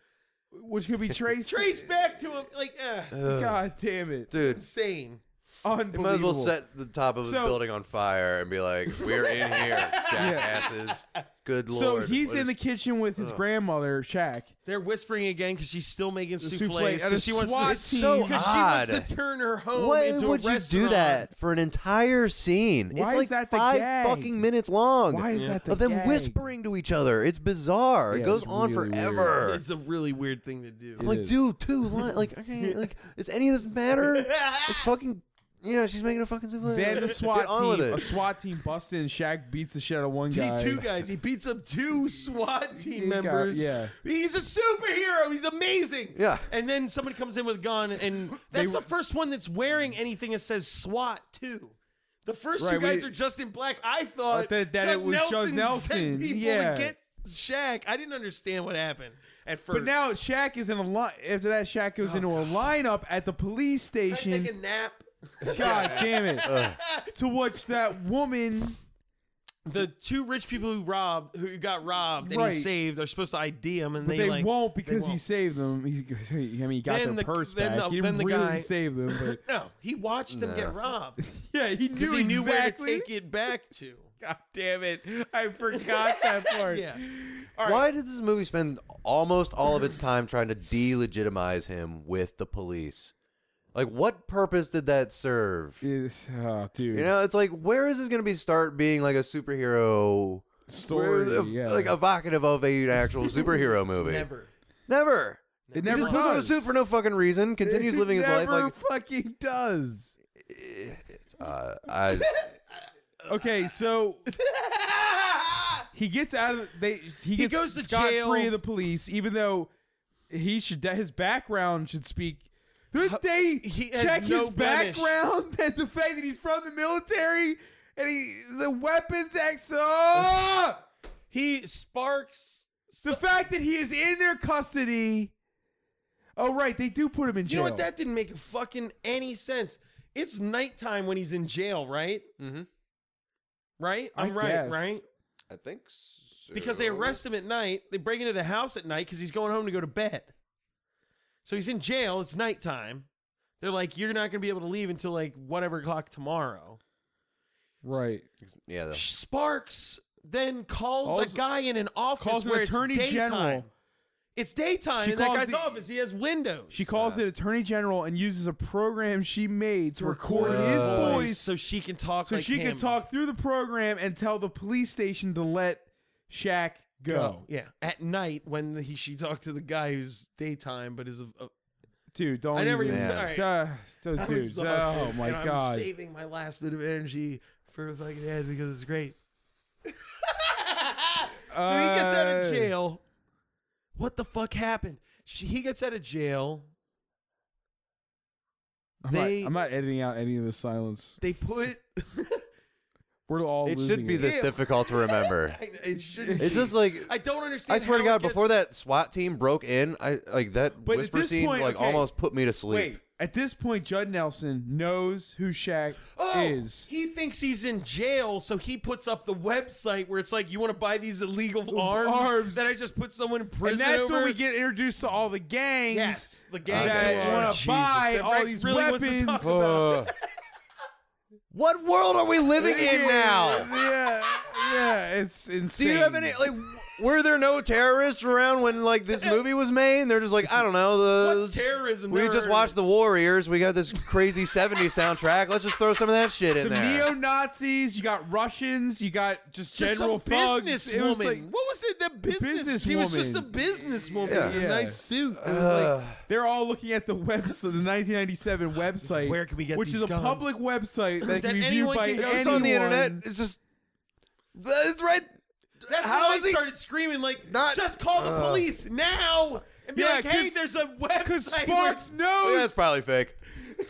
[SPEAKER 6] which [LAUGHS] could be traced.
[SPEAKER 3] traced back to him. Like, uh,
[SPEAKER 8] Ugh.
[SPEAKER 6] God damn it,
[SPEAKER 8] dude,
[SPEAKER 3] insane.
[SPEAKER 8] you
[SPEAKER 6] unbelievable.
[SPEAKER 8] might as well set the top of the
[SPEAKER 6] So-
[SPEAKER 8] building on fire and be like, we're in
[SPEAKER 6] [LAUGHS]
[SPEAKER 8] here, jackasses. Good
[SPEAKER 6] So
[SPEAKER 8] Lord.
[SPEAKER 6] he's
[SPEAKER 8] What
[SPEAKER 6] in
[SPEAKER 8] is-
[SPEAKER 6] the kitchen with his
[SPEAKER 8] Ugh.
[SPEAKER 6] grandmother,
[SPEAKER 8] [LAUGHS]
[SPEAKER 6] Shaq.
[SPEAKER 3] They're whispering again because she's still making
[SPEAKER 6] souffles,
[SPEAKER 3] souffles
[SPEAKER 6] and a
[SPEAKER 3] because she wants
[SPEAKER 6] SWAT
[SPEAKER 3] to.
[SPEAKER 6] team- So
[SPEAKER 3] because she wants
[SPEAKER 8] odd.
[SPEAKER 3] to turn her home
[SPEAKER 8] Why
[SPEAKER 3] into
[SPEAKER 8] would
[SPEAKER 3] a
[SPEAKER 8] you
[SPEAKER 3] restaurant.
[SPEAKER 8] do that for an entire scene?
[SPEAKER 6] Why
[SPEAKER 8] it's
[SPEAKER 6] is
[SPEAKER 8] like
[SPEAKER 6] that the
[SPEAKER 8] five
[SPEAKER 6] gag?
[SPEAKER 8] fucking minutes long.
[SPEAKER 6] Why is that the
[SPEAKER 8] of them
[SPEAKER 6] gag?
[SPEAKER 8] whispering to each other? It's bizarre.
[SPEAKER 6] Yeah,
[SPEAKER 8] it goes
[SPEAKER 6] it's
[SPEAKER 8] on
[SPEAKER 6] really
[SPEAKER 8] forever.
[SPEAKER 3] It's a really weird thing to do.
[SPEAKER 8] I'm like,
[SPEAKER 6] is.
[SPEAKER 8] dude,
[SPEAKER 6] [LAUGHS]
[SPEAKER 8] two line, like, okay, like, does any of this matter? Like, fucking, yeah, she's making a fucking souffle.
[SPEAKER 6] Then the SWAT
[SPEAKER 8] Get on with
[SPEAKER 6] team,
[SPEAKER 8] it.
[SPEAKER 6] a SWAT team busts in. Shaq beats the shit out of one guy.
[SPEAKER 3] He, two guys. He beats up two SWAT team
[SPEAKER 6] He got-
[SPEAKER 3] members.
[SPEAKER 6] yeah.
[SPEAKER 3] He's a superhero. He's amazing.
[SPEAKER 8] Yeah.
[SPEAKER 3] And then somebody comes in with a gun, [GASPS] and that's
[SPEAKER 6] They-
[SPEAKER 3] the first one that's wearing anything that says SWAT too. The first
[SPEAKER 6] Right,
[SPEAKER 3] two guys
[SPEAKER 6] we-
[SPEAKER 3] are just in black. I thought
[SPEAKER 6] I thought that
[SPEAKER 3] Judd
[SPEAKER 6] it was Judd
[SPEAKER 3] Nelson,
[SPEAKER 6] Nelson.
[SPEAKER 3] sent people
[SPEAKER 6] Yeah.
[SPEAKER 3] to get Shaq. I didn't understand what happened at first.
[SPEAKER 6] But now Shaq is in a line. After that, Shaq goes
[SPEAKER 8] Oh,
[SPEAKER 6] into a lineup at the police
[SPEAKER 3] Can I take a
[SPEAKER 6] station.
[SPEAKER 3] nap.
[SPEAKER 6] God damn
[SPEAKER 8] [LAUGHS]
[SPEAKER 6] it! to watch that woman.
[SPEAKER 3] [LAUGHS] The two rich people who robbed, who got robbed and
[SPEAKER 6] Right.
[SPEAKER 3] he saved, are supposed to ID him, and
[SPEAKER 6] But
[SPEAKER 3] they,
[SPEAKER 6] they,
[SPEAKER 3] like,
[SPEAKER 6] won't because
[SPEAKER 3] won't.
[SPEAKER 6] he saved them. He, [LAUGHS] I mean, he got
[SPEAKER 3] Then
[SPEAKER 6] their
[SPEAKER 3] the-
[SPEAKER 6] purse
[SPEAKER 3] then
[SPEAKER 6] back.
[SPEAKER 3] the-
[SPEAKER 6] he didn't
[SPEAKER 3] then the
[SPEAKER 6] really
[SPEAKER 3] guy-
[SPEAKER 6] save them,
[SPEAKER 3] [LAUGHS]
[SPEAKER 6] but
[SPEAKER 3] No, he watched them
[SPEAKER 8] No.
[SPEAKER 3] get robbed.
[SPEAKER 6] yeah, [LAUGHS] he
[SPEAKER 3] Because
[SPEAKER 6] knew
[SPEAKER 3] he knew
[SPEAKER 6] exactly.
[SPEAKER 3] where to take it back to.
[SPEAKER 6] God damn it! I forgot [LAUGHS] that part.
[SPEAKER 3] Yeah.
[SPEAKER 8] Why did this movie spend almost all of its time trying to delegitimize him with the police? Like, what purpose did that serve?
[SPEAKER 6] It's- oh, dude.
[SPEAKER 8] You know, it's like, where is this going to be? Start being like a superhero
[SPEAKER 6] Story,
[SPEAKER 8] where-
[SPEAKER 6] yeah.
[SPEAKER 8] like evocative of an actual
[SPEAKER 3] [LAUGHS]
[SPEAKER 8] superhero movie.
[SPEAKER 3] Never.
[SPEAKER 8] never.
[SPEAKER 6] it
[SPEAKER 8] He
[SPEAKER 6] never
[SPEAKER 8] just puts on a
[SPEAKER 6] does.
[SPEAKER 8] suit for no fucking reason. Continues
[SPEAKER 6] It
[SPEAKER 8] living his life
[SPEAKER 6] never
[SPEAKER 8] like
[SPEAKER 6] fucking does.
[SPEAKER 8] uh, I.
[SPEAKER 6] Okay, so he gets out of they. He, gets
[SPEAKER 3] goes to
[SPEAKER 6] scot
[SPEAKER 3] jail.
[SPEAKER 6] free of the police, even though he should. that His background should speak. Did they
[SPEAKER 3] he has
[SPEAKER 6] check
[SPEAKER 3] no
[SPEAKER 6] his
[SPEAKER 3] blemish.
[SPEAKER 6] background [LAUGHS] and the fact that he's from the military and he's a weapons ex? Oh!
[SPEAKER 3] He sparks.
[SPEAKER 6] the fact that he is in their custody. Oh right, they do put him in
[SPEAKER 3] You
[SPEAKER 6] jail.
[SPEAKER 3] know what? That didn't make fucking any sense. It's nighttime when he's in jail, right?
[SPEAKER 8] Mm-hmm.
[SPEAKER 3] Right?
[SPEAKER 6] I
[SPEAKER 3] I'm right,
[SPEAKER 6] guess.
[SPEAKER 3] right?
[SPEAKER 8] I think so.
[SPEAKER 3] Because they arrest him at night. They break into the house at night because he's going home to go to bed. So he's in jail. It's nighttime. They're like, you're not going to be able to leave until like whatever o'clock tomorrow.
[SPEAKER 6] right.
[SPEAKER 8] Yeah, though.
[SPEAKER 3] Sparks then calls
[SPEAKER 6] Calls-
[SPEAKER 3] a guy in an office
[SPEAKER 6] calls an
[SPEAKER 3] where it's
[SPEAKER 6] attorney
[SPEAKER 3] daytime.
[SPEAKER 6] general.
[SPEAKER 3] It's daytime
[SPEAKER 6] She
[SPEAKER 3] in that
[SPEAKER 6] calls
[SPEAKER 3] guy's
[SPEAKER 6] the-
[SPEAKER 3] office. He has windows.
[SPEAKER 6] She calls it attorney general and uses a program she made to record
[SPEAKER 8] record
[SPEAKER 6] his
[SPEAKER 8] his
[SPEAKER 6] voice
[SPEAKER 3] so she can talk.
[SPEAKER 6] So
[SPEAKER 3] like
[SPEAKER 6] she
[SPEAKER 3] him.
[SPEAKER 6] could talk through the program and tell the police station to let Shaq go.
[SPEAKER 3] Yeah, at night when he she talked to the guy who's daytime but is. A, a,
[SPEAKER 6] Dude, don't
[SPEAKER 3] I never
[SPEAKER 6] even.
[SPEAKER 3] even.
[SPEAKER 8] Yeah.
[SPEAKER 3] All right.
[SPEAKER 6] Duh, so,
[SPEAKER 3] I'm
[SPEAKER 6] dude,
[SPEAKER 3] exhausted,
[SPEAKER 6] oh my
[SPEAKER 3] and I'm
[SPEAKER 6] god.
[SPEAKER 3] saving my last bit of energy for fucking Ed because it's great. So he gets out
[SPEAKER 6] Uh,
[SPEAKER 3] of jail. What the fuck happened? She, he gets out of jail.
[SPEAKER 6] I'm,
[SPEAKER 3] They-
[SPEAKER 6] not, I'm not editing out any of the silence.
[SPEAKER 3] They
[SPEAKER 6] [LAUGHS]
[SPEAKER 3] put. [LAUGHS]
[SPEAKER 6] We're all.
[SPEAKER 8] It
[SPEAKER 6] losing
[SPEAKER 8] should be this difficult
[SPEAKER 6] [LAUGHS]
[SPEAKER 8] to remember.
[SPEAKER 3] I- it should.
[SPEAKER 8] It's
[SPEAKER 3] be.
[SPEAKER 8] just like
[SPEAKER 3] I don't understand.
[SPEAKER 8] I swear to
[SPEAKER 3] how
[SPEAKER 8] God,
[SPEAKER 3] it gets-
[SPEAKER 8] before that SWAT team broke in, I like that
[SPEAKER 6] But at
[SPEAKER 8] whisper
[SPEAKER 6] this
[SPEAKER 8] scene
[SPEAKER 6] point-
[SPEAKER 8] like
[SPEAKER 6] okay.
[SPEAKER 8] almost put me to sleep.
[SPEAKER 6] Wait, at this point, Judd Nelson knows who Shaq
[SPEAKER 3] Oh,
[SPEAKER 6] is.
[SPEAKER 3] he thinks he's in jail, so he puts up the website where it's like, you want to buy these illegal arms,
[SPEAKER 6] arms.
[SPEAKER 3] that I just put someone in
[SPEAKER 6] And
[SPEAKER 3] prison
[SPEAKER 6] that's
[SPEAKER 3] over?
[SPEAKER 6] when we get introduced to all the gangs.
[SPEAKER 3] Yes, the gangs who
[SPEAKER 6] that
[SPEAKER 3] are-
[SPEAKER 6] want
[SPEAKER 3] Jesus,
[SPEAKER 6] to buy
[SPEAKER 3] that
[SPEAKER 6] all
[SPEAKER 3] Rex
[SPEAKER 6] these
[SPEAKER 3] really wants to talk
[SPEAKER 6] weapons. [LAUGHS]
[SPEAKER 8] Oh.
[SPEAKER 3] about.
[SPEAKER 8] What world are we living in now?
[SPEAKER 6] Yeah, yeah, it's insane.
[SPEAKER 8] Do you have any like? Were there no terrorists around when like this movie was made? They're just like I don't know. The
[SPEAKER 3] What's terrorism?
[SPEAKER 8] We
[SPEAKER 3] There
[SPEAKER 8] just
[SPEAKER 3] are-
[SPEAKER 8] watched the Warriors. We got this
[SPEAKER 6] [LAUGHS]
[SPEAKER 8] crazy '70s soundtrack. Let's just throw some of that shit in
[SPEAKER 6] Some
[SPEAKER 8] there.
[SPEAKER 6] neo Nazis, you got Russians, you got just,
[SPEAKER 3] Just
[SPEAKER 6] general
[SPEAKER 3] some
[SPEAKER 6] thugs. It was
[SPEAKER 3] businesswoman.
[SPEAKER 6] like-
[SPEAKER 3] what was it? That business?
[SPEAKER 6] businesswoman.
[SPEAKER 3] she was just a businesswoman
[SPEAKER 6] Yeah.
[SPEAKER 3] in a
[SPEAKER 6] Yeah.
[SPEAKER 3] nice suit.
[SPEAKER 6] It was like, they're all looking at the [LAUGHS] website, the 1997 website. Where can we get Which
[SPEAKER 3] these
[SPEAKER 6] is a
[SPEAKER 3] guns?
[SPEAKER 6] public website
[SPEAKER 3] That
[SPEAKER 6] that, can be viewed
[SPEAKER 3] anyone
[SPEAKER 6] by
[SPEAKER 3] can go
[SPEAKER 6] anyone.
[SPEAKER 3] to. It's on the internet.
[SPEAKER 8] It's just it's right.
[SPEAKER 3] That's
[SPEAKER 8] How
[SPEAKER 3] how I
[SPEAKER 8] is he-
[SPEAKER 3] started screaming like, just call the
[SPEAKER 8] Uh.
[SPEAKER 3] police now and be
[SPEAKER 6] Yeah,
[SPEAKER 3] like, hey,
[SPEAKER 6] 'cause-
[SPEAKER 3] there's a website. [LAUGHS]
[SPEAKER 6] Sparks knows.
[SPEAKER 8] that's probably fake.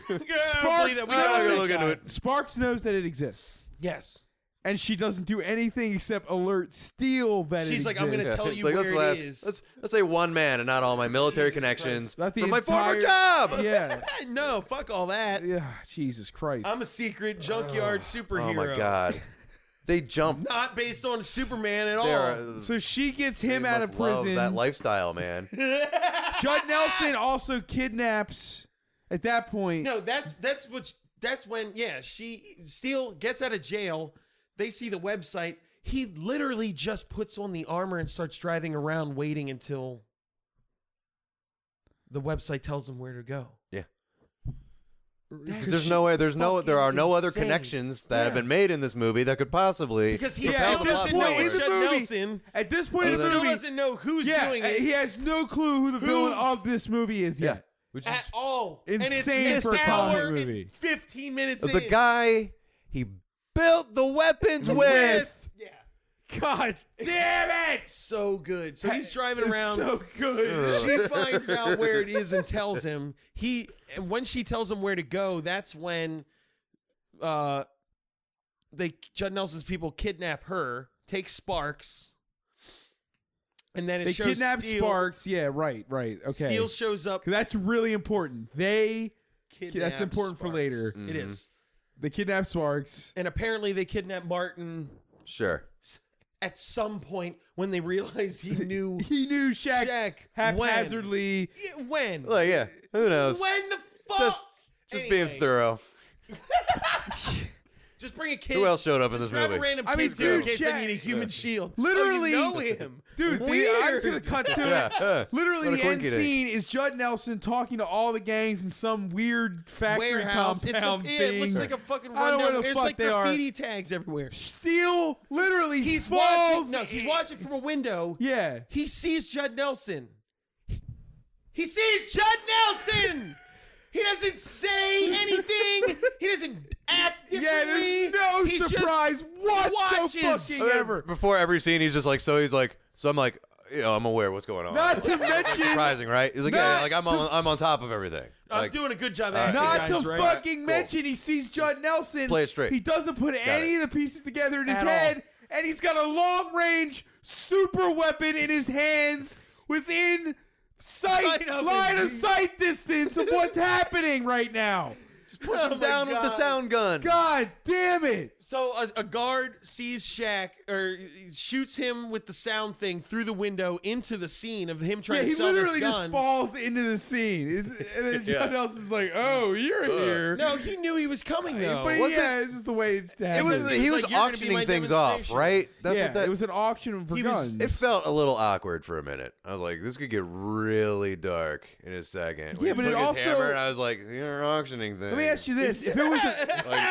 [SPEAKER 6] Sparks
[SPEAKER 3] that.
[SPEAKER 6] knows.
[SPEAKER 3] We gotta go
[SPEAKER 8] look into it.
[SPEAKER 6] Sparks knows that it exists.
[SPEAKER 3] Yes.
[SPEAKER 6] And she doesn't do anything except alert Steele that it
[SPEAKER 3] She's like, "I'm gonna
[SPEAKER 6] exists."
[SPEAKER 3] tell
[SPEAKER 8] It's like, let's, last, let's let's say one man and not all my military connections
[SPEAKER 6] Not the
[SPEAKER 8] from my former
[SPEAKER 6] entire-
[SPEAKER 8] job.
[SPEAKER 6] Yeah.
[SPEAKER 3] no, fuck all that.
[SPEAKER 6] Yeah, Jesus Christ.
[SPEAKER 3] I'm a secret junkyard superhero.
[SPEAKER 8] Oh my god, [LAUGHS] they jump.
[SPEAKER 3] Not based on Superman at all.
[SPEAKER 8] They're-
[SPEAKER 6] so she gets
[SPEAKER 8] they
[SPEAKER 6] him out
[SPEAKER 8] must
[SPEAKER 6] of
[SPEAKER 8] love
[SPEAKER 6] prison.
[SPEAKER 8] That
[SPEAKER 6] [LAUGHS]
[SPEAKER 8] lifestyle, man.
[SPEAKER 3] [LAUGHS]
[SPEAKER 6] Judd Nelson also kidnaps. At that point,
[SPEAKER 3] No, that's that's what that's when yeah, she Steele gets out of jail. They see the website. He literally just puts on the armor and starts driving around waiting until the website tells him where to go.
[SPEAKER 8] Yeah.
[SPEAKER 3] That's
[SPEAKER 8] Because there's no way, there's no, there are no other
[SPEAKER 3] fucking
[SPEAKER 8] connections that have been made in this movie that could possibly
[SPEAKER 3] Because he
[SPEAKER 8] propel
[SPEAKER 3] still
[SPEAKER 8] the plot
[SPEAKER 3] doesn't know
[SPEAKER 8] forward.
[SPEAKER 3] it's
[SPEAKER 6] in the
[SPEAKER 3] Judd
[SPEAKER 6] movie-
[SPEAKER 3] Nelson.
[SPEAKER 6] at this point
[SPEAKER 3] he
[SPEAKER 6] in the
[SPEAKER 3] still
[SPEAKER 6] movie,
[SPEAKER 3] doesn't know who's
[SPEAKER 6] yeah,
[SPEAKER 3] doing
[SPEAKER 6] uh,
[SPEAKER 3] it
[SPEAKER 6] he has no clue who the villain of this movie is
[SPEAKER 8] Yeah,
[SPEAKER 6] yet.
[SPEAKER 8] which
[SPEAKER 3] at all.
[SPEAKER 6] Insane
[SPEAKER 3] and it's
[SPEAKER 6] for
[SPEAKER 3] an
[SPEAKER 6] a
[SPEAKER 3] hour
[SPEAKER 6] comic
[SPEAKER 3] and
[SPEAKER 6] movie.
[SPEAKER 3] 15 minutes
[SPEAKER 8] is the
[SPEAKER 3] in.
[SPEAKER 8] guy he built the weapons with.
[SPEAKER 3] Yeah.
[SPEAKER 6] God damn [LAUGHS] it!
[SPEAKER 3] So good. So he's driving
[SPEAKER 6] It's
[SPEAKER 3] around.
[SPEAKER 6] [LAUGHS] so good.
[SPEAKER 3] She finds out where it is and tells him. He and when she tells him where to go, that's when uh they Judd Nelson's people kidnap her, take Sparks, and then it
[SPEAKER 6] They
[SPEAKER 3] shows
[SPEAKER 6] kidnap
[SPEAKER 3] Steele.
[SPEAKER 6] Sparks. Yeah, right, right. Okay.
[SPEAKER 3] Steele shows up.
[SPEAKER 6] 'Cause that's really important. They
[SPEAKER 3] Kidnap
[SPEAKER 6] that's important for
[SPEAKER 3] Sparks.
[SPEAKER 6] later.
[SPEAKER 3] It is.
[SPEAKER 6] They kidnap Sparks.
[SPEAKER 3] And apparently they kidnap Martin
[SPEAKER 8] Sure.
[SPEAKER 3] at some point when they realize
[SPEAKER 6] [LAUGHS]
[SPEAKER 3] he knew
[SPEAKER 6] He knew Shaq,
[SPEAKER 3] Shaq
[SPEAKER 6] haphazardly.
[SPEAKER 3] when. Oh, When?
[SPEAKER 8] Like yeah, who knows?
[SPEAKER 3] When the fuck?
[SPEAKER 8] Just- Just being
[SPEAKER 3] Anyway.
[SPEAKER 6] [LAUGHS]
[SPEAKER 8] thorough.
[SPEAKER 3] Just bring a kid.
[SPEAKER 8] Who else showed up in
[SPEAKER 3] Just
[SPEAKER 8] this
[SPEAKER 3] grab
[SPEAKER 8] movie?
[SPEAKER 3] a random kid
[SPEAKER 6] I mean,
[SPEAKER 3] too, in
[SPEAKER 6] dude,
[SPEAKER 3] case I
[SPEAKER 6] Shaq-
[SPEAKER 3] need a
[SPEAKER 6] [LAUGHS]
[SPEAKER 3] human shield.
[SPEAKER 6] Literally,
[SPEAKER 3] oh, you know him,
[SPEAKER 6] dude. The,
[SPEAKER 3] Weird.
[SPEAKER 6] I'm just gonna cut to
[SPEAKER 8] Yeah,
[SPEAKER 6] it.
[SPEAKER 8] yeah.
[SPEAKER 6] Literally,
[SPEAKER 8] What
[SPEAKER 6] the
[SPEAKER 8] a
[SPEAKER 6] end
[SPEAKER 8] quinky day.
[SPEAKER 6] scene is Judd Nelson talking to all the gangs in some weird factory
[SPEAKER 3] [LAUGHS] warehouse. It's a,
[SPEAKER 6] compound
[SPEAKER 3] yeah,
[SPEAKER 6] thing.
[SPEAKER 3] it looks like a fucking
[SPEAKER 6] I don't know where
[SPEAKER 3] rundown.
[SPEAKER 6] the
[SPEAKER 3] There's
[SPEAKER 6] fuck
[SPEAKER 3] like
[SPEAKER 6] they are.
[SPEAKER 3] graffiti tags everywhere.
[SPEAKER 6] Steele literally
[SPEAKER 3] He's
[SPEAKER 6] falls.
[SPEAKER 3] watching. No, he's watching from a window.
[SPEAKER 6] Yeah,
[SPEAKER 3] He sees Judd Nelson. He sees Judd Nelson. He doesn't say
[SPEAKER 6] [LAUGHS]
[SPEAKER 3] anything. He doesn't act
[SPEAKER 6] yeah.
[SPEAKER 3] differently.
[SPEAKER 6] There's no
[SPEAKER 3] He just
[SPEAKER 6] surprise
[SPEAKER 3] watches.
[SPEAKER 6] whatsoever. E ever.
[SPEAKER 8] Uh, Before every scene, he's just like, so he's like, so I'm like, you know, I'm aware what's going on.
[SPEAKER 6] Not to mention,
[SPEAKER 8] surprising, right? He's like, yeah,
[SPEAKER 6] Not
[SPEAKER 8] like I'm on, I'm on top of everything.
[SPEAKER 3] I'm
[SPEAKER 8] Like,
[SPEAKER 3] doing a good job.
[SPEAKER 8] All Uh, right.
[SPEAKER 3] acting,
[SPEAKER 6] Not
[SPEAKER 3] guys,
[SPEAKER 6] to
[SPEAKER 3] right? [LAUGHS]
[SPEAKER 6] fucking mention he sees Judd Nelson.
[SPEAKER 8] Play it straight.
[SPEAKER 6] He doesn't put any
[SPEAKER 8] it.
[SPEAKER 6] of the pieces together in his
[SPEAKER 3] At all.
[SPEAKER 6] head, and he's got a long range super weapon in his hands within sight,
[SPEAKER 3] Sight of
[SPEAKER 6] line of
[SPEAKER 3] his-
[SPEAKER 6] sight distance of
[SPEAKER 3] [LAUGHS]
[SPEAKER 6] what's happening right now.
[SPEAKER 3] Oh
[SPEAKER 8] push him down with the sound gun.
[SPEAKER 6] God damn it.
[SPEAKER 3] So a, a guard sees Shaq or shoots him with the sound thing through the window into the scene of him trying
[SPEAKER 6] Yeah,
[SPEAKER 3] to
[SPEAKER 6] he
[SPEAKER 3] sell
[SPEAKER 6] literally
[SPEAKER 3] this gun.
[SPEAKER 6] just falls into the scene. It's- And then
[SPEAKER 8] [LAUGHS] Yeah.
[SPEAKER 6] Judd Nelson's like, oh, you're here.
[SPEAKER 3] No, he knew he was coming though.
[SPEAKER 6] But
[SPEAKER 8] Was
[SPEAKER 6] yeah, it's just the way it happened.
[SPEAKER 8] It was he
[SPEAKER 3] He's
[SPEAKER 8] was
[SPEAKER 3] like, "You're gonna be my
[SPEAKER 8] auctioning things off,
[SPEAKER 3] demonstration."
[SPEAKER 8] right? That's
[SPEAKER 6] yeah,
[SPEAKER 8] what that.
[SPEAKER 6] it was an auction for
[SPEAKER 3] He was-
[SPEAKER 6] guns.
[SPEAKER 8] it felt a little awkward for a minute. I was like, this could get really dark in a second. When
[SPEAKER 6] Yeah,
[SPEAKER 8] he
[SPEAKER 6] but it
[SPEAKER 8] took his
[SPEAKER 6] also-
[SPEAKER 8] hammer, and I was like, you're auctioning things.
[SPEAKER 6] Let me ask you this: [LAUGHS] If it was a, if
[SPEAKER 8] [LAUGHS]
[SPEAKER 6] it was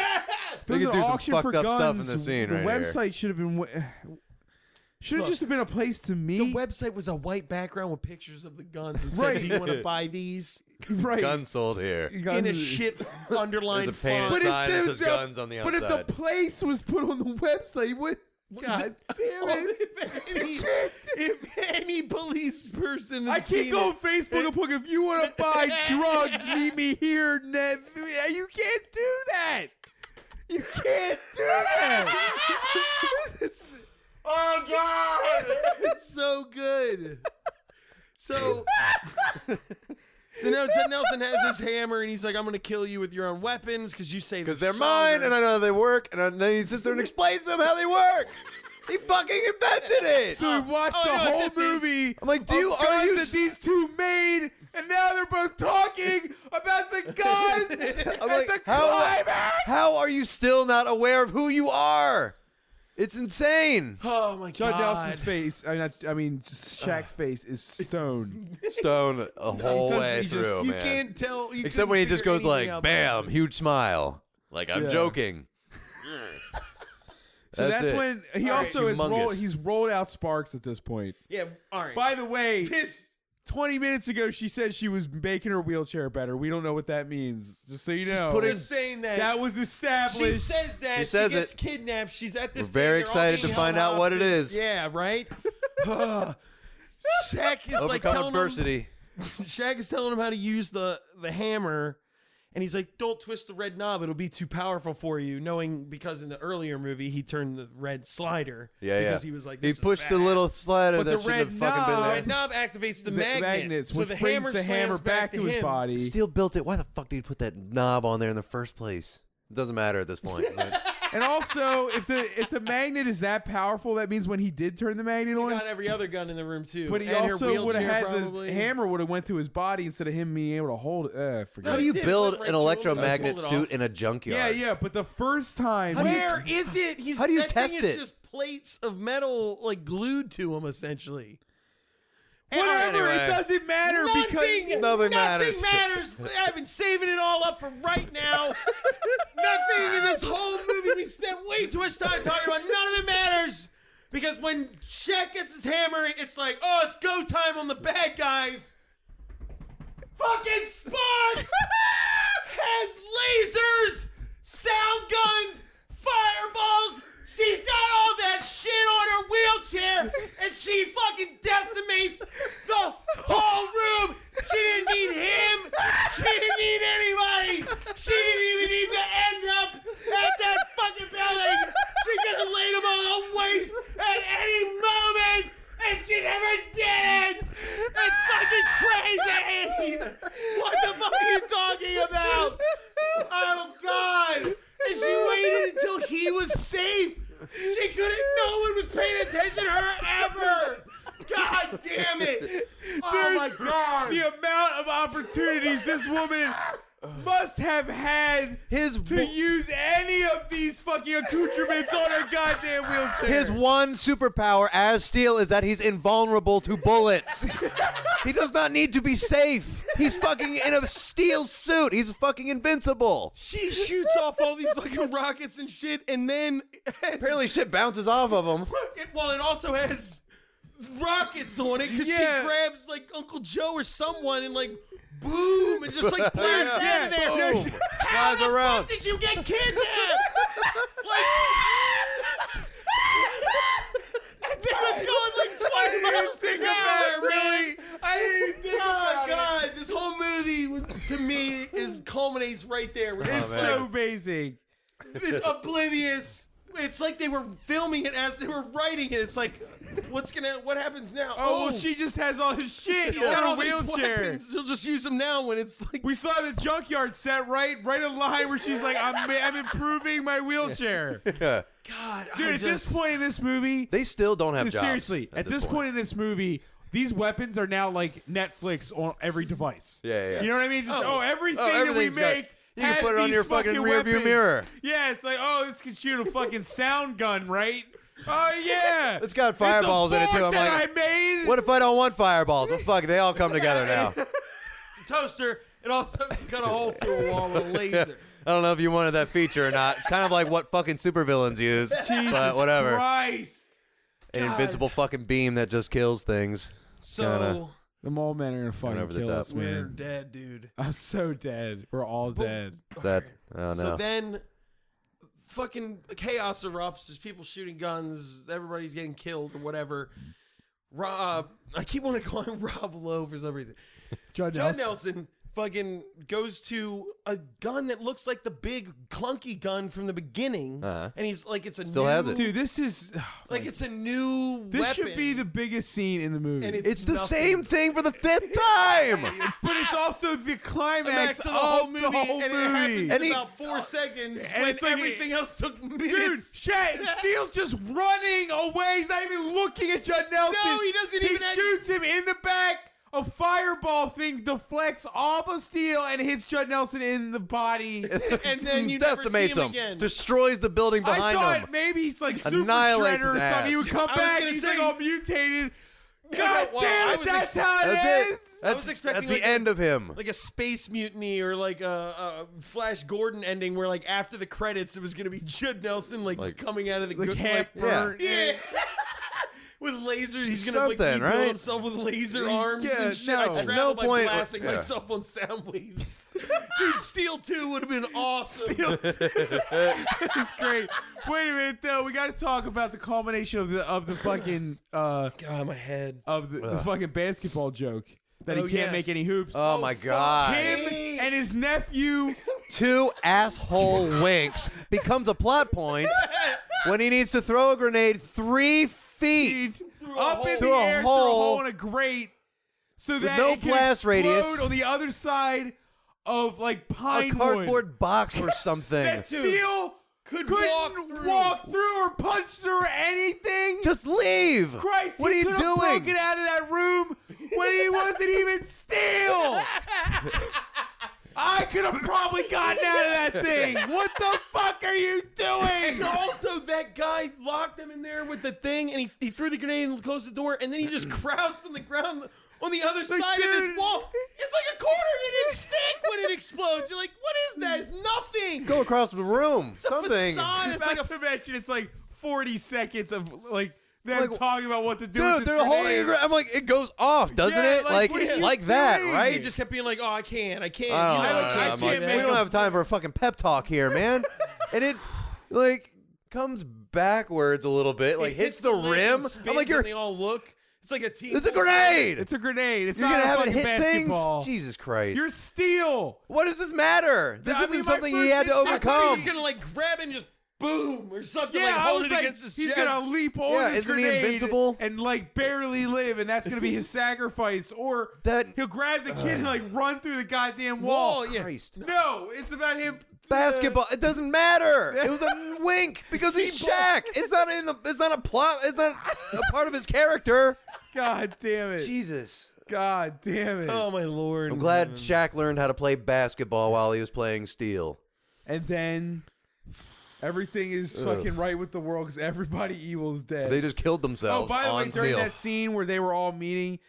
[SPEAKER 8] could
[SPEAKER 6] an
[SPEAKER 8] do some
[SPEAKER 6] auction
[SPEAKER 8] fucked
[SPEAKER 6] for
[SPEAKER 8] up
[SPEAKER 6] guns,
[SPEAKER 8] stuff in the scene right here.
[SPEAKER 6] website should have been [SIGHS] should have just been a place to
[SPEAKER 3] the
[SPEAKER 6] meet.
[SPEAKER 3] website was a white background with pictures of the guns and
[SPEAKER 6] Right.
[SPEAKER 3] said, "Do you
[SPEAKER 8] [LAUGHS]
[SPEAKER 3] want to buy these?"
[SPEAKER 6] [LAUGHS] right?
[SPEAKER 8] Guns sold here.
[SPEAKER 6] Guns-
[SPEAKER 3] In a
[SPEAKER 8] [LAUGHS]
[SPEAKER 3] shit underlined
[SPEAKER 8] There's a paint
[SPEAKER 3] font.
[SPEAKER 8] inside. Sign that
[SPEAKER 6] the-
[SPEAKER 8] says guns on the
[SPEAKER 6] But if the [LAUGHS]
[SPEAKER 8] outside.
[SPEAKER 6] place was put on the website, what? God
[SPEAKER 3] [LAUGHS]
[SPEAKER 6] [LAUGHS] damn it!
[SPEAKER 5] if any police person,
[SPEAKER 6] I
[SPEAKER 5] has
[SPEAKER 6] can't
[SPEAKER 5] seen
[SPEAKER 6] go on
[SPEAKER 5] it-
[SPEAKER 6] Facebook and put if you want to buy
[SPEAKER 5] [LAUGHS]
[SPEAKER 6] drugs, meet me here. Net. You can't do that. You can't do
[SPEAKER 5] [LAUGHS]
[SPEAKER 6] that.
[SPEAKER 5] Oh God! it's so good. So
[SPEAKER 3] So now Judd Nelson has his hammer and he's like, I'm going to kill you with your own weapons because you say
[SPEAKER 8] Because they're mine, and I know how they work, and I- and then he sits there and explains to them how they work. He fucking invented it.
[SPEAKER 5] Oh.
[SPEAKER 6] So we watched the whole movie.
[SPEAKER 8] I'm like, do you
[SPEAKER 6] of
[SPEAKER 8] are
[SPEAKER 6] guns
[SPEAKER 8] you?
[SPEAKER 6] that these two made, and now they're both talking about
[SPEAKER 5] [LAUGHS]
[SPEAKER 6] the guns
[SPEAKER 8] I'm
[SPEAKER 6] at
[SPEAKER 8] like,
[SPEAKER 6] the
[SPEAKER 8] how,
[SPEAKER 6] climax.
[SPEAKER 8] how are you still not aware of who you are? It's insane.
[SPEAKER 3] Oh my
[SPEAKER 6] Judd Nelson's face, I mean, not- I mean Shaq's face is
[SPEAKER 8] [LAUGHS]
[SPEAKER 6] stone.
[SPEAKER 8] Stone a whole way through, man.
[SPEAKER 6] tell. you
[SPEAKER 8] Except
[SPEAKER 6] couldn't
[SPEAKER 8] when he just
[SPEAKER 6] figure
[SPEAKER 8] goes
[SPEAKER 6] anything out.
[SPEAKER 8] like, "Bam!" Huge smile. Like I'm
[SPEAKER 6] Yeah.
[SPEAKER 8] joking.
[SPEAKER 6] So that's,
[SPEAKER 8] it.
[SPEAKER 6] when he
[SPEAKER 8] All right.
[SPEAKER 6] also is rolled,
[SPEAKER 8] Humongous.
[SPEAKER 6] he's rolled out sparks at this point.
[SPEAKER 3] Yeah, all right.
[SPEAKER 6] By the way, 20 minutes ago she said she was making her wheelchair better. We don't know what that means. Just so you know.
[SPEAKER 3] putting- Just saying that.
[SPEAKER 6] That was
[SPEAKER 3] She
[SPEAKER 6] established.
[SPEAKER 3] says that.
[SPEAKER 8] She
[SPEAKER 3] She,
[SPEAKER 8] says
[SPEAKER 3] gets
[SPEAKER 8] it.
[SPEAKER 3] kidnapped. She's at this.
[SPEAKER 8] We're very
[SPEAKER 3] thing, they're all
[SPEAKER 8] excited to
[SPEAKER 3] being
[SPEAKER 8] find
[SPEAKER 3] held
[SPEAKER 8] out what it
[SPEAKER 3] hostage.
[SPEAKER 8] is.
[SPEAKER 3] Yeah,
[SPEAKER 8] [LAUGHS]
[SPEAKER 3] right. Shaq is like
[SPEAKER 8] Overcome
[SPEAKER 3] telling
[SPEAKER 8] adversity.
[SPEAKER 3] Him, Shaq is telling him how to use the the hammer, and he's like, "Don't twist the red knob; it'll be too powerful for you." Knowing because in the earlier movie he turned the red slider.
[SPEAKER 8] Yeah, yeah.
[SPEAKER 3] Because he was like,
[SPEAKER 8] he
[SPEAKER 3] "This is
[SPEAKER 8] pushed the
[SPEAKER 3] bad."
[SPEAKER 8] little slider
[SPEAKER 3] But
[SPEAKER 8] that
[SPEAKER 3] the
[SPEAKER 8] shouldn't
[SPEAKER 3] red
[SPEAKER 8] have fucking been
[SPEAKER 3] knob,
[SPEAKER 8] there.
[SPEAKER 3] red knob activates the,
[SPEAKER 6] The
[SPEAKER 3] magnet,
[SPEAKER 6] magnets,
[SPEAKER 3] so
[SPEAKER 6] which
[SPEAKER 3] the
[SPEAKER 6] brings
[SPEAKER 3] hammer
[SPEAKER 6] the hammer
[SPEAKER 3] slams
[SPEAKER 6] back to his
[SPEAKER 3] him.
[SPEAKER 6] body.
[SPEAKER 8] [LAUGHS] Still built it. Why the fuck did he put that knob on there in the first place? It doesn't matter at
[SPEAKER 3] [LAUGHS]
[SPEAKER 8] this point. right?
[SPEAKER 6] and also, if the if the magnet is that powerful, that means when he did turn the magnet on,
[SPEAKER 3] Got every other gun in the room too.
[SPEAKER 6] but he
[SPEAKER 3] and her
[SPEAKER 6] also would have
[SPEAKER 3] wheelchair,
[SPEAKER 6] had
[SPEAKER 3] probably.
[SPEAKER 6] the hammer would have went to his body instead of him being able to hold it. Uh, forget
[SPEAKER 8] How
[SPEAKER 6] it.
[SPEAKER 8] do you
[SPEAKER 3] did
[SPEAKER 8] build
[SPEAKER 3] look right
[SPEAKER 8] an
[SPEAKER 3] to him, but he
[SPEAKER 8] electromagnet
[SPEAKER 3] pulled it
[SPEAKER 8] suit
[SPEAKER 3] off.
[SPEAKER 8] in a junkyard?
[SPEAKER 6] Yeah, yeah, but the first time he-
[SPEAKER 3] Where is it? He's,
[SPEAKER 8] How do you
[SPEAKER 3] that
[SPEAKER 8] test
[SPEAKER 3] thing is
[SPEAKER 8] it?
[SPEAKER 3] just plates of metal like glued to him essentially.
[SPEAKER 6] whatever,
[SPEAKER 8] Anyway.
[SPEAKER 6] it doesn't matter
[SPEAKER 3] nothing,
[SPEAKER 6] because
[SPEAKER 8] nothing matters.
[SPEAKER 3] matters. I've been saving it all up for right now. nothing in this whole movie. We spent way too much time talking about. None of it matters because when Shaq gets his hammer, it's like, oh, it's go time on the bad guys. Fucking [LAUGHS] Sparks has lasers, sound guns, fireballs. She's got all that shit on her wheelchair, and she fucking decimates the whole room. She didn't need him. She didn't need anybody. She didn't even need to end up at that fucking building. She could have laid him on the waist at any moment, and she never did it. It's fucking crazy. What the fuck are you talking about? Oh God! And she waited until he was safe. She couldn't. No one was paying attention to her ever. God damn it! Oh my God!
[SPEAKER 6] the amount of opportunities this woman must have had
[SPEAKER 8] His
[SPEAKER 6] to
[SPEAKER 8] wo-
[SPEAKER 6] use any of these fucking accoutrements on her goddamn wheelchair.
[SPEAKER 8] His one superpower as Steel is that he's invulnerable to
[SPEAKER 3] [LAUGHS]
[SPEAKER 8] bullets. he does not need to be safe. He's fucking in a steel suit. He's fucking invincible.
[SPEAKER 3] She shoots off all these fucking rockets and shit, and then has,
[SPEAKER 8] Apparently, shit bounces off of him.
[SPEAKER 3] it, well, it also has rockets on it because
[SPEAKER 6] Yeah.
[SPEAKER 3] she grabs like Uncle Joe or someone and like boom and just like blasts
[SPEAKER 6] Yeah.
[SPEAKER 3] out of there.
[SPEAKER 6] Yeah.
[SPEAKER 3] Boom.
[SPEAKER 6] Boom.
[SPEAKER 3] How
[SPEAKER 8] Flies
[SPEAKER 3] the
[SPEAKER 8] around.
[SPEAKER 3] fuck did you get kidnapped? like. That thing was going like
[SPEAKER 6] [LAUGHS]
[SPEAKER 3] 20 miles an
[SPEAKER 6] think about
[SPEAKER 3] hour, man.
[SPEAKER 6] it, really. I didn't think
[SPEAKER 3] Oh
[SPEAKER 6] about it.
[SPEAKER 3] god, this whole movie was to me is culminates right there. with
[SPEAKER 6] It's
[SPEAKER 3] this
[SPEAKER 6] so basic.
[SPEAKER 3] it's oblivious. It's like they were filming it as they were writing it. It's like, what's gonna, what happens now?
[SPEAKER 6] Oh, well, she just has all his shit
[SPEAKER 3] She's
[SPEAKER 6] on
[SPEAKER 3] got
[SPEAKER 6] her
[SPEAKER 3] all these
[SPEAKER 6] wheelchair.
[SPEAKER 3] weapons. She'll just use them now when it's like.
[SPEAKER 6] We saw the junkyard set right, right in line where she's like, "I'm, I'm improving my [LAUGHS] wheelchair." Dude,
[SPEAKER 3] God, I
[SPEAKER 6] at this
[SPEAKER 3] just-
[SPEAKER 6] point in this movie,
[SPEAKER 8] They still don't have jobs.
[SPEAKER 6] seriously, at, this point. in this movie, these weapons are now like Netflix on every device.
[SPEAKER 8] Yeah, yeah.
[SPEAKER 6] You know what I mean? Just,
[SPEAKER 3] Oh.
[SPEAKER 6] oh, everything
[SPEAKER 8] Oh,
[SPEAKER 6] that we
[SPEAKER 8] everything's got-
[SPEAKER 6] make.
[SPEAKER 8] you can
[SPEAKER 6] has
[SPEAKER 8] put it on
[SPEAKER 6] these
[SPEAKER 8] your fucking rearview
[SPEAKER 6] weapons.
[SPEAKER 8] mirror.
[SPEAKER 6] Yeah, it's like, oh, this can shoot a fucking sound gun, right? Oh yeah,
[SPEAKER 8] [LAUGHS] It's got fireballs in it,
[SPEAKER 6] it's a
[SPEAKER 8] too. I'm
[SPEAKER 6] fort
[SPEAKER 8] like,
[SPEAKER 6] that I made.
[SPEAKER 8] What if I don't want fireballs? Well, fuck, they all come together
[SPEAKER 6] [LAUGHS]
[SPEAKER 8] now.
[SPEAKER 3] toaster. It also cut a hole through a wall with a
[SPEAKER 8] [LAUGHS]
[SPEAKER 3] laser.
[SPEAKER 8] I don't know if you wanted that feature or not. It's kind of like what fucking supervillains use,
[SPEAKER 6] Jesus
[SPEAKER 8] but whatever.
[SPEAKER 6] Christ.
[SPEAKER 8] An invincible fucking beam that just kills things.
[SPEAKER 3] So
[SPEAKER 6] The mole men are gonna fucking
[SPEAKER 8] over the
[SPEAKER 6] kill
[SPEAKER 8] top.
[SPEAKER 6] us,
[SPEAKER 3] we're
[SPEAKER 6] man. [LAUGHS]
[SPEAKER 3] dead, dude.
[SPEAKER 6] I'm so dead. We're all dead.
[SPEAKER 8] Is that? I don't know.
[SPEAKER 3] So then, fucking chaos erupts. There's people shooting guns. Everybody's getting killed or whatever. Rob, I keep wanting to call him [LAUGHS] Rob Lowe for some reason.
[SPEAKER 12] Judd
[SPEAKER 3] John
[SPEAKER 12] Nelson.
[SPEAKER 3] Nelson fucking goes to a gun that looks like the big clunky gun from the beginning,
[SPEAKER 8] Uh-huh.
[SPEAKER 3] and he's like, it's a
[SPEAKER 8] Still
[SPEAKER 3] new,
[SPEAKER 8] has it.
[SPEAKER 6] Dude, this is [SIGHS]
[SPEAKER 3] like it's a new.
[SPEAKER 6] This should
[SPEAKER 3] weapon.
[SPEAKER 6] be the biggest scene in the movie.
[SPEAKER 3] And
[SPEAKER 8] it's It's the nothing. same thing for the fifth time.
[SPEAKER 6] but it's also the
[SPEAKER 3] Climax
[SPEAKER 6] climax of
[SPEAKER 3] of the whole
[SPEAKER 6] the
[SPEAKER 3] movie,
[SPEAKER 6] whole
[SPEAKER 3] and it
[SPEAKER 6] movie.
[SPEAKER 3] happens in And he- about
[SPEAKER 6] Oh.
[SPEAKER 3] four seconds when everything else took
[SPEAKER 6] Dude,
[SPEAKER 3] minutes.
[SPEAKER 6] Shay, Steele's just running away. He's not even looking at Judd Nelson.
[SPEAKER 3] No, he doesn't even
[SPEAKER 6] He
[SPEAKER 3] act-
[SPEAKER 6] shoots him in the back. A fireball thing deflects off of Steele and hits Judd Nelson in the body. [LAUGHS] and then you never see
[SPEAKER 8] decimates
[SPEAKER 6] him
[SPEAKER 8] him,
[SPEAKER 6] again.
[SPEAKER 8] destroys the building
[SPEAKER 6] I
[SPEAKER 8] behind
[SPEAKER 6] thought
[SPEAKER 8] him.
[SPEAKER 6] maybe he's like super
[SPEAKER 8] Annihilates
[SPEAKER 6] shredder or
[SPEAKER 8] his
[SPEAKER 6] something. He
[SPEAKER 8] ass.
[SPEAKER 6] would come
[SPEAKER 8] I was
[SPEAKER 6] back.
[SPEAKER 8] gonna
[SPEAKER 6] and He's
[SPEAKER 8] say-
[SPEAKER 6] like all mutated.
[SPEAKER 3] No,
[SPEAKER 6] God
[SPEAKER 3] wow, I
[SPEAKER 6] damn it!
[SPEAKER 3] was
[SPEAKER 6] That's
[SPEAKER 3] expect-
[SPEAKER 6] how
[SPEAKER 8] That's
[SPEAKER 6] it
[SPEAKER 8] it.
[SPEAKER 6] is.
[SPEAKER 8] That's, that's the end of him.
[SPEAKER 3] like a space mutiny or like a, a Flash Gordon ending where like after the credits it was gonna be Judd Nelson like,
[SPEAKER 8] Like-
[SPEAKER 3] coming out of the
[SPEAKER 8] Like
[SPEAKER 3] good
[SPEAKER 8] half
[SPEAKER 3] like-
[SPEAKER 8] burnt
[SPEAKER 3] yeah. [LAUGHS] With lasers, he's gonna like
[SPEAKER 8] Something,
[SPEAKER 3] rebuild
[SPEAKER 8] right?
[SPEAKER 3] himself with laser
[SPEAKER 8] Yeah,
[SPEAKER 3] arms and shit. I
[SPEAKER 8] no.
[SPEAKER 3] travel
[SPEAKER 8] No
[SPEAKER 3] by
[SPEAKER 8] point-
[SPEAKER 3] blasting
[SPEAKER 8] yeah.
[SPEAKER 3] myself on sound waves. [LAUGHS] Dude, Steel Two would have been awesome. Steel
[SPEAKER 6] it's great. Wait a minute though. We got to talk about the culmination of the of the fucking uh
[SPEAKER 3] God, my head
[SPEAKER 6] of the, the
[SPEAKER 3] Ugh.
[SPEAKER 6] fucking basketball joke that
[SPEAKER 8] Oh,
[SPEAKER 6] he can't
[SPEAKER 8] yes.
[SPEAKER 6] make any hoops.
[SPEAKER 8] Oh, my God.
[SPEAKER 6] Him and his
[SPEAKER 8] [LAUGHS]
[SPEAKER 6] nephew.
[SPEAKER 8] Two asshole winks becomes a plot point when he needs to throw a grenade three feet
[SPEAKER 6] up in
[SPEAKER 8] through
[SPEAKER 6] the
[SPEAKER 8] a
[SPEAKER 6] air through a hole
[SPEAKER 8] hole.
[SPEAKER 6] in a grate, so
[SPEAKER 8] With
[SPEAKER 6] that
[SPEAKER 8] no
[SPEAKER 6] it can
[SPEAKER 8] blast
[SPEAKER 6] explode
[SPEAKER 8] radius.
[SPEAKER 6] on the other side of like pine
[SPEAKER 8] a cardboard box or something.
[SPEAKER 6] That steel
[SPEAKER 3] could
[SPEAKER 6] not
[SPEAKER 3] walk
[SPEAKER 6] walk through. or punch through anything.
[SPEAKER 8] Just leave.
[SPEAKER 6] Christ,
[SPEAKER 8] What
[SPEAKER 6] he
[SPEAKER 8] are you
[SPEAKER 6] could've
[SPEAKER 8] doing?
[SPEAKER 6] Broken out of that room when he wasn't even steel. I could have probably gotten out of that thing. What the fuck are you doing?
[SPEAKER 3] And also, that guy locked him in there with the thing, and he, he threw the grenade and closed the door, and then he [CLEARS THROAT] just crouched on the ground on the other
[SPEAKER 5] Like,
[SPEAKER 3] side of
[SPEAKER 5] dude.
[SPEAKER 3] this wall. It's like a quarter of an inch thick when it explodes. You're like, what is that? It's nothing.
[SPEAKER 8] Go across the room.
[SPEAKER 3] It's a
[SPEAKER 8] something.
[SPEAKER 3] facade. It's like
[SPEAKER 6] Not to mention, it's like 40 seconds of like them
[SPEAKER 8] Like,
[SPEAKER 6] talking about what to do.
[SPEAKER 8] Dude,
[SPEAKER 6] with this
[SPEAKER 8] they're holding.
[SPEAKER 6] grenade.
[SPEAKER 8] A gra- I'm like, it goes off, doesn't
[SPEAKER 6] Yeah,
[SPEAKER 8] it?
[SPEAKER 6] like,
[SPEAKER 8] Like,
[SPEAKER 6] what are
[SPEAKER 8] like,
[SPEAKER 6] you
[SPEAKER 8] that,
[SPEAKER 6] doing?
[SPEAKER 8] right?
[SPEAKER 3] He just kept being like, oh, uh, I can't, I can't.
[SPEAKER 8] I don't
[SPEAKER 3] you know, I
[SPEAKER 8] know, man.
[SPEAKER 3] can't.
[SPEAKER 8] I'm like,
[SPEAKER 3] man.
[SPEAKER 8] we don't have time for a fucking pep talk here, man. and it like comes backwards a little bit, like hits, the
[SPEAKER 3] lid
[SPEAKER 8] rim.
[SPEAKER 3] and spins,
[SPEAKER 8] I'm like, you're
[SPEAKER 3] and they all look. It's like a team.
[SPEAKER 8] It's a grenade.
[SPEAKER 6] It's a grenade. It's
[SPEAKER 8] you're
[SPEAKER 6] not
[SPEAKER 8] gonna
[SPEAKER 6] a
[SPEAKER 8] have
[SPEAKER 6] fucking
[SPEAKER 8] it hit
[SPEAKER 6] basketball.
[SPEAKER 8] things. Jesus Christ!
[SPEAKER 6] You're steel.
[SPEAKER 8] What does this matter? This
[SPEAKER 6] I mean,
[SPEAKER 8] isn't
[SPEAKER 6] my
[SPEAKER 8] something he
[SPEAKER 6] first
[SPEAKER 8] had to
[SPEAKER 6] instinct-
[SPEAKER 8] overcome.
[SPEAKER 3] He's gonna like grab it and just boom or something.
[SPEAKER 6] Yeah,
[SPEAKER 3] like,
[SPEAKER 6] I
[SPEAKER 3] hold
[SPEAKER 6] was
[SPEAKER 3] it
[SPEAKER 6] like,
[SPEAKER 3] against his
[SPEAKER 6] he's
[SPEAKER 3] chest.
[SPEAKER 6] gonna leap on
[SPEAKER 8] Yeah,
[SPEAKER 6] this
[SPEAKER 8] isn't he
[SPEAKER 6] grenade
[SPEAKER 8] invincible?
[SPEAKER 6] and like barely live, and that's gonna be
[SPEAKER 8] [LAUGHS]
[SPEAKER 6] his sacrifice. Or
[SPEAKER 8] that
[SPEAKER 6] he'll grab the kid and like run through the goddamn wall.
[SPEAKER 8] Wall, yeah. Christ.
[SPEAKER 6] No, it's about him.
[SPEAKER 8] Basketball. It doesn't matter. It was a wink because he's Shaq. It's not in the. It's not a plot. It's not a part of his character.
[SPEAKER 6] [LAUGHS] God damn it.
[SPEAKER 8] Jesus.
[SPEAKER 6] God damn it.
[SPEAKER 3] Oh my lord.
[SPEAKER 8] I'm glad Shaq learned how to play basketball while he was playing steel.
[SPEAKER 6] And then everything is
[SPEAKER 8] Ugh.
[SPEAKER 6] fucking right with the world because everybody evil is dead.
[SPEAKER 8] They just killed
[SPEAKER 6] Oh,
[SPEAKER 8] themselves
[SPEAKER 6] by the
[SPEAKER 8] on
[SPEAKER 6] way, during
[SPEAKER 8] steel.
[SPEAKER 6] that scene where they were all meeting,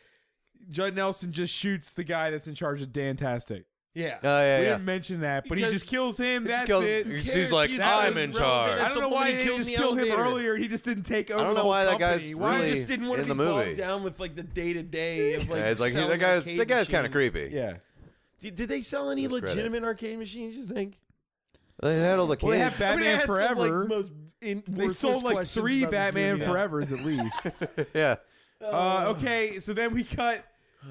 [SPEAKER 6] Judd Nelson just shoots the guy that's in charge of Dantastic.
[SPEAKER 3] Yeah.
[SPEAKER 8] Oh, yeah,
[SPEAKER 6] we
[SPEAKER 8] yeah.
[SPEAKER 6] didn't mention that, but he just
[SPEAKER 3] Because-
[SPEAKER 6] kills him.
[SPEAKER 8] He just
[SPEAKER 6] That's
[SPEAKER 8] killed-
[SPEAKER 6] it. Who
[SPEAKER 8] he's- he's
[SPEAKER 6] cares?
[SPEAKER 8] like,
[SPEAKER 6] That
[SPEAKER 8] "I'm
[SPEAKER 6] was
[SPEAKER 8] in
[SPEAKER 6] relevant
[SPEAKER 8] charge."
[SPEAKER 6] I
[SPEAKER 3] That's
[SPEAKER 6] don't
[SPEAKER 3] the
[SPEAKER 6] know why
[SPEAKER 3] one
[SPEAKER 6] they
[SPEAKER 3] he
[SPEAKER 6] didn't
[SPEAKER 3] killed
[SPEAKER 6] just
[SPEAKER 3] in the
[SPEAKER 6] kill him
[SPEAKER 3] elevator.
[SPEAKER 6] earlier. He just didn't take over.
[SPEAKER 8] I don't
[SPEAKER 6] the
[SPEAKER 8] know why
[SPEAKER 6] whole
[SPEAKER 8] that guy's
[SPEAKER 6] company.
[SPEAKER 3] He
[SPEAKER 8] really
[SPEAKER 3] just didn't want
[SPEAKER 8] in
[SPEAKER 3] to be
[SPEAKER 8] the movie.
[SPEAKER 3] bogged down with like the day to day of like.
[SPEAKER 8] Yeah, it's like he- that
[SPEAKER 3] selling
[SPEAKER 8] guy's
[SPEAKER 3] arcade
[SPEAKER 8] that guy's kind of
[SPEAKER 3] machines.
[SPEAKER 8] creepy.
[SPEAKER 6] Yeah.
[SPEAKER 3] Did, did they sell any
[SPEAKER 8] With credit.
[SPEAKER 3] legitimate arcade machines? You think?
[SPEAKER 8] They had all the
[SPEAKER 6] Well, they
[SPEAKER 8] kids.
[SPEAKER 6] had Batman
[SPEAKER 3] ask them, like,
[SPEAKER 6] Forever.
[SPEAKER 3] most in-
[SPEAKER 6] they sold
[SPEAKER 3] worthless
[SPEAKER 6] like
[SPEAKER 3] questions
[SPEAKER 6] three
[SPEAKER 3] about this
[SPEAKER 6] Batman
[SPEAKER 3] movie.
[SPEAKER 6] Forevers at least.
[SPEAKER 8] [LAUGHS] yeah.
[SPEAKER 6] Uh, okay, so then we cut.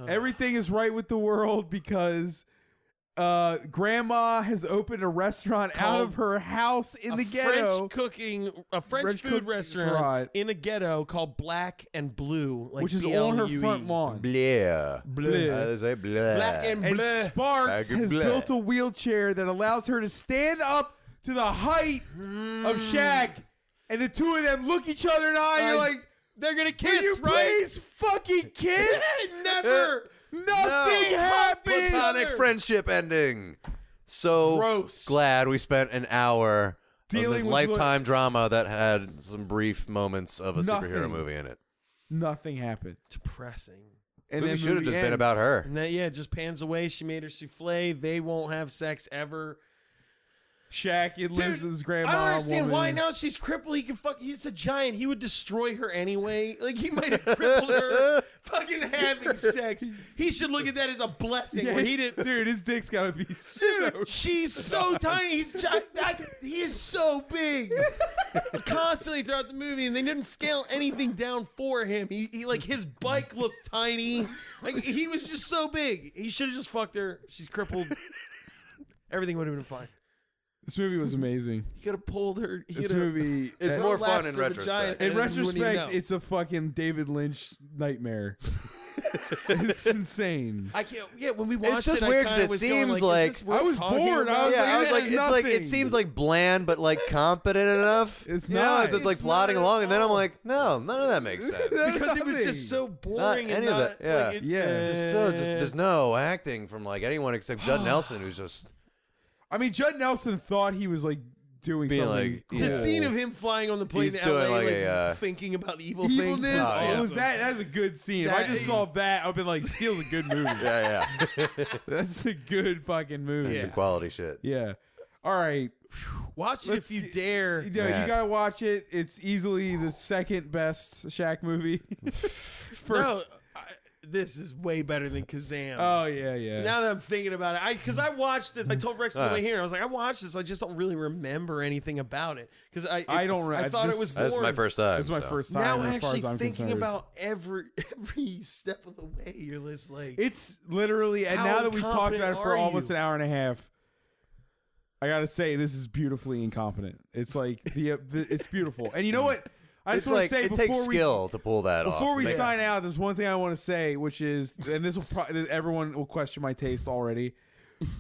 [SPEAKER 6] Everything is right with the world because uh, Grandma has opened a restaurant out of her house in
[SPEAKER 3] a
[SPEAKER 6] the ghetto.
[SPEAKER 3] French cooking, a French,
[SPEAKER 6] French
[SPEAKER 3] food
[SPEAKER 6] cooking
[SPEAKER 3] restaurant
[SPEAKER 6] restaurant.
[SPEAKER 3] in a ghetto called Black and Blue, like E
[SPEAKER 6] which is on her
[SPEAKER 3] BLUE.
[SPEAKER 6] front lawn.
[SPEAKER 8] Blah.
[SPEAKER 6] Bleh.
[SPEAKER 8] How does that blah?
[SPEAKER 3] Black and
[SPEAKER 6] And
[SPEAKER 3] Bleh.
[SPEAKER 6] Sparks
[SPEAKER 8] Like a
[SPEAKER 6] has
[SPEAKER 8] bleh.
[SPEAKER 6] built a wheelchair that allows her to stand up to the height
[SPEAKER 3] Hmm.
[SPEAKER 6] of Shaq. And the two of them look each other in the eye and you're
[SPEAKER 3] Uh,
[SPEAKER 6] like,
[SPEAKER 3] They're gonna
[SPEAKER 6] Will
[SPEAKER 3] kiss,
[SPEAKER 6] you
[SPEAKER 3] right?
[SPEAKER 6] please fucking kiss?
[SPEAKER 3] [LAUGHS] Never.
[SPEAKER 6] Nothing
[SPEAKER 8] No.
[SPEAKER 6] happened.
[SPEAKER 8] platonic friendship ending. So
[SPEAKER 3] Gross.
[SPEAKER 8] glad we spent an hour
[SPEAKER 6] Dealing
[SPEAKER 8] on this
[SPEAKER 6] with
[SPEAKER 8] lifetime drama that had some brief moments of a
[SPEAKER 6] Nothing.
[SPEAKER 8] superhero movie in it.
[SPEAKER 6] Nothing happened.
[SPEAKER 3] Depressing.
[SPEAKER 6] And
[SPEAKER 8] movie
[SPEAKER 6] then
[SPEAKER 8] should have
[SPEAKER 6] movie
[SPEAKER 8] just been
[SPEAKER 6] ends.
[SPEAKER 8] about her.
[SPEAKER 3] And then yeah, it just pans away. She made her souffle. They won't have sex ever.
[SPEAKER 6] Shaq, it lives with his grandma.
[SPEAKER 3] I don't understand
[SPEAKER 6] woman.
[SPEAKER 3] why now
[SPEAKER 6] [LAUGHS]
[SPEAKER 3] she's crippled. He can fuck. He's a giant. He would destroy her anyway. Like he might have crippled her fucking having sex. He should look at that as a blessing. where he didn't.
[SPEAKER 6] [LAUGHS] Dude, his dick's gotta be so.
[SPEAKER 3] She's so tiny. He's gi- I, he is so
[SPEAKER 6] [LAUGHS]
[SPEAKER 3] big. Constantly throughout the movie, and they didn't scale anything down for him. He, he like his bike looked tiny. Like he was just so big. He should have just fucked her. She's crippled. Everything would have been fine.
[SPEAKER 6] This movie was amazing.
[SPEAKER 3] He could have pulled her. He
[SPEAKER 6] This
[SPEAKER 3] could have-
[SPEAKER 6] movie.
[SPEAKER 3] It's
[SPEAKER 6] that-
[SPEAKER 3] more fun in Relaxed her vagina, retrospect.
[SPEAKER 6] In
[SPEAKER 3] and you wouldn't even
[SPEAKER 6] retrospect,
[SPEAKER 3] know.
[SPEAKER 6] it's a fucking David Lynch
[SPEAKER 8] [LAUGHS]
[SPEAKER 6] nightmare. it's insane.
[SPEAKER 3] I can't. Yeah, when we watched
[SPEAKER 8] it's just
[SPEAKER 3] it,
[SPEAKER 8] weird
[SPEAKER 3] I
[SPEAKER 8] because
[SPEAKER 3] kinda
[SPEAKER 8] it
[SPEAKER 3] was going like,
[SPEAKER 8] seems like
[SPEAKER 3] is this worth talking about?
[SPEAKER 8] yeah, I was like, it's like it seems like bland, but like competent enough.
[SPEAKER 6] [LAUGHS]
[SPEAKER 8] It's
[SPEAKER 3] not.
[SPEAKER 8] it's, like plodding along, and then I'm like, no, none of
[SPEAKER 6] [LAUGHS]
[SPEAKER 8] that makes sense.
[SPEAKER 3] [LAUGHS] because it was just so
[SPEAKER 8] Not
[SPEAKER 3] boring.
[SPEAKER 8] any
[SPEAKER 3] and
[SPEAKER 8] of
[SPEAKER 3] not,
[SPEAKER 8] that. Yeah,
[SPEAKER 3] like, it-
[SPEAKER 8] It's just so just
[SPEAKER 6] Eh.
[SPEAKER 8] there's no acting from like anyone except
[SPEAKER 6] [GASPS]
[SPEAKER 8] Judd Nelson, who's just
[SPEAKER 6] I mean, Judd Nelson thought he was like doing
[SPEAKER 8] Being
[SPEAKER 6] something.
[SPEAKER 8] like,
[SPEAKER 6] cool.
[SPEAKER 8] yeah.
[SPEAKER 3] The scene of him flying on the plane
[SPEAKER 8] He's
[SPEAKER 3] to
[SPEAKER 8] doing
[SPEAKER 3] LA, like,
[SPEAKER 8] like a, uh,
[SPEAKER 3] thinking about evil
[SPEAKER 6] evilness.
[SPEAKER 3] things. was
[SPEAKER 6] Oh, was
[SPEAKER 3] awesome.
[SPEAKER 6] that? That was a good scene. if I
[SPEAKER 3] That-
[SPEAKER 6] just saw that, I've been like, "Steel's a good movie."
[SPEAKER 8] yeah, yeah.
[SPEAKER 6] [LAUGHS] That's a good fucking movie.
[SPEAKER 8] That's some quality shit.
[SPEAKER 6] Yeah. All right.
[SPEAKER 3] Watch it if you dare.
[SPEAKER 6] You, know, you gotta watch it. It's easily the second best Shaq movie. [LAUGHS]
[SPEAKER 3] No,
[SPEAKER 6] First,
[SPEAKER 3] I, this is way better than Kazam.
[SPEAKER 6] Oh, yeah, yeah.
[SPEAKER 3] Now that I'm thinking about it, I because I watched this. I told Rex on the way
[SPEAKER 6] Alright.
[SPEAKER 3] here. I was like, I watched this. I just don't really remember anything about it because I it-
[SPEAKER 6] I don't. re-
[SPEAKER 3] I thought
[SPEAKER 6] this-
[SPEAKER 3] it was.
[SPEAKER 8] That's my
[SPEAKER 3] boring.
[SPEAKER 8] first time,
[SPEAKER 6] This is my
[SPEAKER 8] so.
[SPEAKER 6] first time.
[SPEAKER 3] Now
[SPEAKER 6] as
[SPEAKER 3] actually
[SPEAKER 6] far as I'm
[SPEAKER 3] thinking
[SPEAKER 6] concerned.
[SPEAKER 3] about every [LAUGHS] every step of the way, you're just like [LAUGHS]
[SPEAKER 6] It's literally, and
[SPEAKER 3] How
[SPEAKER 6] now that we've talked about it
[SPEAKER 3] incompetent
[SPEAKER 6] for
[SPEAKER 3] are
[SPEAKER 6] almost
[SPEAKER 3] you?
[SPEAKER 6] an hour and a half, I gotta say this is beautifully incompetent. It's like the, uh, the it's beautiful, and you know what? I
[SPEAKER 8] it's
[SPEAKER 6] just want
[SPEAKER 8] like
[SPEAKER 6] to say
[SPEAKER 8] it
[SPEAKER 6] before
[SPEAKER 8] takes
[SPEAKER 6] we,
[SPEAKER 8] skill to pull that off.
[SPEAKER 6] before we
[SPEAKER 8] They-
[SPEAKER 6] sign out, there's one thing I want to say, which is, and this will probably everyone will question my taste already.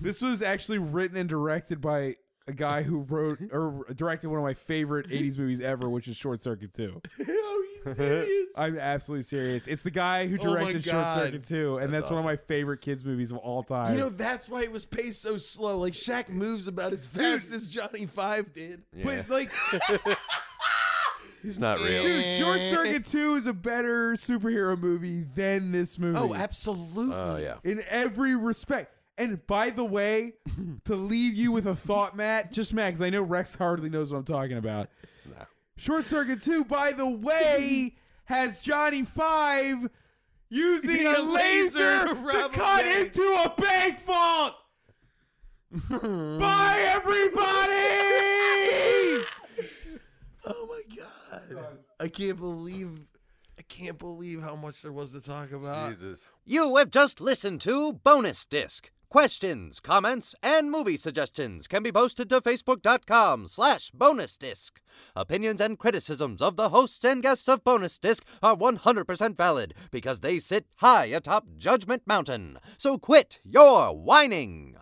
[SPEAKER 6] this was actually written and directed by a guy who wrote or directed one of my favorite '80s movies ever, which is Short Circuit Two. I'm absolutely serious. It's the guy who
[SPEAKER 3] Oh my
[SPEAKER 6] directed Short
[SPEAKER 3] God.
[SPEAKER 6] Circuit Two, and that's,
[SPEAKER 3] That's
[SPEAKER 6] one of my favorite kids movies of all time.
[SPEAKER 3] You know, that's why it was paced so slow. Like Shaq moves about as fast as Johnny Five did.
[SPEAKER 6] But
[SPEAKER 8] [LAUGHS]
[SPEAKER 6] like,
[SPEAKER 8] It's not real.
[SPEAKER 6] dude, Short Circuit Two is a better superhero movie than this movie.
[SPEAKER 3] Oh, absolutely.
[SPEAKER 8] Oh yeah.
[SPEAKER 6] in every respect. And by the way, to leave you with a thought, Matt, just Matt, because I know Rex hardly knows what I'm talking about. Short Circuit 2, by the [LAUGHS] way, has Johnny Five using [LAUGHS] a,
[SPEAKER 3] A laser
[SPEAKER 6] laser, to
[SPEAKER 3] rubber
[SPEAKER 6] cut
[SPEAKER 3] band.
[SPEAKER 6] into a bank vault. [LAUGHS] Bye, [LAUGHS] everybody.
[SPEAKER 3] Oh my god! I can't believe, I can't believe how much there was to talk about.
[SPEAKER 8] Jesus.
[SPEAKER 2] You have just listened to Bonus Disc. Questions, comments, and movie suggestions can be posted to facebook.com slash bonus disc. Opinions and criticisms of the hosts and guests of Bonus Disc are 100% valid because they sit high atop Judgment Mountain. So quit your whining!